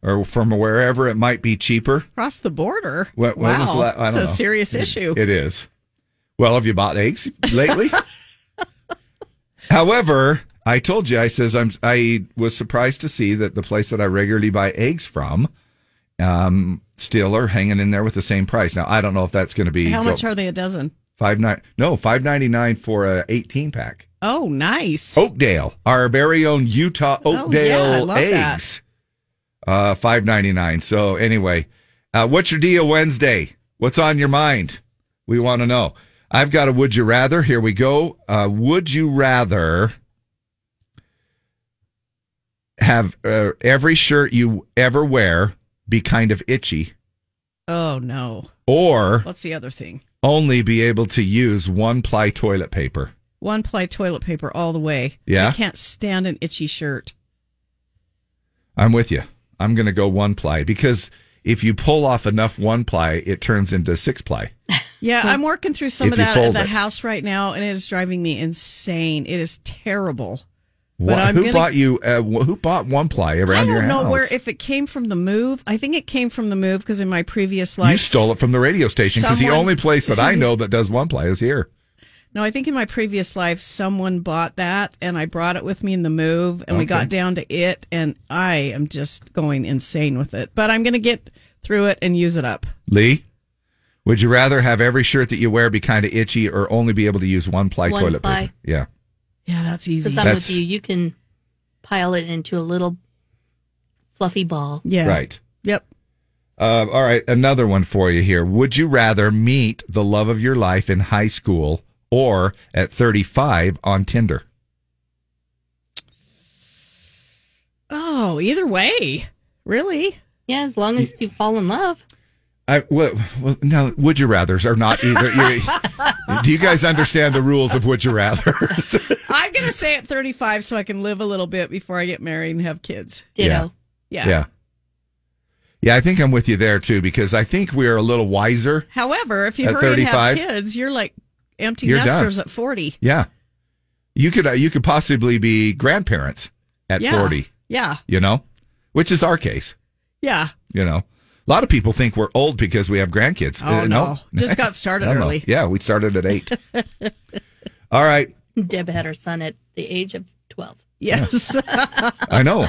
[SPEAKER 3] or from wherever it might be cheaper?
[SPEAKER 2] Across the border.
[SPEAKER 3] When- when
[SPEAKER 2] wow.
[SPEAKER 3] was the la- I don't
[SPEAKER 2] it's a
[SPEAKER 3] know.
[SPEAKER 2] serious
[SPEAKER 3] It-
[SPEAKER 2] issue.
[SPEAKER 3] It is. Well, have you bought eggs lately? However, I told you I says I'm I was surprised to see that the place that I regularly buy eggs from um still are hanging in there with the same price. Now I don't know if that's going to be
[SPEAKER 2] [laughs] How much are they a dozen?
[SPEAKER 3] five nine no five ninety nine for a eighteen pack.
[SPEAKER 2] Oh, nice.
[SPEAKER 3] Oakdale, our very own Utah
[SPEAKER 2] Oh, yeah, I
[SPEAKER 3] Oakdale
[SPEAKER 2] love that.
[SPEAKER 3] eggs, uh, five ninety nine. So anyway, uh, what's your deal Wednesday? What's on your mind? We want to know. I've got a would you rather. Here we go. Uh, would you rather have uh, every shirt you ever wear be kind of itchy,
[SPEAKER 2] Oh, no.
[SPEAKER 3] or
[SPEAKER 2] What's the other thing?
[SPEAKER 3] only be able to use one ply toilet paper?
[SPEAKER 2] One ply toilet paper all the way.
[SPEAKER 3] Yeah?
[SPEAKER 2] I can't stand an itchy shirt.
[SPEAKER 3] I'm with you. I'm going to go one ply because if you pull off enough one ply, it turns into six ply.
[SPEAKER 2] Yeah, I'm working through some
[SPEAKER 3] If
[SPEAKER 2] of
[SPEAKER 3] you
[SPEAKER 2] that at
[SPEAKER 3] fold
[SPEAKER 2] the
[SPEAKER 3] it.
[SPEAKER 2] house right now, and it is driving me insane. It is terrible.
[SPEAKER 3] Wha-
[SPEAKER 2] I'm
[SPEAKER 3] who
[SPEAKER 2] gonna-
[SPEAKER 3] bought you? Uh, wh- who bought one ply around
[SPEAKER 2] I
[SPEAKER 3] your
[SPEAKER 2] don't
[SPEAKER 3] house?
[SPEAKER 2] know where if it came from the move. I think it came from the move because in my previous life,
[SPEAKER 3] you stole it from the radio station because the
[SPEAKER 2] Someone-
[SPEAKER 3] only place that I know that does one ply is here.
[SPEAKER 2] No, I think in my previous life, someone bought that and I brought it with me in the move and we
[SPEAKER 3] Okay.
[SPEAKER 2] got down to it and I am just going insane with it. But I'm going to get through it and use
[SPEAKER 3] [laughs]
[SPEAKER 2] it up.
[SPEAKER 3] Lee, would you rather have every shirt that you wear be kind of itchy or only be able to use one ply
[SPEAKER 4] One
[SPEAKER 3] toilet
[SPEAKER 4] ply.
[SPEAKER 3] paper? Yeah.
[SPEAKER 2] Yeah, that's easy.
[SPEAKER 4] Because I'm
[SPEAKER 3] That's-
[SPEAKER 4] with you. You can pile it into a little fluffy ball.
[SPEAKER 3] Right.
[SPEAKER 2] Yep.
[SPEAKER 3] Uh, all right, another one for you here. Would you rather meet the love of your life in high school or at 35 on Tinder?
[SPEAKER 2] Oh, either way. Really?
[SPEAKER 4] Yeah, as long as you fall in love.
[SPEAKER 3] I well, well no. Would you rather's are not either.
[SPEAKER 2] [laughs]
[SPEAKER 3] You, do you guys understand the rules of would you rather?
[SPEAKER 2] I'm going to say at 35 so I can live a little bit before I get married and have kids.
[SPEAKER 3] Ditto.
[SPEAKER 2] Yeah.
[SPEAKER 3] yeah, yeah. I think I'm with you there too because I think we are a little wiser.
[SPEAKER 2] However, if you
[SPEAKER 3] At
[SPEAKER 2] hurry and
[SPEAKER 3] 35?
[SPEAKER 2] have kids, you're like empty
[SPEAKER 3] You're done.
[SPEAKER 2] nesters at 40.
[SPEAKER 3] Yeah, you could uh, you could possibly be grandparents at
[SPEAKER 2] Yeah.
[SPEAKER 3] 40.
[SPEAKER 2] Yeah.
[SPEAKER 3] You know, which is our case.
[SPEAKER 2] Yeah.
[SPEAKER 3] You know, a lot of people think we're old because we have grandkids. Uh,
[SPEAKER 2] Oh, no.
[SPEAKER 3] [laughs]
[SPEAKER 2] Just got started
[SPEAKER 3] No, no.
[SPEAKER 2] early.
[SPEAKER 3] Yeah, we started at eight. All right,
[SPEAKER 4] [laughs] Deb had her son at the age of 12.
[SPEAKER 2] Yes. [laughs]
[SPEAKER 3] I know.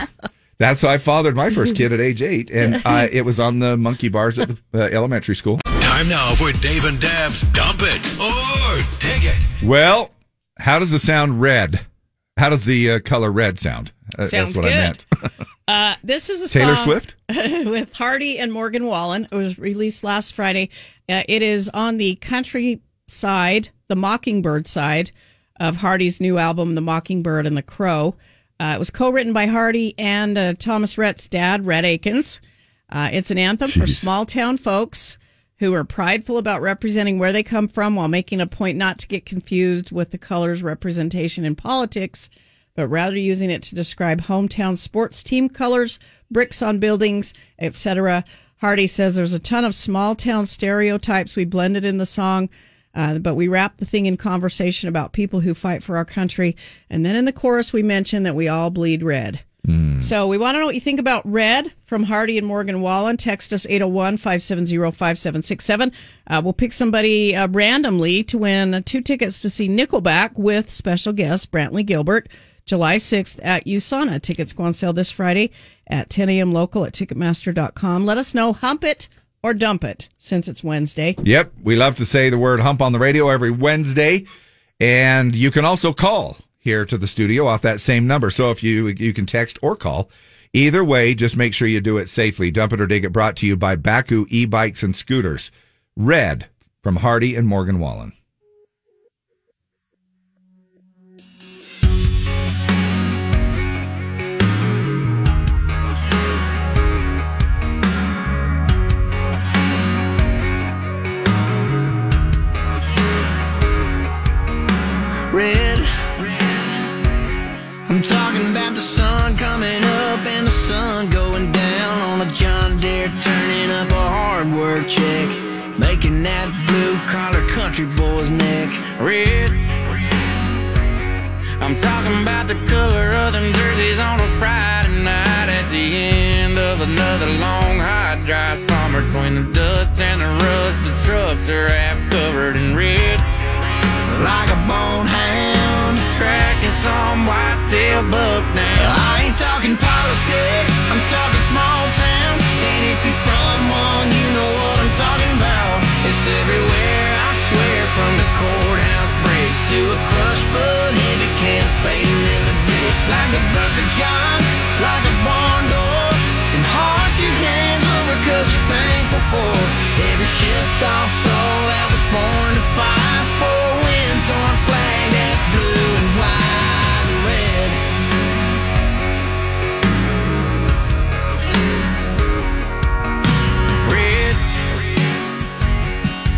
[SPEAKER 3] That's how I fathered my first kid at age eight,
[SPEAKER 2] [laughs]
[SPEAKER 3] and uh, it was on the monkey bars at the uh, elementary school.
[SPEAKER 12] Time now for Dave and Dab's Dump It or Dig It.
[SPEAKER 3] Well, how does the sound red? How does the uh, color red sound? Uh,
[SPEAKER 2] Sounds
[SPEAKER 3] That's what
[SPEAKER 2] good.
[SPEAKER 3] I meant. [laughs]
[SPEAKER 2] Uh, this is a
[SPEAKER 3] Taylor
[SPEAKER 2] song
[SPEAKER 3] Swift?
[SPEAKER 2] [laughs] with Hardy and Morgan Wallen. It was released last Friday. Uh, it is on the country side, the Mockingbird side of Hardy's new album, The Mockingbird and the Crow. Uh, it was co-written by Hardy and uh, Thomas Rhett's dad, Rhett Akins. Uh, it's an anthem for small town folks who are prideful about representing where they come from while making a point not to get confused with the color's representation in politics, but rather using it to describe hometown sports team colors, bricks on buildings, etc. Hardy says there's a ton of small town stereotypes we blended in the song. Uh, but we wrap the thing in conversation about people who fight for our country. And then in the chorus, we mention that we all bleed red.
[SPEAKER 3] Hmm,
[SPEAKER 2] So we want to know what you think about Red from Hardy and Morgan Wallen. Text us 801 570 5767. We'll pick somebody uh, randomly to win uh, two tickets to see Nickelback with special guest Brantley Gilbert July 6th at USANA. Tickets go on sale this Friday at 10 a.m. local at Ticketmaster.com. Let us know, hump it or dump it since it's Wednesday.
[SPEAKER 3] Yep. We love to say the word hump on the radio every Wednesday. And you can also call here to the studio off that same number. So if you you can text or call. Either way, just make sure you do it safely. Dump it or dig it brought to you by Baku e-bikes and scooters. Red from Hardy and Morgan Wallen.
[SPEAKER 5] red. I'm talking about the sun coming up and the sun going down on a John Deere, turning up a hard work check, making that blue collar country boy's neck red.
[SPEAKER 11] I'm talking about the color of them jerseys on a Friday night at the end of another long, hot, dry summer. Between the dust and the rust, the trucks are half covered in red. Like a bone hound, tracking some whitetail buck now.
[SPEAKER 5] I ain't talking politics, I'm talking small town. And if you're from one, you know what I'm talking about. It's everywhere, I swear, from the courthouse bricks to a crushed but heavy can fading in the ditch. Like a buck of John, like a barn door. And hearts you hands over cause you're thankful for every shipped off soul that was born to fight for a wind torn flag that's blue and white and red.
[SPEAKER 11] red.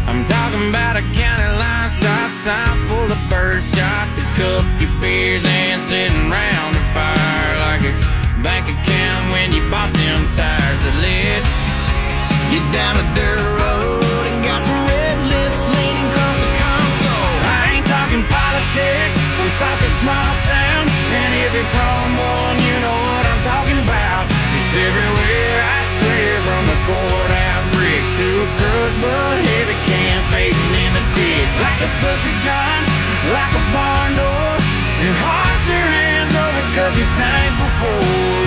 [SPEAKER 11] I'm talking about a county line stop sign full of bird shot to cup your beers and sitting round the fire like a bank account when you bought them tires that lit.
[SPEAKER 5] You down a dirt road and got some red lips leaning across the console.
[SPEAKER 11] I ain't talking politics, I'm talking small town. And if you're from one, you know what I'm talking about. It's everywhere, I swear, from the courthouse bricks to a crushed but heavy can fading in the ditch. Like a book of John, like a barn door. Your hearts are hands over cause you're thankful for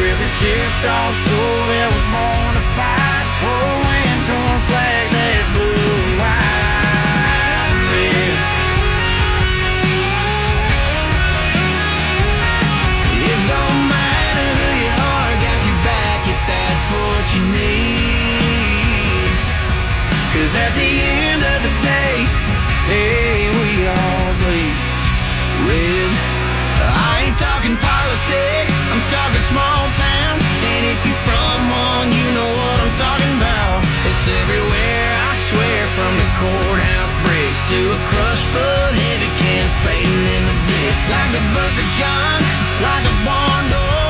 [SPEAKER 11] every shipped off soul that was born to fight. Oh, and torn flag that's blue and white. Yeah.
[SPEAKER 5] It don't matter who you are, got your back if that's what you need.
[SPEAKER 11] Cause at the end of the day, hey, we all bleed.
[SPEAKER 5] Red. I ain't talking politics, I'm talking small town. And if you're from one, you know what I'm talking about. It's everywhere, I swear, from the courthouse bricks to a crushed but heavy can fading in the ditch. Like the Buck of John, like a barn door.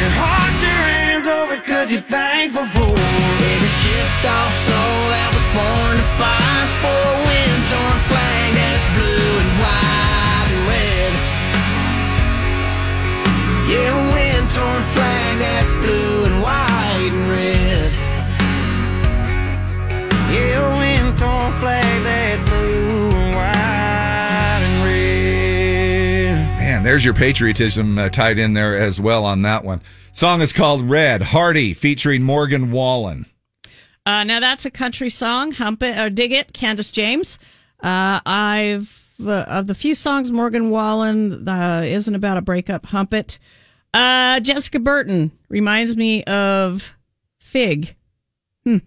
[SPEAKER 11] Your hearts are hands over cause you're thankful for
[SPEAKER 5] every shipped off soul that was born to fight for a wind torn flag that's blue and white and red. Yeah, a wind torn flag that's blue and white and red.
[SPEAKER 11] Yeah, a wind torn flag that's blue and white and red.
[SPEAKER 3] Man, there's your patriotism uh, tied in there as well on that one. Song is called Red Hardy featuring Morgan Wallen.
[SPEAKER 2] Uh, now that's a country song. Hump it or dig it, Candace James. Uh, I've the, of the few songs Morgan Wallen uh, isn't about a breakup, hump it. Uh, Jessica Burton reminds me of Fig. Hmm.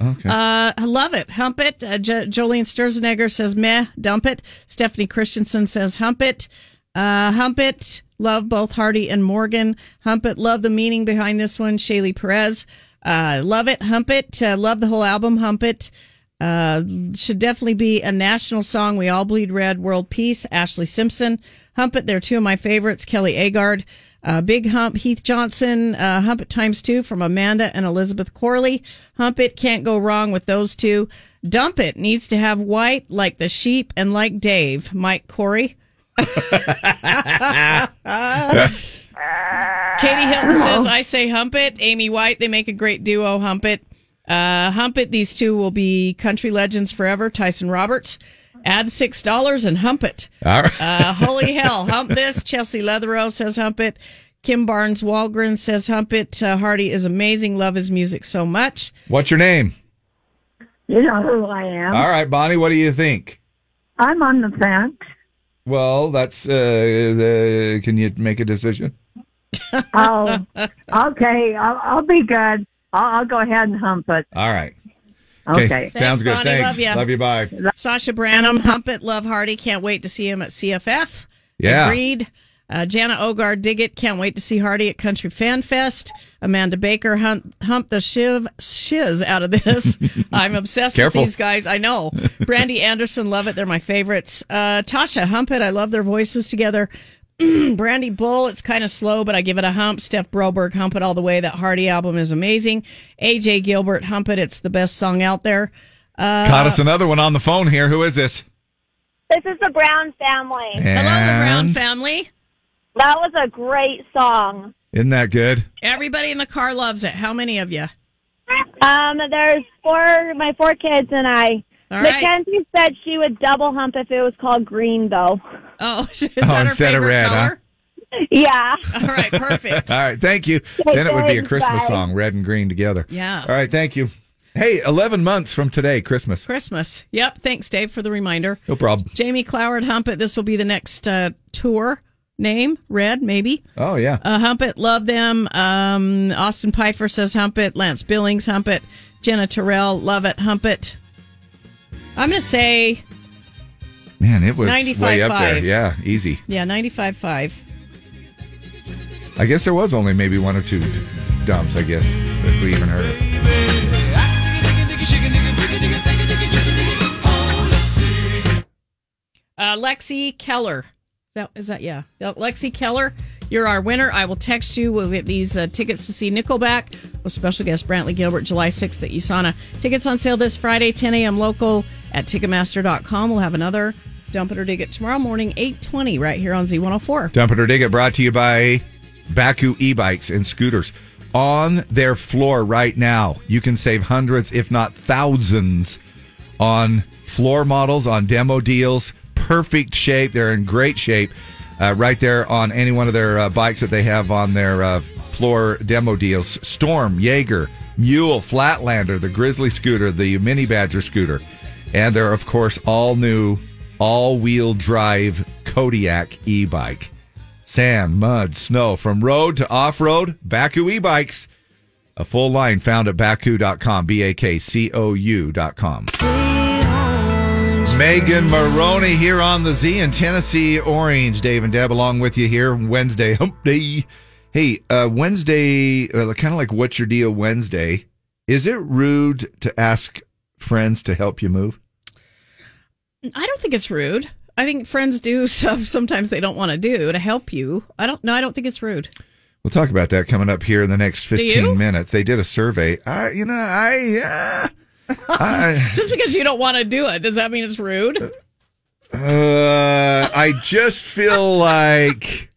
[SPEAKER 3] Okay.
[SPEAKER 2] Uh, I love it. Hump it. Uh, jo- Jolene Sturzenegger says, meh, dump it. Stephanie Christensen says, hump it. Uh, hump it. Love both Hardy and Morgan. Hump it. Love the meaning behind this one. Shaylee Perez. Uh, love it. Hump it. Uh, love the whole album. Hump it. Uh, should definitely be a national song. We all bleed red. World peace. Ashley Simpson. Hump it. They're two of my favorites. Kelly Agard. Uh, Big Hump, Heath Johnson, uh, Hump It Times Two from Amanda and Elizabeth Corley. Hump It can't go wrong with those two. Dump It needs to have white like the sheep and like Dave, Mike Corey. Katie Hilton says, I say hump it. Amy White, they make a great duo, hump it. Uh, hump it. These two will be country legends forever. Tyson Roberts. Add $6 and hump it.
[SPEAKER 3] All right.
[SPEAKER 2] Uh, holy hell. Hump this. [laughs] Chelsea Leatherow says hump it. Kim Barnes Walgren says hump it. Uh, Hardy is amazing. Love his music so much.
[SPEAKER 3] What's your name?
[SPEAKER 13] You know who I
[SPEAKER 2] Um,
[SPEAKER 13] am.
[SPEAKER 3] All right, Bonnie, what do you think?
[SPEAKER 13] I'm on the fence.
[SPEAKER 3] Well, that's uh, the, can you make a decision?
[SPEAKER 13] oh, okay. I'll, I'll be good. I'll, I'll go ahead and hump it.
[SPEAKER 3] All right.
[SPEAKER 13] Okay.
[SPEAKER 3] Sounds
[SPEAKER 13] Thanks,
[SPEAKER 3] good.
[SPEAKER 13] Bonnie.
[SPEAKER 3] Thanks.
[SPEAKER 2] Love ya.
[SPEAKER 3] Bye.
[SPEAKER 2] Sasha Branham, hump it. Love Hardy. Can't wait to see him at CFF.
[SPEAKER 3] Yeah.
[SPEAKER 2] Agreed. Uh, Jana Ogar, dig it. Can't wait to see Hardy at Country Fan Fest. Amanda Baker, hump, hump the shiv, shiz out
[SPEAKER 3] [laughs]
[SPEAKER 2] of this. I'm obsessed
[SPEAKER 3] Careful.
[SPEAKER 2] with these guys. I know.
[SPEAKER 3] [laughs]
[SPEAKER 2] Brandy Anderson, love it. They're my favorites. Uh, Tasha, hump it. I love their voices together. [clears throat] Brandy Bull, it's kind of slow, but I give it a hump. Steph Broberg, hump it all the way. That Hardy album is amazing. AJ Gilbert, hump it. It's the best song out there. Uh,
[SPEAKER 3] Caught us another one on the phone here. Who is this?
[SPEAKER 27] This is the Brown family.
[SPEAKER 3] And
[SPEAKER 2] family.
[SPEAKER 27] That was a great song.
[SPEAKER 3] isn't that good?
[SPEAKER 2] Everybody in the car loves it. How many of you?
[SPEAKER 27] Um, there's four, my four kids and I.
[SPEAKER 2] All right.
[SPEAKER 27] Mackenzie said she would double hump if it was called green, though.
[SPEAKER 2] Oh, [laughs]
[SPEAKER 3] oh, instead of red,
[SPEAKER 27] Yeah.
[SPEAKER 2] All right, perfect.
[SPEAKER 3] huh? All right, thank you. Then it would be a
[SPEAKER 27] thanks,
[SPEAKER 3] Christmas
[SPEAKER 27] bye.
[SPEAKER 3] song, red and green together.
[SPEAKER 2] Yeah.
[SPEAKER 3] All right, thank you. Hey, 11 months from today, Christmas.
[SPEAKER 2] Christmas. Yep. Thanks, Dave, for the reminder.
[SPEAKER 3] No problem.
[SPEAKER 2] Jamie Cloward, hump it. This will be the next uh, tour name. Red, maybe.
[SPEAKER 3] Oh, yeah.
[SPEAKER 2] Uh, hump it. Love them. Um, Austin Pfeiffer says hump it. Lance Billings, hump it. Jenna Terrell, love it. Hump it. I'm going to say,
[SPEAKER 3] Man, it was way up
[SPEAKER 2] 95.5.
[SPEAKER 3] there. Yeah, easy.
[SPEAKER 2] yeah, 95.5.
[SPEAKER 3] I guess there was only maybe one or two dumps, I guess, if we even heard it.
[SPEAKER 2] Uh, Lexi Keller. Is that, is that yeah? Yeah, Lexi Keller, you're our winner. I will text you. We'll get these uh, tickets to see Nickelback with special guest Brantley Gilbert July 6th at USANA. Tickets on sale this Friday, 10 a.m. local at Ticketmaster.com. We'll have another Dump It or Dig It tomorrow morning, 820, right here on Z104.
[SPEAKER 3] Dump it or dig it brought to you by Baku e bikes and scooters. On their floor right now, you can save hundreds, if not thousands, on floor models, on demo deals. Perfect shape. They're in great shape uh, right there on any one of their uh, bikes that they have on their uh, floor demo deals Storm, Jaeger, Mule, Flatlander, the Grizzly scooter, the Mini Badger scooter. And they're, of course, all new all wheel drive Kodiak e bike. Sand, mud, snow, from road to off road, Baku e bikes. A full line found at baku.com, B A K C O U.com. Megan Maroney here on the Z in Tennessee Orange. Dave and Deb along with you here Wednesday. Hump day. Hey, uh, Wednesday, uh, kind of like What's Your Deal Wednesday. Is it rude to ask friends to help you move?
[SPEAKER 2] I don't think it's rude. I think friends do [laughs] stuff sometimes they don't want to do to help you. I don't. No, I don't think it's rude.
[SPEAKER 3] We'll talk about that coming up here in the next
[SPEAKER 2] Do you?
[SPEAKER 3] 15 minutes. They did a survey. I, you know, I, uh, I,
[SPEAKER 2] [laughs] Just because you don't want to do it, does that mean it's rude?
[SPEAKER 3] uh, I just feel like,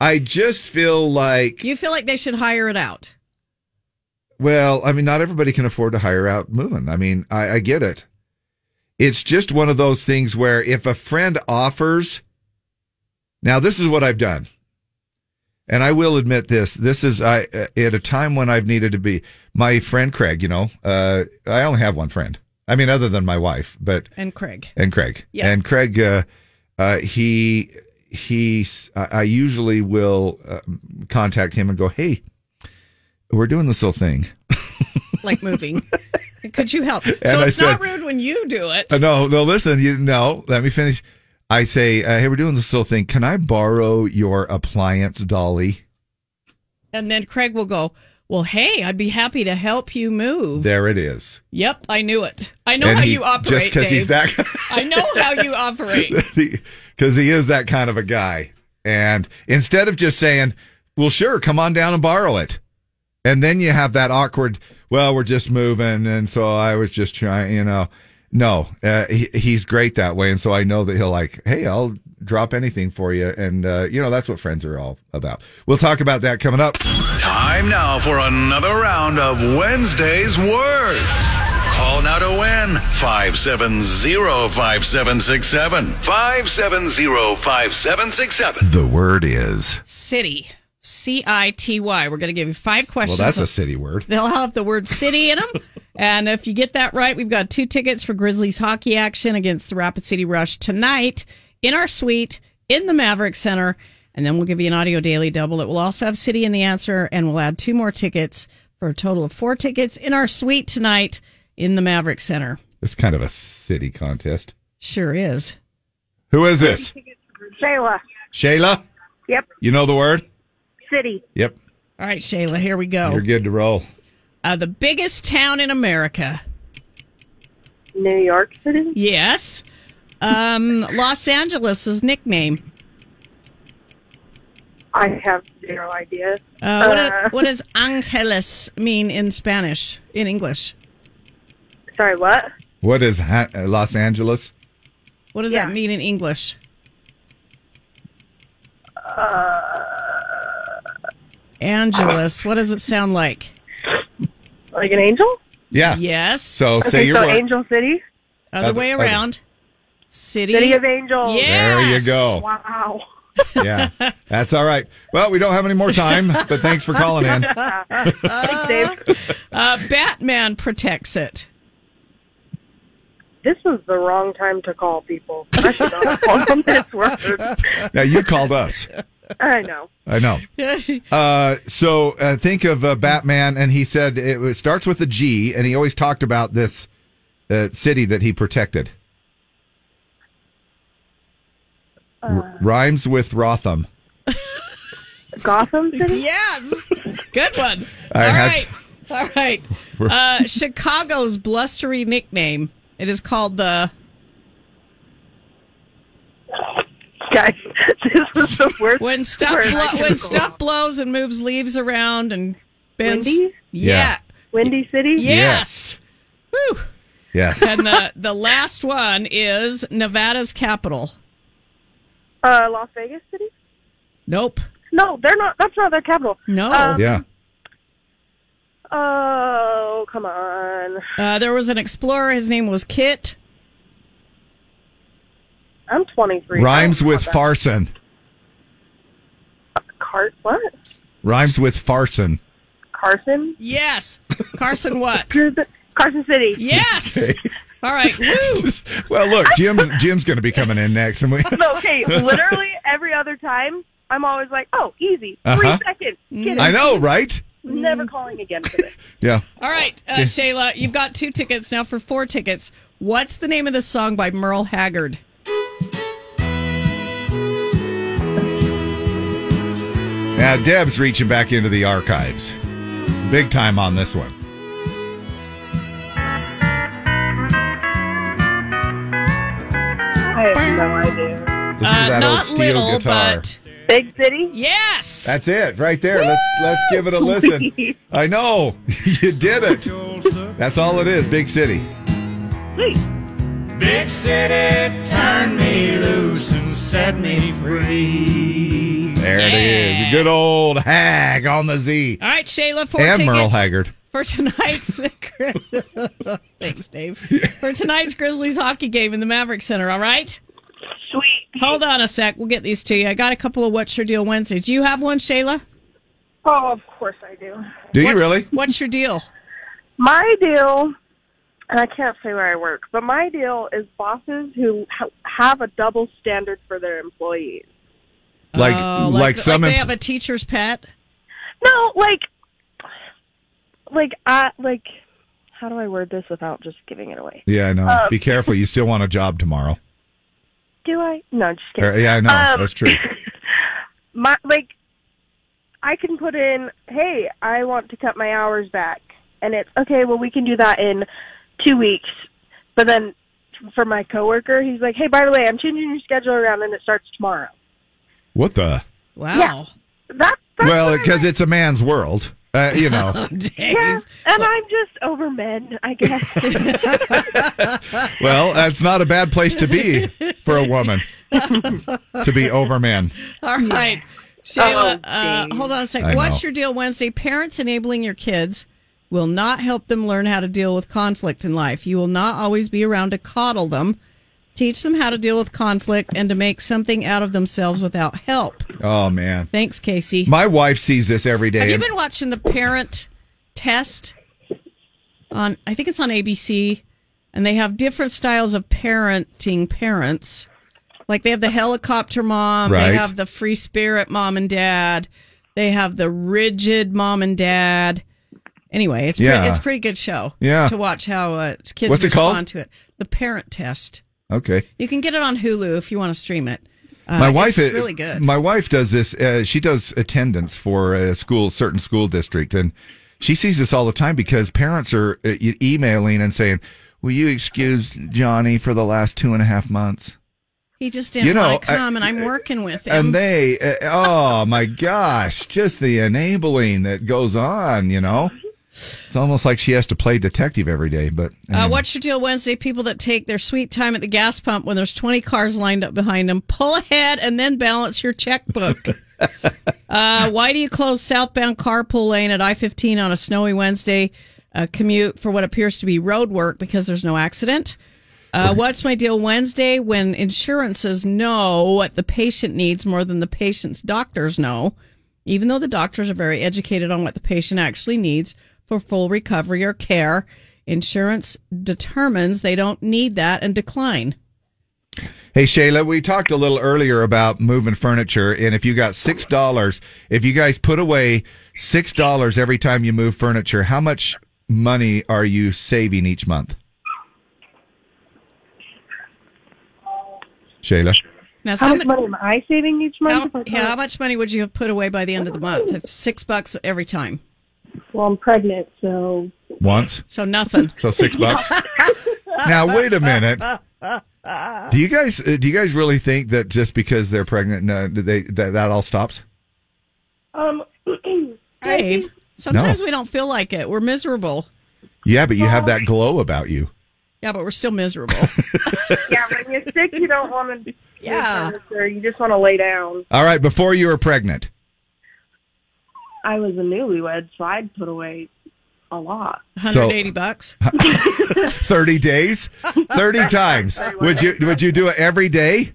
[SPEAKER 3] I just feel like,
[SPEAKER 2] You feel like they should hire it out.
[SPEAKER 3] well, I mean, not everybody can afford to hire out moving. I mean, I, I get it. It's just one of those things where if a friend offers, now this is what I've done. and I will admit this. This is I at a time when I've needed to be my friend Craig. You know, uh, I uh, only have one friend, I mean, other than my wife, but
[SPEAKER 2] and Craig.
[SPEAKER 3] and Craig.
[SPEAKER 2] Yeah.
[SPEAKER 3] And Craig, uh, uh, he he. I I usually will uh, contact him and go, "Hey, we're doing this little thing."
[SPEAKER 2] like moving. [laughs] Could you help? So
[SPEAKER 3] And I
[SPEAKER 2] it's
[SPEAKER 3] said-
[SPEAKER 2] not rude when you do it.
[SPEAKER 3] Uh, no, no. Listen, you no. Let me finish. I say, uh, "Hey, we're doing this little thing. Can I borrow your appliance dolly?"
[SPEAKER 2] And then Craig will go, Well, hey, I'd be happy to help you move.
[SPEAKER 3] There it is.
[SPEAKER 2] Yep, I knew it. I know
[SPEAKER 3] And
[SPEAKER 2] how
[SPEAKER 3] he-
[SPEAKER 2] you operate.
[SPEAKER 3] Just because he's
[SPEAKER 2] Dave.
[SPEAKER 3] that.
[SPEAKER 2] [laughs] I know how
[SPEAKER 3] [laughs]
[SPEAKER 2] you operate.
[SPEAKER 3] because he is that kind of a guy. And instead of just saying, "Well, sure, come on down and borrow it," and then you have that awkward, "Well, we're just moving," and so I was just trying, you know. No, uh, he, he's great that way, and so I know that he'll like, "Hey, I'll drop anything for you," and uh, you know that's what friends are all about. We'll talk about that coming up.
[SPEAKER 12] Time now for another round of Wednesday's Words. Call now to win 570-5767. 570-5767.
[SPEAKER 3] The word is.
[SPEAKER 2] City. C I T Y. We're going to give you five
[SPEAKER 3] Well,
[SPEAKER 2] questions.
[SPEAKER 3] that's a city word.
[SPEAKER 2] They'll have the word city in them. and if you get that right, we've got two tickets for Grizzlies hockey action against the Rapid City Rush tonight in our suite in the Maverick Center. And then we'll give you an audio daily double. It will also have city in the answer, and we'll add two more tickets for a total of four tickets in our suite tonight in the Maverick Center.
[SPEAKER 3] It's kind of a city contest.
[SPEAKER 2] Sure is.
[SPEAKER 3] Who is this?
[SPEAKER 13] Shayla.
[SPEAKER 3] Shayla.
[SPEAKER 13] Yep.
[SPEAKER 3] You know the word.
[SPEAKER 13] City.
[SPEAKER 3] Yep.
[SPEAKER 2] All right, Shayla, here we
[SPEAKER 3] You're
[SPEAKER 2] go.
[SPEAKER 3] good to roll.
[SPEAKER 2] Uh, the biggest town in America.
[SPEAKER 13] New York City.
[SPEAKER 2] Yes.
[SPEAKER 13] [laughs]
[SPEAKER 2] Um, Los Angeles is nickname.
[SPEAKER 13] I have zero idea.
[SPEAKER 2] Uh, what, do- what does Angeles mean in Spanish, in English?
[SPEAKER 13] Sorry, what?
[SPEAKER 3] What is ha- uh, Los Angeles?
[SPEAKER 2] What does that mean in English?
[SPEAKER 13] Uh.
[SPEAKER 2] Angeles. What does it sound like?
[SPEAKER 13] Like an angel?
[SPEAKER 3] Yeah.
[SPEAKER 2] Yes.
[SPEAKER 3] So
[SPEAKER 13] okay,
[SPEAKER 3] say your
[SPEAKER 13] so
[SPEAKER 3] word.
[SPEAKER 13] Angel City.
[SPEAKER 2] Other
[SPEAKER 3] Other-
[SPEAKER 2] way
[SPEAKER 3] other.
[SPEAKER 2] around. City.
[SPEAKER 13] City of Angels.
[SPEAKER 2] Yes.
[SPEAKER 3] There you go.
[SPEAKER 13] Wow.
[SPEAKER 3] Yeah. That's all right. Well, we don't have any more time, but thanks for calling [laughs] in.
[SPEAKER 2] [laughs] Uh, Batman protects it.
[SPEAKER 13] This is the wrong time to call people. I should not have called them this word.
[SPEAKER 3] Now you called us.
[SPEAKER 13] I know.
[SPEAKER 3] I know. Uh, so uh, think of uh, Batman, and he said it was- starts with a G, and he always talked about this uh, city that he protected.
[SPEAKER 13] Uh,
[SPEAKER 3] R- rhymes with Rotham.
[SPEAKER 13] Gotham City?
[SPEAKER 2] Yes. Good one. All
[SPEAKER 3] I had-
[SPEAKER 2] right. All right.
[SPEAKER 3] We're-
[SPEAKER 2] Uh, Chicago's blustery nickname. It is called the.
[SPEAKER 13] Guys, this is the worst.
[SPEAKER 2] When stuff,
[SPEAKER 13] word I
[SPEAKER 2] blo-
[SPEAKER 13] can
[SPEAKER 2] when
[SPEAKER 13] recall.
[SPEAKER 2] stuff blows and moves leaves around and bends.
[SPEAKER 13] Windy?
[SPEAKER 2] Yeah.
[SPEAKER 13] Windy City?
[SPEAKER 2] Yes. Whew.
[SPEAKER 3] Yeah.
[SPEAKER 2] and the, the last one is Nevada's capital.
[SPEAKER 13] Uh, Las Vegas City?
[SPEAKER 2] Nope.
[SPEAKER 13] No, they're not. That's not their capital.
[SPEAKER 2] No.
[SPEAKER 13] Um,
[SPEAKER 3] Yeah.
[SPEAKER 13] Oh, come on.
[SPEAKER 2] Uh, there was an explorer. His name was Kit.
[SPEAKER 13] I'm 23.
[SPEAKER 3] Rhymes
[SPEAKER 13] I don't
[SPEAKER 3] with
[SPEAKER 13] know about
[SPEAKER 3] Farson.
[SPEAKER 13] that. Cart. What?
[SPEAKER 3] Rhymes with Farson.
[SPEAKER 13] Carson?
[SPEAKER 2] Yes. Carson what?
[SPEAKER 13] [laughs] Carson City.
[SPEAKER 2] Yes. [laughs] All right.
[SPEAKER 3] [laughs]
[SPEAKER 2] Woo.
[SPEAKER 3] Well, look, Jim's Jim's going to be coming in next, [laughs] and we.
[SPEAKER 13] okay, literally every other time, I'm always like, oh, easy. 3
[SPEAKER 3] Uh-huh.
[SPEAKER 13] seconds. Get it.
[SPEAKER 3] I know, right?
[SPEAKER 2] Mm-hmm.
[SPEAKER 13] Never
[SPEAKER 3] [laughs]
[SPEAKER 13] calling again for this.
[SPEAKER 3] Yeah.
[SPEAKER 2] All right, uh,
[SPEAKER 3] Yeah.
[SPEAKER 2] Shayla, you've got two tickets now for four tickets. What's the name of this song by Merle Haggard?
[SPEAKER 3] Now, Deb's reaching back into the archives. Big time on this one.
[SPEAKER 13] I have no
[SPEAKER 5] [laughs]
[SPEAKER 13] idea.
[SPEAKER 3] This is that old steel guitar.
[SPEAKER 13] Big City?
[SPEAKER 2] Yes.
[SPEAKER 3] That's it, right there. Let's let's give it a listen. I know [laughs] you did it. That's all it is. Big city.
[SPEAKER 5] Big city turned me loose and set me free.
[SPEAKER 3] There it is. Your good old hag on the Z.
[SPEAKER 2] All right, Shayla, four
[SPEAKER 3] And
[SPEAKER 2] tickets
[SPEAKER 3] Merle Haggard.
[SPEAKER 2] for tonight's. [laughs] Thanks, Dave. For tonight's Grizzlies hockey game in the Maverick Center. All right. Sweet. Hold on a sec. We'll get these to you. I got a couple of What's Your Deal Wednesdays. Do you have one, Shayla?
[SPEAKER 13] Oh, of course I do.
[SPEAKER 3] Do you really?
[SPEAKER 2] What's your deal?
[SPEAKER 13] My deal
[SPEAKER 28] and I can't say where I work, but my deal is bosses who ha- have a double standard for their employees.
[SPEAKER 3] Like,
[SPEAKER 2] Oh,
[SPEAKER 3] like,
[SPEAKER 2] the-
[SPEAKER 3] some.
[SPEAKER 2] like they
[SPEAKER 3] em-
[SPEAKER 2] have a teacher's pet.
[SPEAKER 28] No, like, like I like. How do I word this without just giving it away?
[SPEAKER 3] yeah, I know.
[SPEAKER 28] Um,
[SPEAKER 3] Be careful. You still want a job tomorrow.
[SPEAKER 28] Do I? No, just kidding.
[SPEAKER 3] Or- Uh, yeah, I know.
[SPEAKER 28] Um,
[SPEAKER 3] That's true.
[SPEAKER 28] my like I can put in, hey, I want to cut my hours back, and it's okay. Well, we can do that in two weeks. But then for my coworker, he's like, hey, by the way, I'm changing your schedule around, and it starts tomorrow.
[SPEAKER 3] What the?
[SPEAKER 2] Wow.
[SPEAKER 28] [laughs] That
[SPEAKER 3] Well, because it's a man's world. Uh, you know.
[SPEAKER 28] yeah, and I'm just over men, I guess.
[SPEAKER 3] well, that's not a bad place to be for a woman to be over men.
[SPEAKER 2] [laughs] All right. Shayla, uh, hold on a
[SPEAKER 3] I
[SPEAKER 2] second. What's
[SPEAKER 3] know.
[SPEAKER 2] your deal Wednesday? Parents enabling your kids will not help them learn how to deal with conflict in life. You will not always be around to coddle them. Teach them how to deal with conflict and to make something out of themselves without help.
[SPEAKER 3] Oh man.
[SPEAKER 2] Thanks, Casey.
[SPEAKER 3] My wife sees this every day.
[SPEAKER 2] Have you
[SPEAKER 3] and-
[SPEAKER 2] been watching the parent test on I think it's on ABC and they have different styles of parenting parents. Like they have the helicopter mom,
[SPEAKER 29] Right.
[SPEAKER 2] they have the free spirit mom and dad, they have the rigid mom and dad. Anyway, it's
[SPEAKER 3] Yeah.
[SPEAKER 2] pretty, it's a pretty good show.
[SPEAKER 3] Yeah.
[SPEAKER 2] to watch how uh, kids
[SPEAKER 3] What's it
[SPEAKER 2] respond
[SPEAKER 3] called?
[SPEAKER 2] to it. The parent test.
[SPEAKER 3] okay.
[SPEAKER 2] You can get it on Hulu if you want to stream it. Uh,
[SPEAKER 3] my wife
[SPEAKER 2] it's
[SPEAKER 3] uh,
[SPEAKER 2] really good.
[SPEAKER 3] My wife does this. Uh, she does attendance for a school, certain school district, and she sees this all the time because parents are uh, e- emailing and saying, "Will you excuse Johnny for the last two and a half months?"
[SPEAKER 2] he just didn't
[SPEAKER 3] you know,
[SPEAKER 2] want to
[SPEAKER 3] I-
[SPEAKER 2] come, and I'm working with him.
[SPEAKER 3] And they, uh, oh my gosh, just the enabling that goes on. You know, it's almost like she has to play detective every day. But
[SPEAKER 2] Uh, what's your deal Wednesday? People that take their sweet time at the gas pump when there's 20 cars lined up behind them, pull ahead and then balance your checkbook. uh, why do you close southbound carpool lane at I 15 on a snowy Wednesday uh, commute for what appears to be road work because there's no accident? Uh, what's my deal Wednesday when insurances know what the patient needs more than the patient's doctors know, even though the doctors are very educated on what the patient actually needs for full recovery or care? Insurance determines they don't need that and decline.
[SPEAKER 3] Hey Shayla, we talked a little earlier about moving furniture, and if you got six dollars, if you guys put away six dollars every time you move furniture, how much money are you saving each month? Shayla,
[SPEAKER 2] Now,
[SPEAKER 28] [laughs] how much money am I saving each month?
[SPEAKER 2] How, yeah, how much money would you have put away by the end of the month? If six bucks every time,
[SPEAKER 28] Well, I'm pregnant, [laughs] so
[SPEAKER 3] once,
[SPEAKER 2] so nothing.
[SPEAKER 3] so
[SPEAKER 2] [laughs]
[SPEAKER 3] six bucks. now wait a minute. Do you guys uh, do you guys really think that just because they're pregnant, no, that they that, that all stops?
[SPEAKER 28] um, [clears throat]
[SPEAKER 2] Dave, sometimes we don't feel like it. We're miserable.
[SPEAKER 3] Yeah, but you have that glow about you.
[SPEAKER 2] Yeah, but we're
[SPEAKER 3] [laughs]
[SPEAKER 2] still miserable.
[SPEAKER 28] yeah, when you're sick, you don't want to. [laughs] Yeah, you just want to lay down.
[SPEAKER 3] All right, before you
[SPEAKER 28] [laughs]
[SPEAKER 3] were pregnant.
[SPEAKER 28] I was a newlywed, so I'd put away a lot.
[SPEAKER 3] 180
[SPEAKER 2] bucks.
[SPEAKER 3] 30 days
[SPEAKER 28] [laughs]
[SPEAKER 3] 30 times would you would you do it every day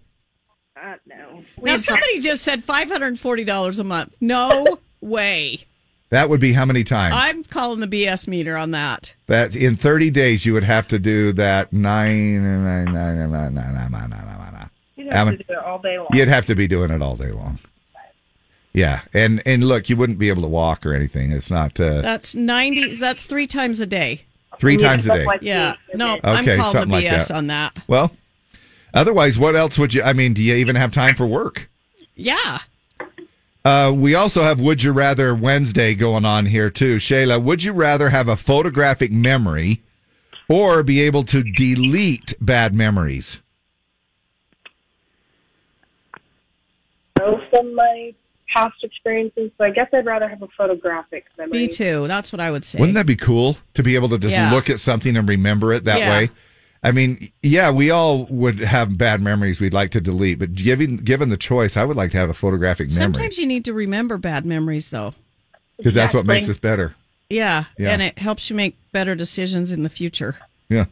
[SPEAKER 2] now, somebody just said $540 a month. [laughs] No way.
[SPEAKER 3] that would be how many times
[SPEAKER 2] I'm calling the BS meter on that.
[SPEAKER 3] that in 30 days you would have to do that nine nine nine nine nine nine nine nine nine nine nine
[SPEAKER 28] You'd
[SPEAKER 3] have
[SPEAKER 28] have
[SPEAKER 3] Um,
[SPEAKER 28] to do it all day long.
[SPEAKER 3] you'd have to be doing it all day long yeah and and look you wouldn't be able to walk or anything it's not uh,
[SPEAKER 2] That's 90, that's three times a day.
[SPEAKER 3] Three times a day.
[SPEAKER 2] Yeah. No, I'm
[SPEAKER 3] okay
[SPEAKER 2] calling
[SPEAKER 3] something
[SPEAKER 2] the
[SPEAKER 3] like
[SPEAKER 2] BS
[SPEAKER 3] that
[SPEAKER 2] on that.
[SPEAKER 3] well otherwise what else would you i mean do you even have time for work
[SPEAKER 2] Yeah.
[SPEAKER 3] Uh, we also have Would You Rather Wednesday going on here, too. Shayla, would you rather have a photographic memory or be able to delete bad memories?
[SPEAKER 28] know from my past experiences, so I guess I'd rather have a photographic memory. [laughs]
[SPEAKER 2] Me too. That's what I would say.
[SPEAKER 3] Wouldn't that be cool to be able to just
[SPEAKER 2] Yeah.
[SPEAKER 3] look at something and remember it that
[SPEAKER 2] Yeah.
[SPEAKER 3] way? I mean, yeah, we all would have bad memories we'd like to delete, but given given the choice, I would like to have a photographic memory
[SPEAKER 2] Sometimes you need to remember bad memories, though.
[SPEAKER 3] because that's what makes us better.
[SPEAKER 2] Yeah,
[SPEAKER 3] Yeah.
[SPEAKER 2] and it helps you make better decisions in the future.
[SPEAKER 3] Yeah.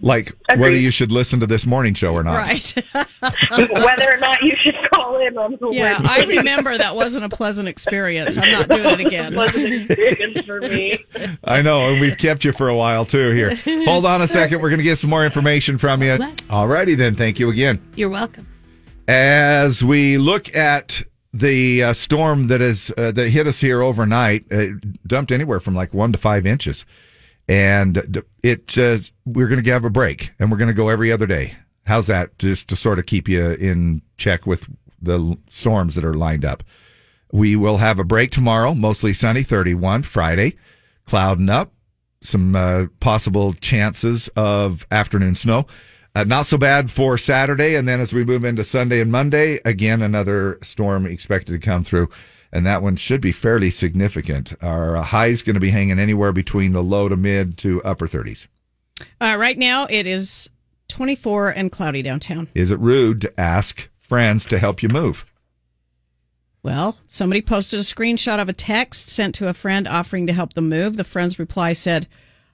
[SPEAKER 3] like whether you should listen to this morning show or not.
[SPEAKER 2] Right. [laughs]
[SPEAKER 24] Whether or not you should call in on the
[SPEAKER 2] Yeah, I remember that
[SPEAKER 28] [laughs]
[SPEAKER 2] wasn't a pleasant experience. I'm not doing it again.
[SPEAKER 24] Wasn't experience for me.
[SPEAKER 3] I know, and we've kept you for a while too here. Hold on a second. We're going to get some more information from you. All righty then. Thank you again.
[SPEAKER 4] You're welcome.
[SPEAKER 3] As we look at the uh, storm that is uh, that hit us here overnight, it dumped anywhere from like one to five inches, and d- it uh, we're going to have a break, and we're going to go every other day. How's that? Just to sort of keep you in check with the l- storms that are lined up. We will have a break tomorrow, mostly sunny, 31 Friday, clouding up, some uh, possible chances of afternoon snow. Uh, not so bad for Saturday. And then as we move into Sunday and Monday, again, another storm expected to come through. And that one should be fairly significant. Our uh, high is going to be hanging anywhere between the low to mid to upper 30s.
[SPEAKER 2] Uh, right now, it is 24 and cloudy downtown.
[SPEAKER 3] Is it rude to ask friends to help you move?
[SPEAKER 2] Well, somebody posted a screenshot of a text sent to a friend offering to help them move. The friend's reply said,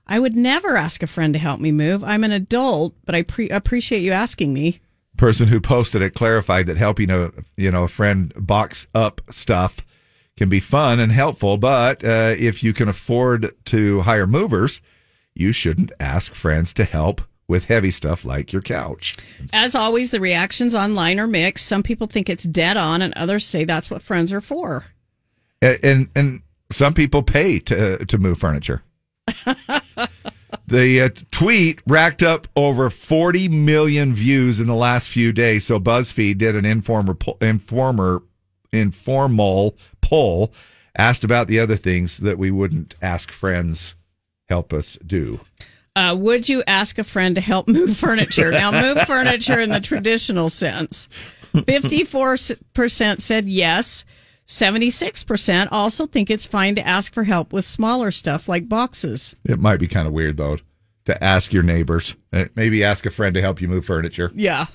[SPEAKER 2] I would never ask a friend to help me move. I'm an adult, but I pre- appreciate you asking me.
[SPEAKER 3] person who posted it clarified that helping a you know a friend box up stuff can be fun and helpful, but uh, if you can afford to hire movers, you shouldn't ask friends to help with heavy stuff like your couch.
[SPEAKER 2] As always, the reactions online are mixed. Some people think it's dead on, and others say that's what friends are for.
[SPEAKER 3] And and, and some people pay to to move furniture. the uh, tweet racked up over 40 million views in the last few days. So BuzzFeed did an informer po- informer informal poll, asked about the other things that we wouldn't ask friends help us do.
[SPEAKER 2] Uh, would you ask a friend to help move [laughs] furniture? Now, move furniture in the traditional sense. 54% said yes. 76% also think it's fine to ask for help with smaller stuff like boxes.
[SPEAKER 3] It might be kind of weird though to ask your neighbors. Uh, Maybe ask a friend to help you move furniture.
[SPEAKER 2] Yeah.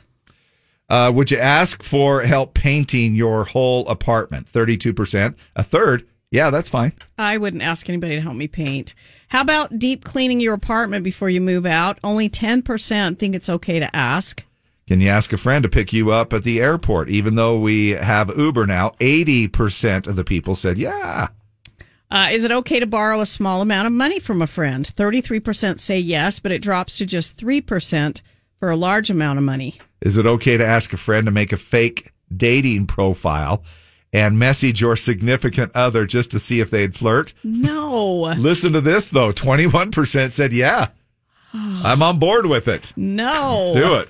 [SPEAKER 3] Uh, would you ask for help painting your whole apartment? 32%. A third, yeah, that's fine.
[SPEAKER 2] I wouldn't ask anybody to help me paint. How about deep cleaning your apartment before you move out? Only 10% think it's okay to ask.
[SPEAKER 3] Can you ask a friend to pick you up at the airport? Even though we have Uber now, 80% of the people said, yeah.
[SPEAKER 2] Uh, is it okay to borrow a small amount of money from a friend? 33% say yes, but it drops to just 3% for a large amount of money.
[SPEAKER 3] Is it okay to ask a friend to make a fake dating profile and message your significant other just to see if they'd flirt?
[SPEAKER 2] No.
[SPEAKER 3] Listen to this though 21% said, yeah, I'm on board with it.
[SPEAKER 2] no.
[SPEAKER 3] Let's do it.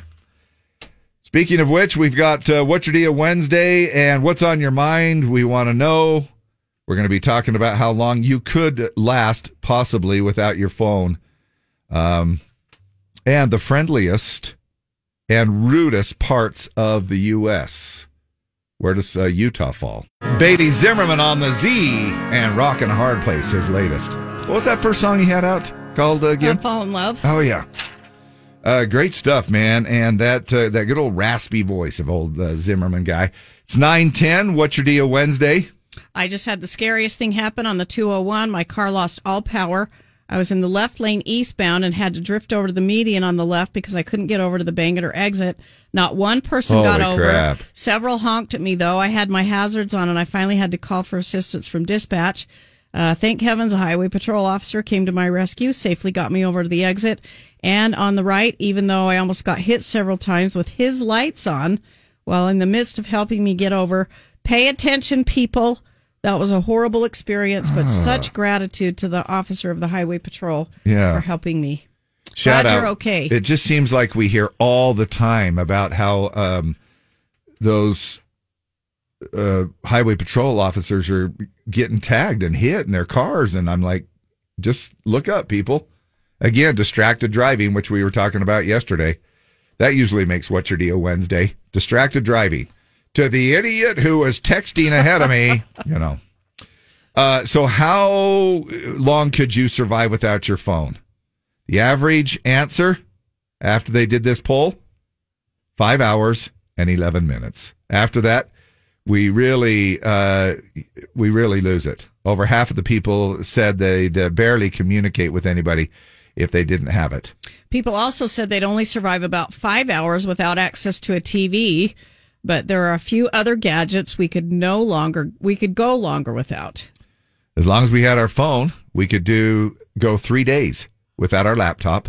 [SPEAKER 3] Speaking of which, we've got uh, What's Your Deal Wednesday and What's on Your Mind. We want to know. We're going to be talking about how long you could last possibly without your phone. Um, and the friendliest and rudest parts of the U.S. Where does uh, Utah fall? Beatty Zimmerman on the Z and Rockin' Hard Place, his latest. What was that first song you had out called uh, again?
[SPEAKER 2] I fall in love.
[SPEAKER 3] Oh yeah, uh, great stuff, man. And that uh, that good old raspy voice of old uh, Zimmerman guy. It's nine ten. What's your deal Wednesday?
[SPEAKER 2] I just had the scariest thing happen on the 201. My car lost all power. I was in the left lane eastbound and had to drift over to the median on the left because I couldn't get over to the Bangor exit. Not one person got
[SPEAKER 3] Holy
[SPEAKER 2] over.
[SPEAKER 3] crap.
[SPEAKER 2] Several honked at me though. I had my hazards on and I finally had to call for assistance from dispatch. Uh, thank heavens a highway patrol officer came to my rescue, safely got me over to the exit and on the right, even though I almost got hit several times with his lights on while in the midst of helping me get over. Pay attention, people. That was a horrible experience, but
[SPEAKER 3] Ah.
[SPEAKER 2] such gratitude to the officer of the highway patrol
[SPEAKER 3] Yeah.
[SPEAKER 2] for helping me.
[SPEAKER 3] Shout
[SPEAKER 2] Glad
[SPEAKER 3] out.
[SPEAKER 2] you're okay.
[SPEAKER 3] It just seems like we hear all the time about how um, those uh, highway patrol officers are getting tagged and hit in their cars, and I'm like, just look up, people. Again, distracted driving, which we were talking about yesterday. That usually makes what's your deal Wednesday. Distracted driving. To the idiot who was texting ahead of
[SPEAKER 2] [laughs]
[SPEAKER 3] me, you know. Uh, so, how long could you survive without your phone? The average answer after they did this poll five hours and 11 minutes. After that, we really, uh, we really lose it. Over half of the people said they'd uh, barely communicate with anybody. if they didn't have it.
[SPEAKER 2] People also said they'd only survive about five hours without access to a TV, but there are a few other gadgets we could no longer we could go longer without.
[SPEAKER 3] As long as we had our phone, we could do go three days without our laptop.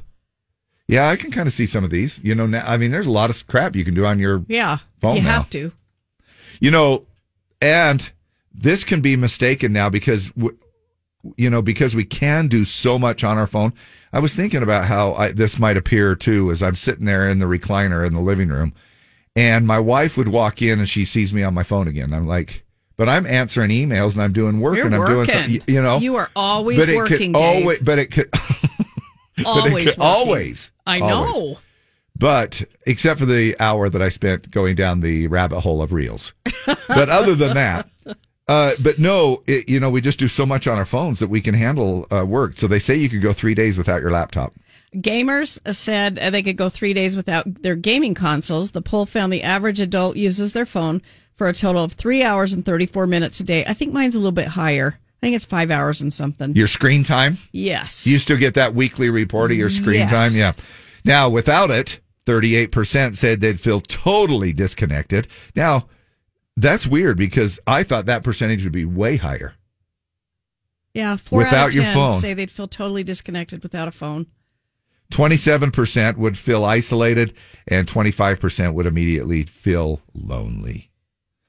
[SPEAKER 3] Yeah, I can kind of see some of these. You know, now, I mean, there's a lot of crap you can do on your
[SPEAKER 2] Yeah,
[SPEAKER 3] Phone
[SPEAKER 2] you
[SPEAKER 3] now.
[SPEAKER 2] have to.
[SPEAKER 3] you know, and this can be mistaken now because, w- you know, because we can do so much on our phone. I was thinking about how I, this might appear too as I'm sitting there in the recliner in the living room, and my wife would walk in and she sees me on my phone again. I'm like, but I'm answering emails and I'm doing work
[SPEAKER 2] You're
[SPEAKER 3] and I'm
[SPEAKER 2] working.
[SPEAKER 3] doing, some, y- you know,
[SPEAKER 2] you are always
[SPEAKER 3] but it
[SPEAKER 2] working.
[SPEAKER 3] could
[SPEAKER 2] Dave.
[SPEAKER 3] always, but it could, [laughs] but it
[SPEAKER 2] always,
[SPEAKER 3] could
[SPEAKER 2] working.
[SPEAKER 3] always,
[SPEAKER 2] [laughs] I
[SPEAKER 3] always.
[SPEAKER 2] know.
[SPEAKER 3] But except for the hour that I spent going down the rabbit hole of reels. but other than that, uh, but no, it, you know, we just do so much on our phones that we can handle uh, work. So they say you could go three days without your laptop.
[SPEAKER 2] Gamers said uh, they could go three days without their gaming consoles. The poll found the average adult uses their phone for a total of three hours and 34 minutes a day. I think mine's a little bit higher. I think it's five hours and something.
[SPEAKER 3] Your screen time?
[SPEAKER 2] Yes.
[SPEAKER 3] You still get that weekly report of your screen
[SPEAKER 2] Yes.
[SPEAKER 3] time? Yeah. Now, without it, 38% said they'd feel totally disconnected. Now, that's weird because I thought that percentage would be way higher.
[SPEAKER 2] Yeah. Four out
[SPEAKER 3] Without
[SPEAKER 2] of
[SPEAKER 3] your
[SPEAKER 2] 10
[SPEAKER 3] phone.
[SPEAKER 2] say they'd feel totally disconnected without a phone.
[SPEAKER 3] 27% would feel isolated and 25% would immediately feel lonely.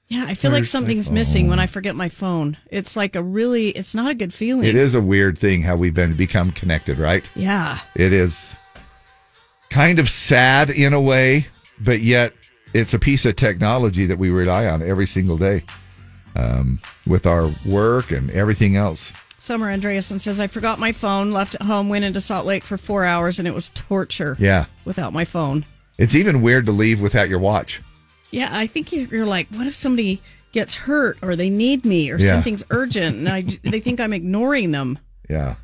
[SPEAKER 2] Yeah. I feel like
[SPEAKER 3] Where's my
[SPEAKER 2] something's missing when
[SPEAKER 3] phone?
[SPEAKER 2] I forget my phone. It's like a really, it's not a good feeling.
[SPEAKER 3] It is a weird thing how we've been become connected, right?
[SPEAKER 2] Yeah.
[SPEAKER 3] It is kind of sad in a way, but yet it's a piece of technology that we rely on every single day um, with our work and everything else.
[SPEAKER 2] Summer Andreasen says, I forgot my phone, left at home, went into Salt Lake for four hours, and it was torture
[SPEAKER 3] Yeah.
[SPEAKER 2] without my phone.
[SPEAKER 3] It's even weird to leave without your watch.
[SPEAKER 2] Yeah, I think you- you're like, what if somebody gets hurt or they need me or
[SPEAKER 3] Yeah.
[SPEAKER 2] something's urgent and I, they think I'm ignoring them?
[SPEAKER 3] Yeah.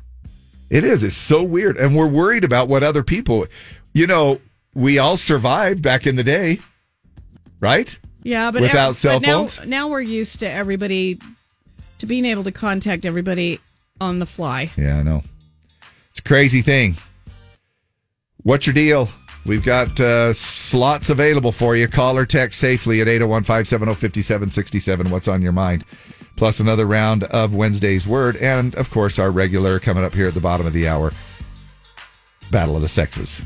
[SPEAKER 3] It is. It's so weird. And we're worried about what other people, you know, we all survived back in the day, right?
[SPEAKER 2] Yeah, but
[SPEAKER 3] without
[SPEAKER 2] ev-
[SPEAKER 3] cell
[SPEAKER 2] but now,
[SPEAKER 3] phones?
[SPEAKER 2] now we're used to everybody to being able to contact everybody on the fly.
[SPEAKER 3] Yeah, I know. It's a crazy thing. What's your deal? We've got uh, slots available for you. Call or text safely at 801 570 5767. What's on your mind? Plus another round of Wednesday's Word. And, of course, our regular coming up here at the bottom of the hour Battle of the Sexes.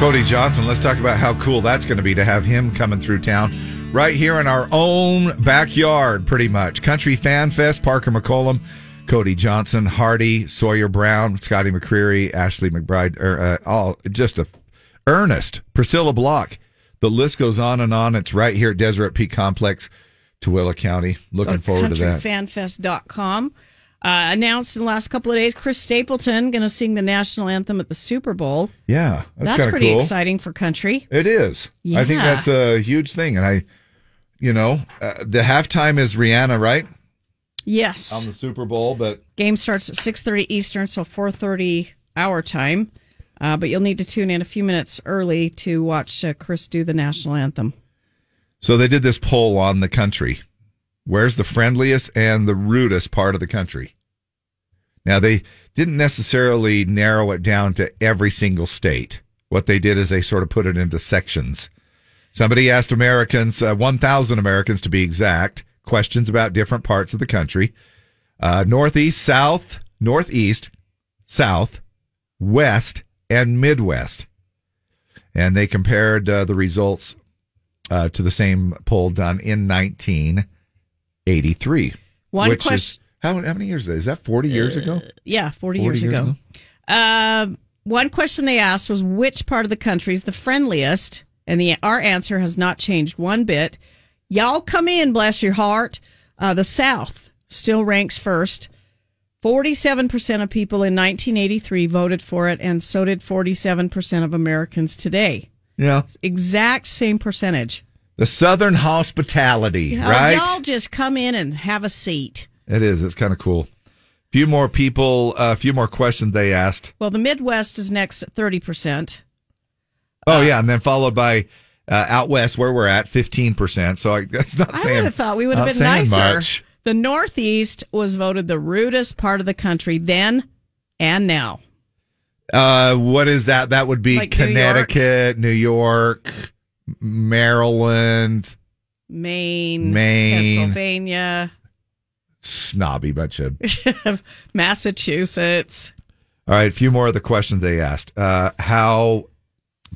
[SPEAKER 3] Cody Johnson, let's talk about how cool that's going to be to have him coming through town right here in our own backyard, pretty much. Country Fan Fest, Parker McCollum, Cody Johnson, Hardy, Sawyer Brown, Scotty McCreery, Ashley McBride, er, uh, all just a Ernest, Priscilla Block. The list goes on and on. It's right here at Deseret Peak Complex, Tooele County. Looking forward to that.
[SPEAKER 2] CountryFanFest.com. Uh, announced in the last couple of days, Chris Stapleton going to sing the national anthem at the Super Bowl.
[SPEAKER 3] yeah, that's,
[SPEAKER 2] That's,
[SPEAKER 3] kind of
[SPEAKER 2] pretty
[SPEAKER 3] cool.
[SPEAKER 2] exciting for country.
[SPEAKER 3] It is. I think
[SPEAKER 2] Yeah.
[SPEAKER 3] that's a huge thing. And I, you know, uh, the halftime is Rihanna, right?
[SPEAKER 2] Yes.
[SPEAKER 3] On the Super Bowl, but
[SPEAKER 2] Game starts at 6:30 Eastern, so 4:30 our time. Uh, but you'll need to tune in a few minutes early to watch uh, Chris do the national anthem.
[SPEAKER 3] so they did this poll on the country. Where's the friendliest and the rudest part of the country? Now they didn't necessarily narrow it down to every single state. What they did is they sort of put it into sections. Somebody asked Americans, uh, 1,000 Americans to be exact, questions about different parts of the country. Uh, northeast, South, Northeast, South, West, and Midwest. And they compared uh, the results uh, to the same poll done in 1983.
[SPEAKER 2] One
[SPEAKER 3] which is,
[SPEAKER 2] question-
[SPEAKER 3] how, how many years is that? Is that 40 years ago?
[SPEAKER 2] Yeah, 40, years, ago. Uh, one question they asked was which part of the country is the friendliest, and the our answer has not changed one bit. Y'all come in, bless your heart. Uh, the South still ranks first. Forty-seven percent of people in 1983 voted for it, and so did forty-seven percent of Americans today.
[SPEAKER 3] Yeah.
[SPEAKER 2] Exact same percentage.
[SPEAKER 3] The Southern hospitality,
[SPEAKER 2] Y'all-
[SPEAKER 3] right?
[SPEAKER 2] Y'all just come in and have a seat.
[SPEAKER 3] It is. It's kind of cool. Few more uh, people, a few more questions they asked.
[SPEAKER 2] Well, the Midwest is next at 30%.
[SPEAKER 3] Oh yeah, and then followed by uh, out west where we're at, fifteen percent. So I, [laughs] that's not
[SPEAKER 2] I
[SPEAKER 3] saying.
[SPEAKER 2] would have thought we would have
[SPEAKER 3] not
[SPEAKER 2] been
[SPEAKER 3] saying
[SPEAKER 2] nicer.
[SPEAKER 3] much.
[SPEAKER 2] The Northeast was voted the rudest part of the country then and now.
[SPEAKER 3] Uh, what is that? That would be
[SPEAKER 2] Like New York.
[SPEAKER 3] Connecticut, New York, Maryland,
[SPEAKER 2] Maine,
[SPEAKER 3] Maine.
[SPEAKER 2] Pennsylvania, [laughs]
[SPEAKER 3] snobby bunch of.
[SPEAKER 2] Massachusetts.
[SPEAKER 3] All right, a few more of the questions they asked. Uh, how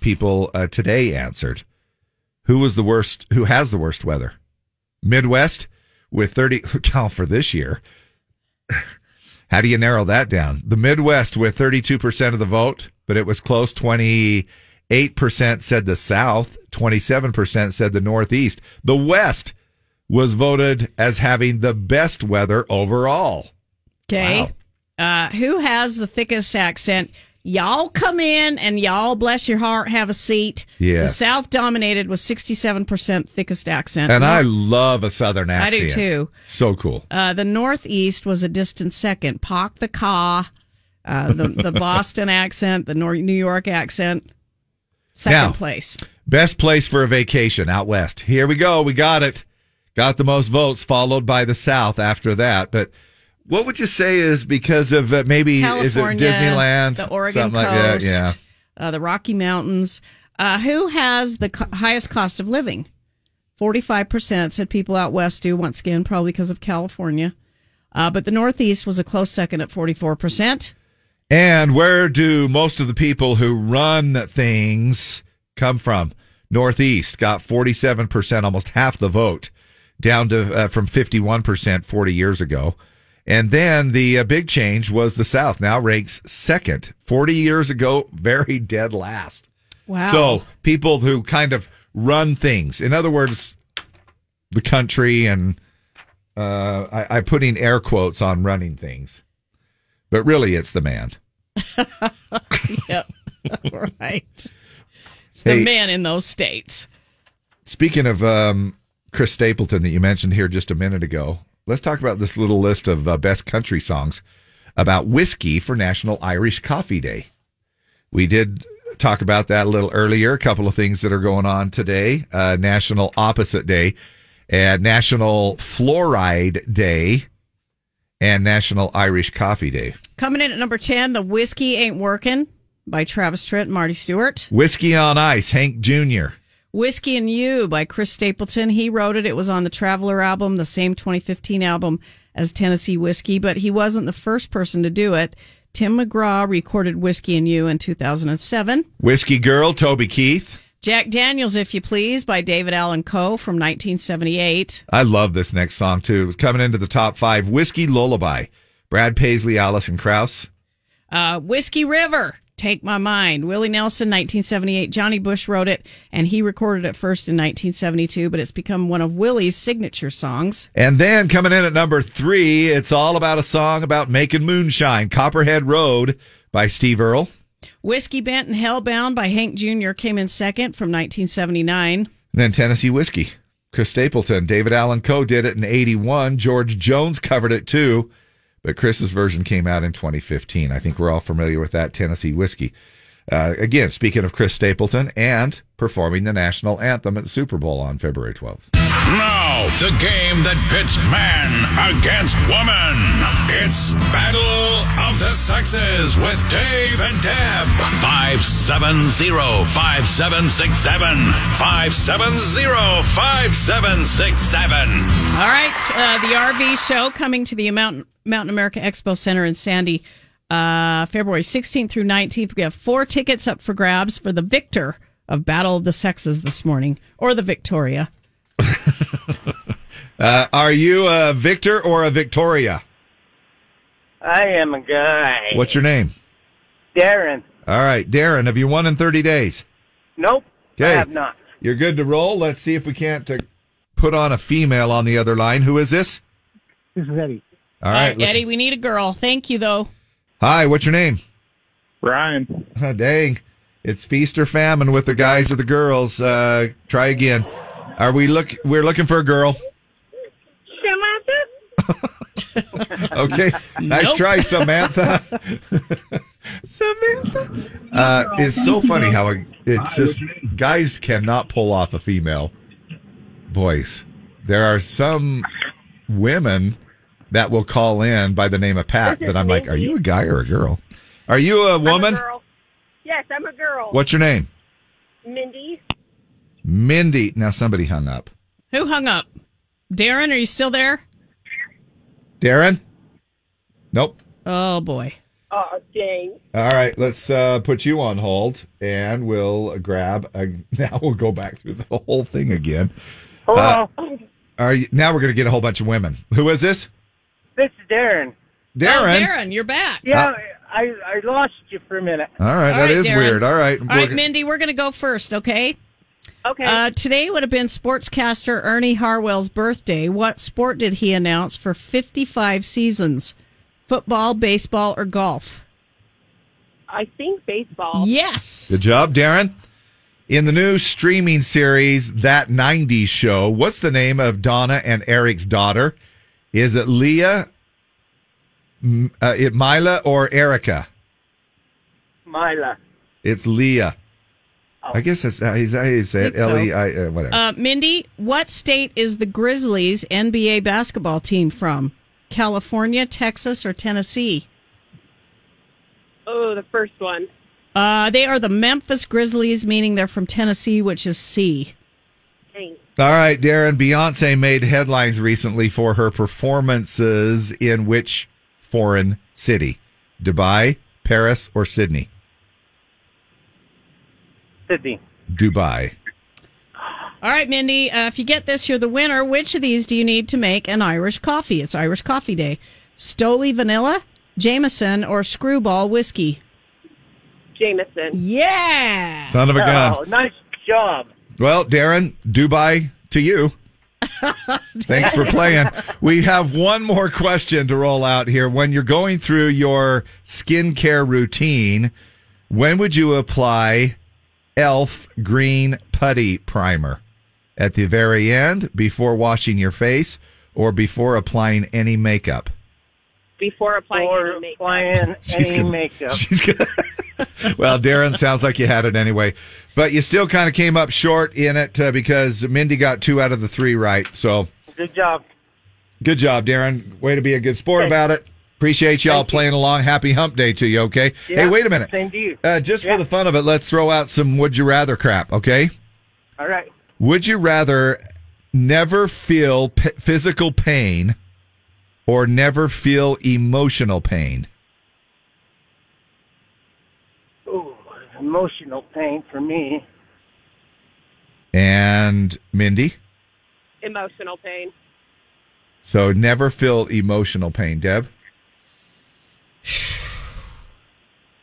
[SPEAKER 3] people uh, today answered. Who was the worst? Who has the worst weather? Midwest with 30 [laughs] count for this year. How do you narrow that down? The Midwest with 32% of the vote, but it was close. 28% said the South, 27% said the Northeast. The West was voted as having the best weather overall.
[SPEAKER 2] Okay. Uh, who has the thickest accent? Y'all come in and y'all, bless your heart, have a seat.
[SPEAKER 3] Yes.
[SPEAKER 2] The South dominated with 67% thickest accent.
[SPEAKER 3] And I love a Southern
[SPEAKER 2] I do
[SPEAKER 3] accent.
[SPEAKER 2] too.
[SPEAKER 3] So cool.
[SPEAKER 2] Uh, the Northeast was a distant second. Pock the Ka, uh,
[SPEAKER 3] [laughs]
[SPEAKER 2] the, the Boston accent, the Nor- New York accent, second
[SPEAKER 3] Now,
[SPEAKER 2] place.
[SPEAKER 3] Best place for a vacation out west. Here we go. We got it. Got the most votes, followed by the South after that. But what would you say is because of uh, maybe is it
[SPEAKER 2] California,
[SPEAKER 3] Disneyland,
[SPEAKER 2] the Oregon
[SPEAKER 3] something like that?
[SPEAKER 2] coast,
[SPEAKER 3] Yeah.
[SPEAKER 2] uh, the Rocky Mountains. Uh, who has the co- highest cost of living? Forty-five percent said people out west do. Once again, probably because of California. Uh, but the Northeast was a close second at forty-four percent. [laughs]
[SPEAKER 3] And where do most of the people who run things come from? Northeast got 47%, almost half the vote, down to uh, from 51% 40 years ago. And then the uh, big change was the South now ranks second. 40 years ago, [laughs] very dead last.
[SPEAKER 2] Wow.
[SPEAKER 3] So people who kind of run things, in other words, the country and uh, I, I put in air quotes on running things, but really it's the man.
[SPEAKER 2] yep. [laughs] right. It's
[SPEAKER 3] Hey.
[SPEAKER 2] the man in those states.
[SPEAKER 3] Speaking of um, Chris Stapleton that you mentioned here just a minute ago, let's talk about this little list of uh, best country songs about whiskey for National Irish Coffee Day. We did talk about that a little earlier. A couple of things that are going on today uh, National Opposite Day, and National Fluoride Day, and National Irish Coffee Day.
[SPEAKER 2] Coming in at number ten, the whiskey ain't working by Travis Tritt, and Marty Stewart.
[SPEAKER 3] Whiskey on Ice, Hank Jr.
[SPEAKER 2] Whiskey and You by Chris Stapleton. He wrote it. It was on the Traveler album, the same 2015 album as Tennessee Whiskey, but he wasn't the first person to do it. Tim McGraw recorded Whiskey and You in 2007.
[SPEAKER 3] Whiskey Girl, Toby Keith.
[SPEAKER 2] Jack Daniels, If You Please by David Allen Coe from 1978.
[SPEAKER 3] I love this next song too. It was coming into the top five. Whiskey Lullaby, Brad Paisley, Allison Krauss.
[SPEAKER 2] Uh, Whiskey River, Take My Mind. Willie Nelson, 1978. Johnny Bush wrote it, and he recorded it first in 1972, but it's become one of Willie's signature songs.
[SPEAKER 3] And then coming in at number three, it's all about a song about making moonshine, Copperhead Road by Steve Earle.
[SPEAKER 2] Whiskey Bent and Hellbound by Hank Jr. came in second from 1979.
[SPEAKER 3] And then Tennessee Whiskey, Chris Stapleton. David Allen Coe did it in 81. George Jones covered it too, but Chris's version came out in 2015. I think we're all familiar with that Tennessee Whiskey. Uh, again, speaking of Chris Stapleton and performing the national anthem at the Super Bowl on February 12th.
[SPEAKER 12] Now, the game that pits man against woman. It's Battle of the Sexes with Dave and Deb. 570-5767. 570-5767.
[SPEAKER 2] All right, uh, the RV show coming to the Mountain, Mountain America Expo Center in Sandy uh, February 16th through 19th. We have four tickets up for grabs for the victor of Battle of the Sexes this morning, or the Victoria.
[SPEAKER 3] Uh, are you a Victor or a Victoria?
[SPEAKER 29] I am a guy.
[SPEAKER 3] What's your name?
[SPEAKER 29] Darren.
[SPEAKER 3] All right, Darren. Have you won in thirty days?
[SPEAKER 29] Nope.
[SPEAKER 3] Okay.
[SPEAKER 29] I have not.
[SPEAKER 3] You're good to roll. Let's see if we can't uh, put on a female on the other line. Who is this?
[SPEAKER 17] This is Eddie.
[SPEAKER 3] All right, look-
[SPEAKER 2] Eddie, we need a girl. Thank you, though.
[SPEAKER 3] Hi. What's your name? [laughs] Ryan. dang, it's feast or famine with the guys or the girls. Uh, try again. Are we look? We're looking for a girl. Okay. Nice
[SPEAKER 1] Nope.
[SPEAKER 3] try, Samantha. Samantha. Uh, it's so funny how it, it's just guys cannot pull off a female voice. There are some women that will call in by the name of Pat that I'm like, are you a guy or a girl? Are you a [laughs] woman?
[SPEAKER 17] girl. Yes, I'm a girl.
[SPEAKER 3] What's your name?
[SPEAKER 17] Mindy.
[SPEAKER 3] Mindy. Now somebody hung up.
[SPEAKER 2] Who hung up? Darren, are you still there?
[SPEAKER 3] Darren? Nope.
[SPEAKER 2] Oh boy.
[SPEAKER 17] Oh, dang.
[SPEAKER 3] All right, let's uh, put you on hold, and we'll grab. A, [laughs] now we'll go back through the whole thing again. Uh,
[SPEAKER 29] Oh,
[SPEAKER 3] are you, now we're going to get a whole bunch of women. Who is this?
[SPEAKER 29] This is Darren.
[SPEAKER 3] Darren.
[SPEAKER 2] Oh, you're back.
[SPEAKER 29] Yeah, I, I lost you for a minute.
[SPEAKER 3] All right,
[SPEAKER 2] All
[SPEAKER 3] that
[SPEAKER 2] right,
[SPEAKER 3] is
[SPEAKER 2] Darren.
[SPEAKER 3] weird. All right,
[SPEAKER 2] All
[SPEAKER 3] we're
[SPEAKER 2] right,
[SPEAKER 3] g-
[SPEAKER 2] Mindy, we're going to go first, okay? Okay. Uh, today would have been sportscaster Ernie Harwell's birthday. What sport did he announce for 55 seasons? Football, baseball, or golf?
[SPEAKER 17] I think baseball.
[SPEAKER 2] Yes.
[SPEAKER 3] good job, Darren. In the new streaming series That '90s Show, what's the name of Donna and Eric's daughter? Is it Leah, M- uh, it Mila, or Erica?
[SPEAKER 29] Mila.
[SPEAKER 3] It's Leah. I guess that's how you say it.
[SPEAKER 2] Oh. Think so.
[SPEAKER 3] L E I uh, whatever.
[SPEAKER 2] Uh, Mindy, what state is the Grizzlies NBA basketball team from? California, Texas, or Tennessee?
[SPEAKER 17] Oh, the first one.
[SPEAKER 2] Uh, they are the Memphis Grizzlies, meaning they're from Tennessee, which is C.
[SPEAKER 3] All right, Darren. Beyonce made headlines recently for her performances in which foreign city? Dubai, Paris, or Sydney?
[SPEAKER 29] Sydney.
[SPEAKER 3] Dubai.
[SPEAKER 2] All right, Mindy, uh, if you get this, you're the winner. Which of these do you need to make an Irish coffee? It's Irish Coffee Day. Stoli Vanilla, Jameson, or Screwball Whiskey?
[SPEAKER 17] Jameson.
[SPEAKER 2] Yeah.
[SPEAKER 3] Son of a gun.
[SPEAKER 17] Oh, nice
[SPEAKER 2] [laughs]
[SPEAKER 17] job.
[SPEAKER 3] Well, Darren, Dubai to you. [laughs] Thanks for playing. We have one more question to roll out here. When you're going through your skincare routine, when would you apply Elf Green Putty Primer? At the very end, before washing your face, or before applying any makeup?
[SPEAKER 17] Before applying any makeup. applying
[SPEAKER 3] She's any gonna-
[SPEAKER 17] makeup.
[SPEAKER 3] Well, Darren, sounds like you had it anyway, but you still kind of came up short in it uh, because Mindy got two out of the three right. So
[SPEAKER 29] Good job.
[SPEAKER 3] Good job, Darren. Way to be a good sport about it. Appreciate y'all playing along. Happy hump day to you, okay? hey, wait a minute.
[SPEAKER 29] Same to you.
[SPEAKER 3] Uh, just for the fun of it, let's throw out some would you rather crap, okay?
[SPEAKER 29] All right.
[SPEAKER 3] Would you rather never feel p- physical pain or never feel emotional pain?
[SPEAKER 29] Ooh, emotional pain for me.
[SPEAKER 3] And Mindy?
[SPEAKER 17] Emotional pain.
[SPEAKER 3] So never feel emotional pain. Deb?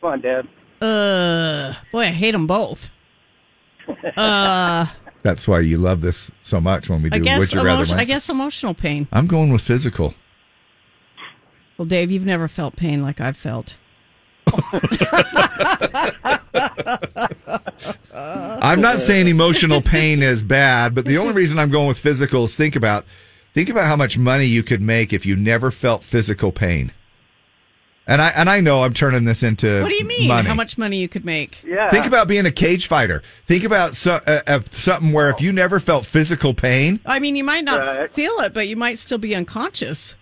[SPEAKER 29] Come on, Deb.
[SPEAKER 2] Uh, boy, I hate
[SPEAKER 29] [laughs]
[SPEAKER 2] them both. Uh,
[SPEAKER 3] That's why you love this so much when we do
[SPEAKER 2] I guess
[SPEAKER 3] would you rather.
[SPEAKER 2] emotion, I
[SPEAKER 3] Wednesday.
[SPEAKER 2] guess emotional pain.
[SPEAKER 3] I'm going with physical.
[SPEAKER 2] Well, Dave, you've never felt pain like
[SPEAKER 3] [laughs]
[SPEAKER 2] I've felt. [laughs]
[SPEAKER 3] I'm
[SPEAKER 2] Oh.
[SPEAKER 3] not saying
[SPEAKER 2] [laughs]
[SPEAKER 3] emotional pain is bad, but the only reason I'm going with physical is think about think about how much money you could make if you never felt physical pain. And I and I know I'm turning this into
[SPEAKER 2] What do you mean?
[SPEAKER 3] money.
[SPEAKER 2] How much money you could make?
[SPEAKER 29] Yeah.
[SPEAKER 3] Think about being a cage fighter. Think about so, uh, uh, something where if you never felt physical pain,
[SPEAKER 2] I mean, you might not feel it, but you might still be unconscious.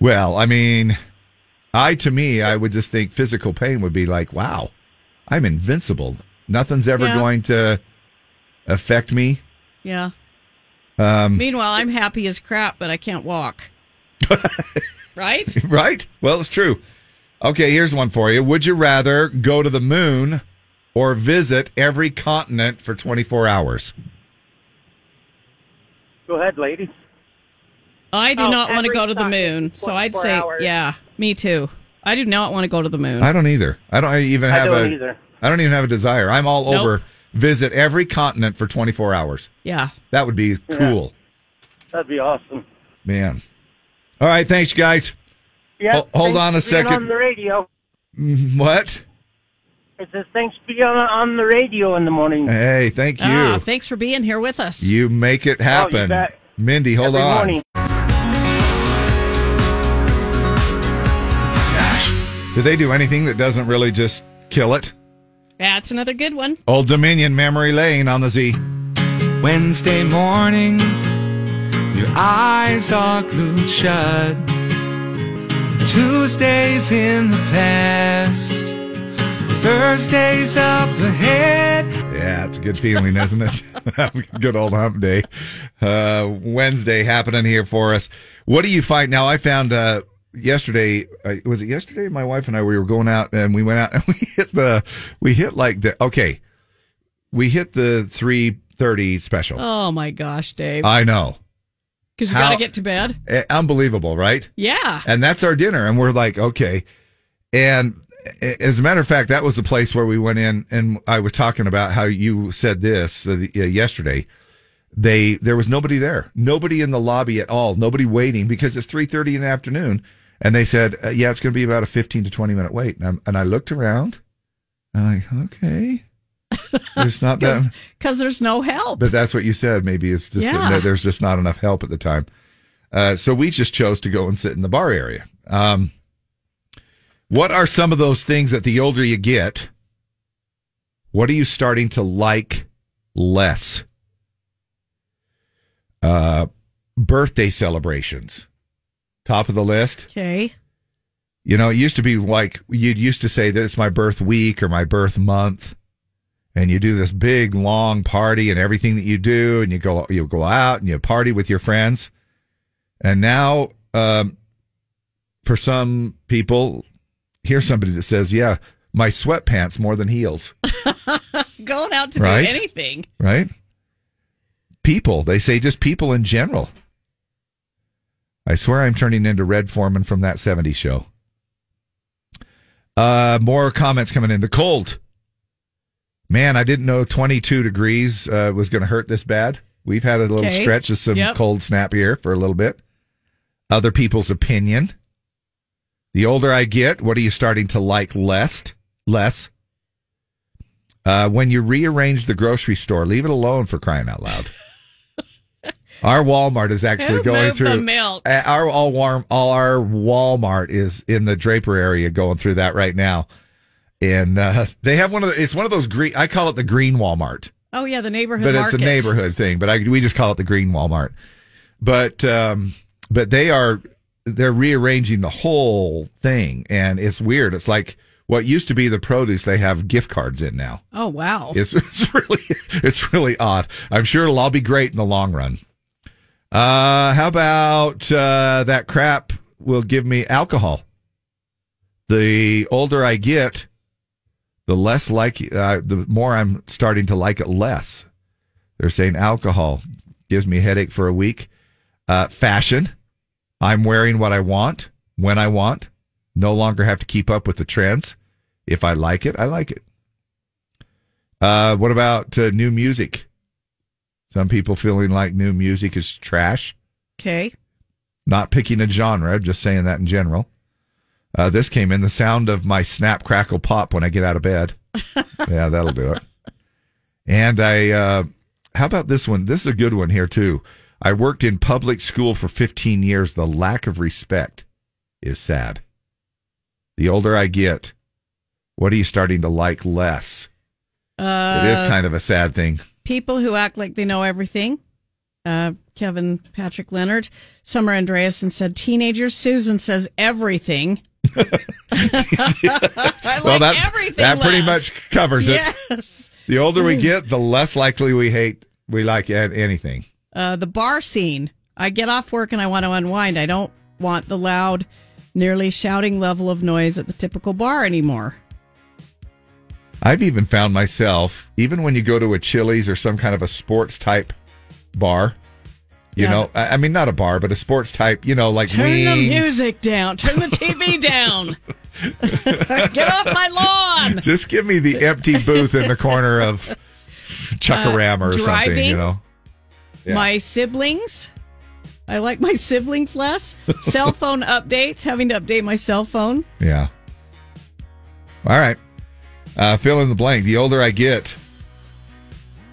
[SPEAKER 3] well, I mean, I to me, I would just think physical pain would be like, wow, I'm invincible. Nothing's ever
[SPEAKER 2] Yeah.
[SPEAKER 3] going to affect me.
[SPEAKER 2] Yeah.
[SPEAKER 3] Um,
[SPEAKER 2] Meanwhile, I'm happy as crap, but I can't walk. right?
[SPEAKER 3] [laughs] right? Well, it's true. Okay, here's one for you. Would you rather go to the moon or visit every continent for 24 hours?
[SPEAKER 29] Go ahead, ladies.
[SPEAKER 2] I do
[SPEAKER 29] Oh,
[SPEAKER 2] not want to
[SPEAKER 29] every
[SPEAKER 2] go to the
[SPEAKER 29] time.
[SPEAKER 2] moon, so I'd
[SPEAKER 29] 24
[SPEAKER 2] say,
[SPEAKER 29] hours.
[SPEAKER 2] yeah, me too. I do not want to go to the moon.
[SPEAKER 3] I don't either. I don't even
[SPEAKER 2] Mm. I
[SPEAKER 3] have
[SPEAKER 2] don't
[SPEAKER 3] a.
[SPEAKER 2] either.
[SPEAKER 3] I don't even have a desire. I'm all
[SPEAKER 2] Nope.
[SPEAKER 3] over visit every continent for 24 hours.
[SPEAKER 2] Yeah.
[SPEAKER 3] That would be
[SPEAKER 29] Yeah.
[SPEAKER 3] cool,
[SPEAKER 29] That'd be awesome.
[SPEAKER 3] man. All right, thanks, you guys.
[SPEAKER 29] Yeah.
[SPEAKER 3] Ho- hold
[SPEAKER 29] thanks
[SPEAKER 3] on a
[SPEAKER 29] for being
[SPEAKER 3] second.
[SPEAKER 29] On the radio.
[SPEAKER 3] Mm, What?
[SPEAKER 29] It says thanks for being on, on the radio in the morning.
[SPEAKER 3] Hey, thank you.
[SPEAKER 2] Ah, thanks for being here with us.
[SPEAKER 3] you make it happen,
[SPEAKER 29] Oh, bet.
[SPEAKER 3] Mindy. Hold
[SPEAKER 29] Every
[SPEAKER 3] on.
[SPEAKER 29] morning.
[SPEAKER 3] Do they do anything that doesn't really just kill it?
[SPEAKER 2] That's another good one.
[SPEAKER 3] Old Dominion Memory Lane on the Z.
[SPEAKER 9] Wednesday morning, your eyes are glued shut. Tuesdays in the past, Thursdays up ahead.
[SPEAKER 3] Yeah, it's a good feeling, isn't it? [laughs] good old hump day. Uh, Wednesday happening here for us. What do you find? Now, I found uh, yesterday, uh, was it yesterday? My wife and I, we were going out and we went out [laughs] and we hit the, we hit like the, okay, we hit the 330 special.
[SPEAKER 2] Oh my gosh, Dave.
[SPEAKER 3] I know.
[SPEAKER 2] Because you
[SPEAKER 3] How-
[SPEAKER 2] got to get to bed.
[SPEAKER 3] Eh, Unbelievable, right?
[SPEAKER 2] Yeah.
[SPEAKER 3] And that's our dinner. And we're like, okay. And a- as a matter of fact, that was the place where we went in and I was talking about how you said this uh, the- uh, yesterday. They, there was nobody there, nobody in the lobby at all, nobody waiting because it's 3.30 in the afternoon. And they said, uh, yeah, it's going to be about a 15 to 20 minute wait. And, I'm, and I looked around. I'm like, okay. There's not
[SPEAKER 2] [laughs]
[SPEAKER 3] that.
[SPEAKER 2] Because there's no help.
[SPEAKER 3] But that's what you said. Maybe it's just
[SPEAKER 2] Yeah.
[SPEAKER 3] that there's just not enough help at the time. Uh, so we just chose to go and sit in the bar area. Um, what are some of those things that the older you get, what are you starting to like less? Uh, birthday celebrations, top of the list.
[SPEAKER 2] Okay. [laughs]
[SPEAKER 3] You know, it used to be like you'd used to say that it's my birth week or my birth month, and you do this big long party and everything that you do, and you go you go out and you party with your friends, and now um, for some people, here's somebody that says, "Yeah, my sweatpants more than heels."
[SPEAKER 2] Going out to
[SPEAKER 3] Right?
[SPEAKER 2] do anything.
[SPEAKER 3] right? People, they say just people in general. I swear I'm turning into Red Foreman from that 70s show. Uh, more comments coming in. The cold. Man, I didn't know 22 degrees uh, was going to hurt this bad. We've had a little
[SPEAKER 18] Okay.
[SPEAKER 3] stretch of some
[SPEAKER 18] Yep.
[SPEAKER 3] cold snap here for a little bit. Other people's opinion. The older I get, what are you starting to like less? Less. Uh, when you rearrange the grocery store, leave it alone for crying out
[SPEAKER 2] [laughs]
[SPEAKER 3] loud. our Walmart is actually
[SPEAKER 2] Who
[SPEAKER 3] going
[SPEAKER 2] moved the
[SPEAKER 3] through
[SPEAKER 2] milk?
[SPEAKER 3] Uh, Our all warm, all our Walmart is in the Draper area going through that right now, and uh, [laughs] they have one of the, it's one of those green. I call it the green Walmart
[SPEAKER 2] Oh, yeah, the neighborhood
[SPEAKER 3] but
[SPEAKER 2] market.
[SPEAKER 3] it's a neighborhood thing. But I, we just call it the Green Walmart. But um, but they are they're rearranging the whole thing, and it's weird. It's like what used to be the produce they have gift cards in now.
[SPEAKER 2] Oh, wow.
[SPEAKER 3] It's, [laughs] it's really it's really odd. I'm sure it'll all be great in the long run. Uh, how about uh, that crap will give me alcohol? The older I get, the less like uh, the more I'm starting to like it less. They're saying alcohol gives me a headache for a week. Uh, fashion, I'm wearing what I want when I want. No longer have to keep up with the trends. If I like it, I like it. Uh, what about uh, new music? Some people feeling like new music is trash.
[SPEAKER 2] Okay.
[SPEAKER 3] Not picking a genre, just saying that in general. Uh, this came in the sound of my snap, crackle, pop when I get out of bed. yeah, that'll do it. And I, uh, how about this one? This is a good one here, too. I worked in public school for 15 years. The lack of respect is sad. The older I get, what are you starting to like less?
[SPEAKER 2] Uh,
[SPEAKER 3] it is kind of a sad thing.
[SPEAKER 2] people who act like they know everything. Uh, Kevin Patrick Leonard, Summer Andreasen said teenagers. Susan says everything. I like
[SPEAKER 3] well, that,
[SPEAKER 2] everything.
[SPEAKER 3] that pretty
[SPEAKER 2] less. Hmm.
[SPEAKER 3] much covers it.
[SPEAKER 2] Yes.
[SPEAKER 3] The older we get, the less likely we hate we like a- anything.
[SPEAKER 2] Uh, the bar scene. I get off work and I want to unwind. I don't want the loud, nearly shouting level of noise at the typical bar anymore.
[SPEAKER 3] I've even found myself, even when you go to a Chili's or some kind of a sports type bar, you
[SPEAKER 2] Yeah.
[SPEAKER 3] know, I, I mean, not a bar, but a sports type, you know, like
[SPEAKER 2] Turn
[SPEAKER 3] wings.
[SPEAKER 2] the music down. Turn the
[SPEAKER 3] [laughs]
[SPEAKER 2] TV down. [laughs] get off my lawn.
[SPEAKER 3] Just give me the empty booth in the corner
[SPEAKER 2] [laughs]
[SPEAKER 3] of Chuckarama or
[SPEAKER 2] Uh,
[SPEAKER 3] something, you
[SPEAKER 2] driving?
[SPEAKER 3] know. Yeah.
[SPEAKER 2] My siblings. I like my siblings less. cell phone updates, having to update my cell phone.
[SPEAKER 3] Yeah. All right. Uh, fill in the blank. The older I get,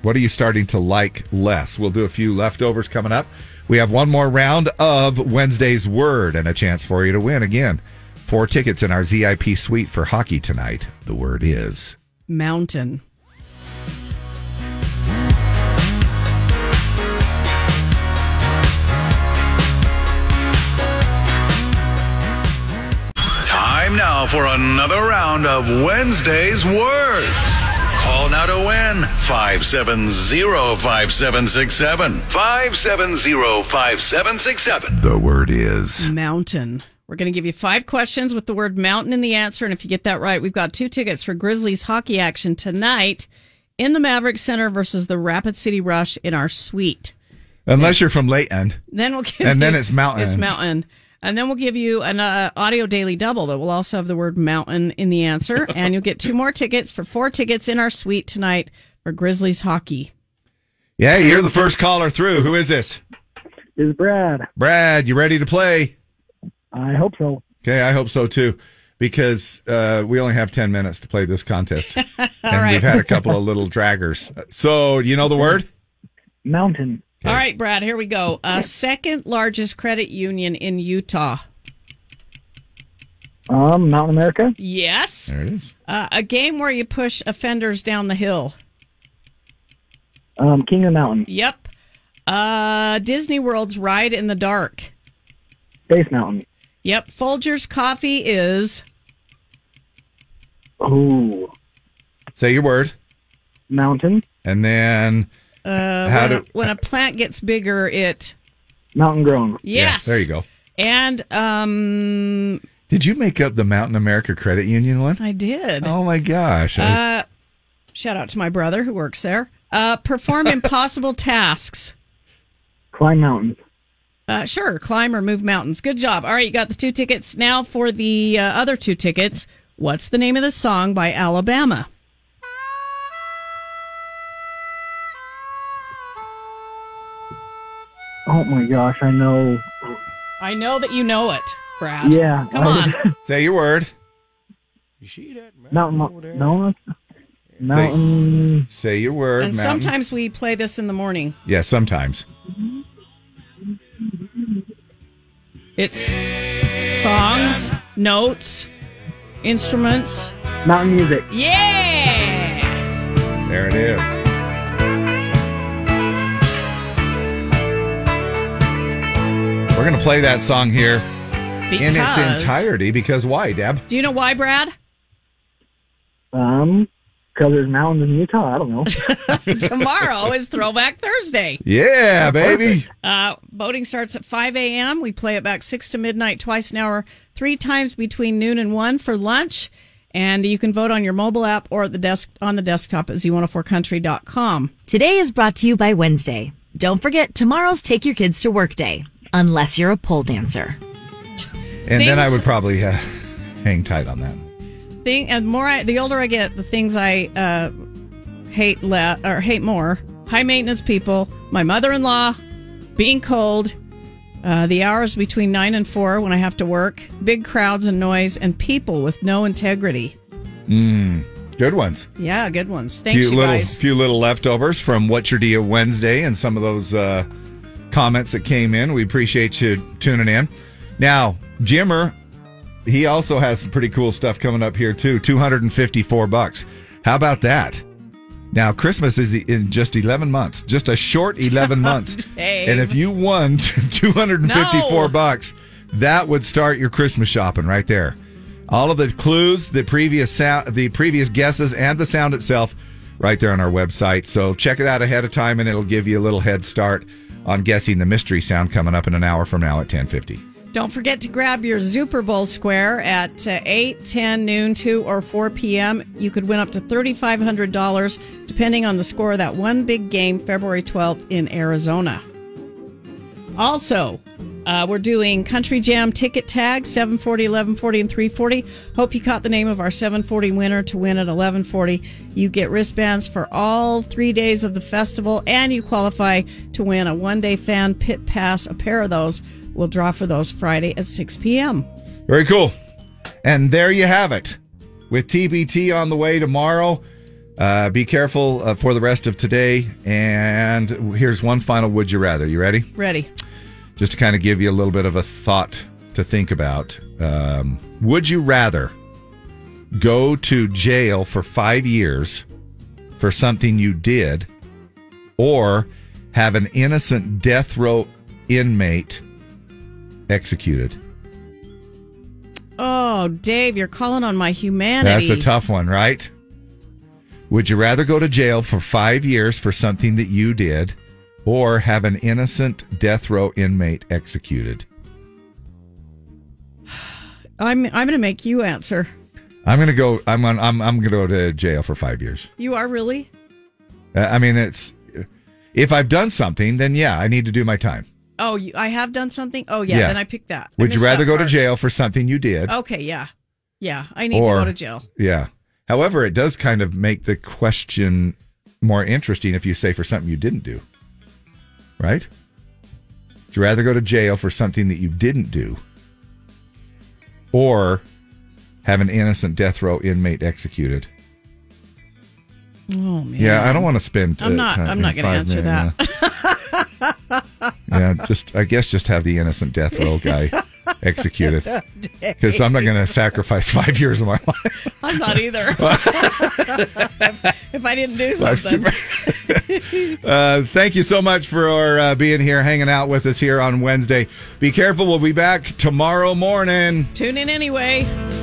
[SPEAKER 3] what are you starting to like less? We'll do a few leftovers coming up. We have one more round of Wednesday's Word and a chance for you to win again. Four tickets in our ZIP suite for hockey tonight. The word is.
[SPEAKER 2] Mountain.
[SPEAKER 12] Time now for another round of Wednesday's Words. Call now to win 570-5767. 570-5767.
[SPEAKER 3] The word is.
[SPEAKER 2] Mountain. We're going to give you five questions with the word mountain in the answer. And if you get that right, we've got two tickets for Grizzlies hockey action tonight in the Maverick Center versus the Rapid City Rush in our suite.
[SPEAKER 3] Unless you're from Layton.
[SPEAKER 2] Then we'll give
[SPEAKER 3] And then
[SPEAKER 2] you-
[SPEAKER 3] it's mountain.
[SPEAKER 2] It's mountain. And then we'll give you an uh, audio daily double that will also have the word mountain in
[SPEAKER 3] [laughs]
[SPEAKER 2] the answer. and you'll get two more tickets for four tickets in our suite tonight for Grizzlies hockey.
[SPEAKER 3] Yeah, you're the first caller through. Who is this?
[SPEAKER 5] Is Brad.
[SPEAKER 3] Brad, you ready to play?
[SPEAKER 5] I hope so.
[SPEAKER 3] Okay, I hope so too, because uh, we only have 10 minutes to play this
[SPEAKER 5] [laughs]
[SPEAKER 3] contest.
[SPEAKER 2] All
[SPEAKER 3] [laughs] and we've had a couple of little draggers. So, do you know the word?
[SPEAKER 5] Mountain.
[SPEAKER 2] [laughs] All right, Brad, here we go. Uh, second largest credit union in Utah.
[SPEAKER 5] Um, Mountain America.
[SPEAKER 2] Yes.
[SPEAKER 5] There it is.
[SPEAKER 2] Uh, a game where you push offenders down the hill.
[SPEAKER 5] Um, King of the Mountain.
[SPEAKER 2] Yep. Uh, Disney World's Ride in the Dark.
[SPEAKER 5] Base Mountain.
[SPEAKER 2] Yep. Folgers Coffee is.
[SPEAKER 5] Ooh.
[SPEAKER 3] Say your word.
[SPEAKER 5] Mountain.
[SPEAKER 3] And then
[SPEAKER 2] Uh,
[SPEAKER 3] How
[SPEAKER 2] when, a,
[SPEAKER 3] do-
[SPEAKER 2] when a plant gets bigger, it.
[SPEAKER 5] Mountain Grown.
[SPEAKER 2] Yes.
[SPEAKER 3] there you go.
[SPEAKER 2] And um,
[SPEAKER 3] Did you make up the Mountain America Credit Union one?
[SPEAKER 2] I did.
[SPEAKER 3] Oh my gosh. I-
[SPEAKER 2] Uh, shout out to my brother who works there. Uh, perform impossible tasks.
[SPEAKER 5] Climb Mountain.
[SPEAKER 2] Uh, sure, climb or move mountains. Good job. All right, you got the two tickets. Now for the uh, other two tickets. What's the name of the song by Alabama?
[SPEAKER 5] Oh my gosh, I know.
[SPEAKER 2] I know that you know it, Brad.
[SPEAKER 5] Yeah.
[SPEAKER 2] Uh,
[SPEAKER 3] [laughs]
[SPEAKER 2] Come on.
[SPEAKER 3] Say your word.
[SPEAKER 5] Mountain. Mo- No. Mountain.
[SPEAKER 3] Say your word.
[SPEAKER 2] And
[SPEAKER 3] mountain.
[SPEAKER 2] sometimes we play this in the morning.
[SPEAKER 3] Yeah, sometimes.
[SPEAKER 2] It's songs, notes, instruments.
[SPEAKER 5] Mountain music.
[SPEAKER 2] Yeah!
[SPEAKER 3] There it is. We're going to play that song here in its
[SPEAKER 2] Because-
[SPEAKER 3] entirety because why, Deb?
[SPEAKER 2] Do you know why, Brad?
[SPEAKER 5] Um, because there's mountains in Utah. I don't
[SPEAKER 2] [laughs]
[SPEAKER 5] know. [laughs]
[SPEAKER 2] Tomorrow is Throwback Thursday.
[SPEAKER 3] Yeah, baby.
[SPEAKER 2] Uh, voting starts at 5 a.m. We play it back 6 to midnight twice an hour, three times between noon and 1 for lunch. And you can vote on your mobile app or at the desk on the desktop at z104country.com.
[SPEAKER 4] Today is brought to you by Wednesday. Don't forget tomorrow's Take Your Kids to Work Day, unless you're a pole dancer.
[SPEAKER 3] And then I would probably uh, hang tight on that.
[SPEAKER 2] Thing and the more I, the older I get, the things I uh, hate le- or hate more: high maintenance people, my mother-in-law, being cold, uh, the hours between nine and four when I have to work, big crowds and noise, and people with no integrity.
[SPEAKER 3] Mm, good ones.
[SPEAKER 2] Yeah, good ones. Thanks,
[SPEAKER 3] few
[SPEAKER 2] you
[SPEAKER 3] little,
[SPEAKER 2] guys.
[SPEAKER 3] Few little leftovers from What's Your Deal Wednesday and some of those uh, comments that came in. We appreciate you tuning in. Now, Jimmer, he also has some pretty cool stuff coming up here too. Two hundred and fifty-four bucks. How about that? Now, Christmas is in just eleven months, just a short
[SPEAKER 2] [laughs]
[SPEAKER 3] eleven months.
[SPEAKER 2] Dave.
[SPEAKER 3] And if you won [laughs] two hundred and fifty-four
[SPEAKER 2] No.
[SPEAKER 3] bucks, that would start your Christmas shopping right there. All of the clues, the previous sound, the previous guesses, and the sound itself, right there on our website. So check it out ahead of time, and it'll give you a little head start on guessing the mystery sound coming up in an hour from now at ten fifty.
[SPEAKER 2] Don't forget to grab your Super Bowl square at uh, 8, 10, noon, 2, or 4 p.m. You could win up to $3,500 depending on the score of that one big game February 12th in Arizona. Also, uh, we're doing Country Jam ticket tag 740, 1140, and 340. Hope you caught the name of our 740 winner to win at 1140. You get wristbands for all three days of the festival, and you qualify to win a one day fan pit pass. A pair of those will draw for those Friday at 6 p.m.
[SPEAKER 3] Very cool. And there you have it. With TBT on the way tomorrow, uh, be careful uh, for the rest of today. And here's one final Would You Rather. You ready?
[SPEAKER 2] Ready?
[SPEAKER 3] Just to kind of give you a little bit of a thought to think about. Um, would you rather go to jail for five years for something you did or have an innocent death row inmate executed?
[SPEAKER 2] Oh, Dave, you're calling on my humanity.
[SPEAKER 3] That's a tough one, right? Would you rather go to jail for five years for something that you did or have an innocent death row inmate executed?
[SPEAKER 2] I'm I'm going to make you answer.
[SPEAKER 3] I'm gonna go. I'm on. I'm. I'm gonna go to jail for five years.
[SPEAKER 2] You are really?
[SPEAKER 3] Uh, I mean, it's if I've done something, then yeah, I need to do my time.
[SPEAKER 2] Oh, you, I have done something. Oh yeah,
[SPEAKER 3] Yeah.
[SPEAKER 2] then I picked that. I
[SPEAKER 3] Would you
[SPEAKER 2] missed
[SPEAKER 3] rather
[SPEAKER 2] that
[SPEAKER 3] go to
[SPEAKER 2] part.
[SPEAKER 3] jail for something you did?
[SPEAKER 2] Okay, yeah. Yeah, I need to go to jail. [laughs]
[SPEAKER 3] Yeah. However, it does kind of make the question more interesting if you say for something you didn't do, right? Would you rather go to jail for something that you didn't do, or have an innocent death row inmate executed?
[SPEAKER 2] Oh man.
[SPEAKER 3] Yeah, I don't want to spend.
[SPEAKER 2] I'm
[SPEAKER 3] uh,
[SPEAKER 2] not
[SPEAKER 3] time-
[SPEAKER 2] I'm not going to
[SPEAKER 3] five
[SPEAKER 2] answer
[SPEAKER 3] minutes, yeah.
[SPEAKER 2] that.
[SPEAKER 3] [laughs] yeah, just I guess just have the innocent death row guy executed because I'm not going to sacrifice five years of my life.
[SPEAKER 2] I'm not
[SPEAKER 3] [laughs]
[SPEAKER 2] either. if, if I didn't do
[SPEAKER 3] Life's too
[SPEAKER 2] something. [laughs]
[SPEAKER 3] Uh, thank you so much for uh, being here, hanging out with us here on Wednesday. Be careful. We'll be back tomorrow morning.
[SPEAKER 2] Tune in anyway.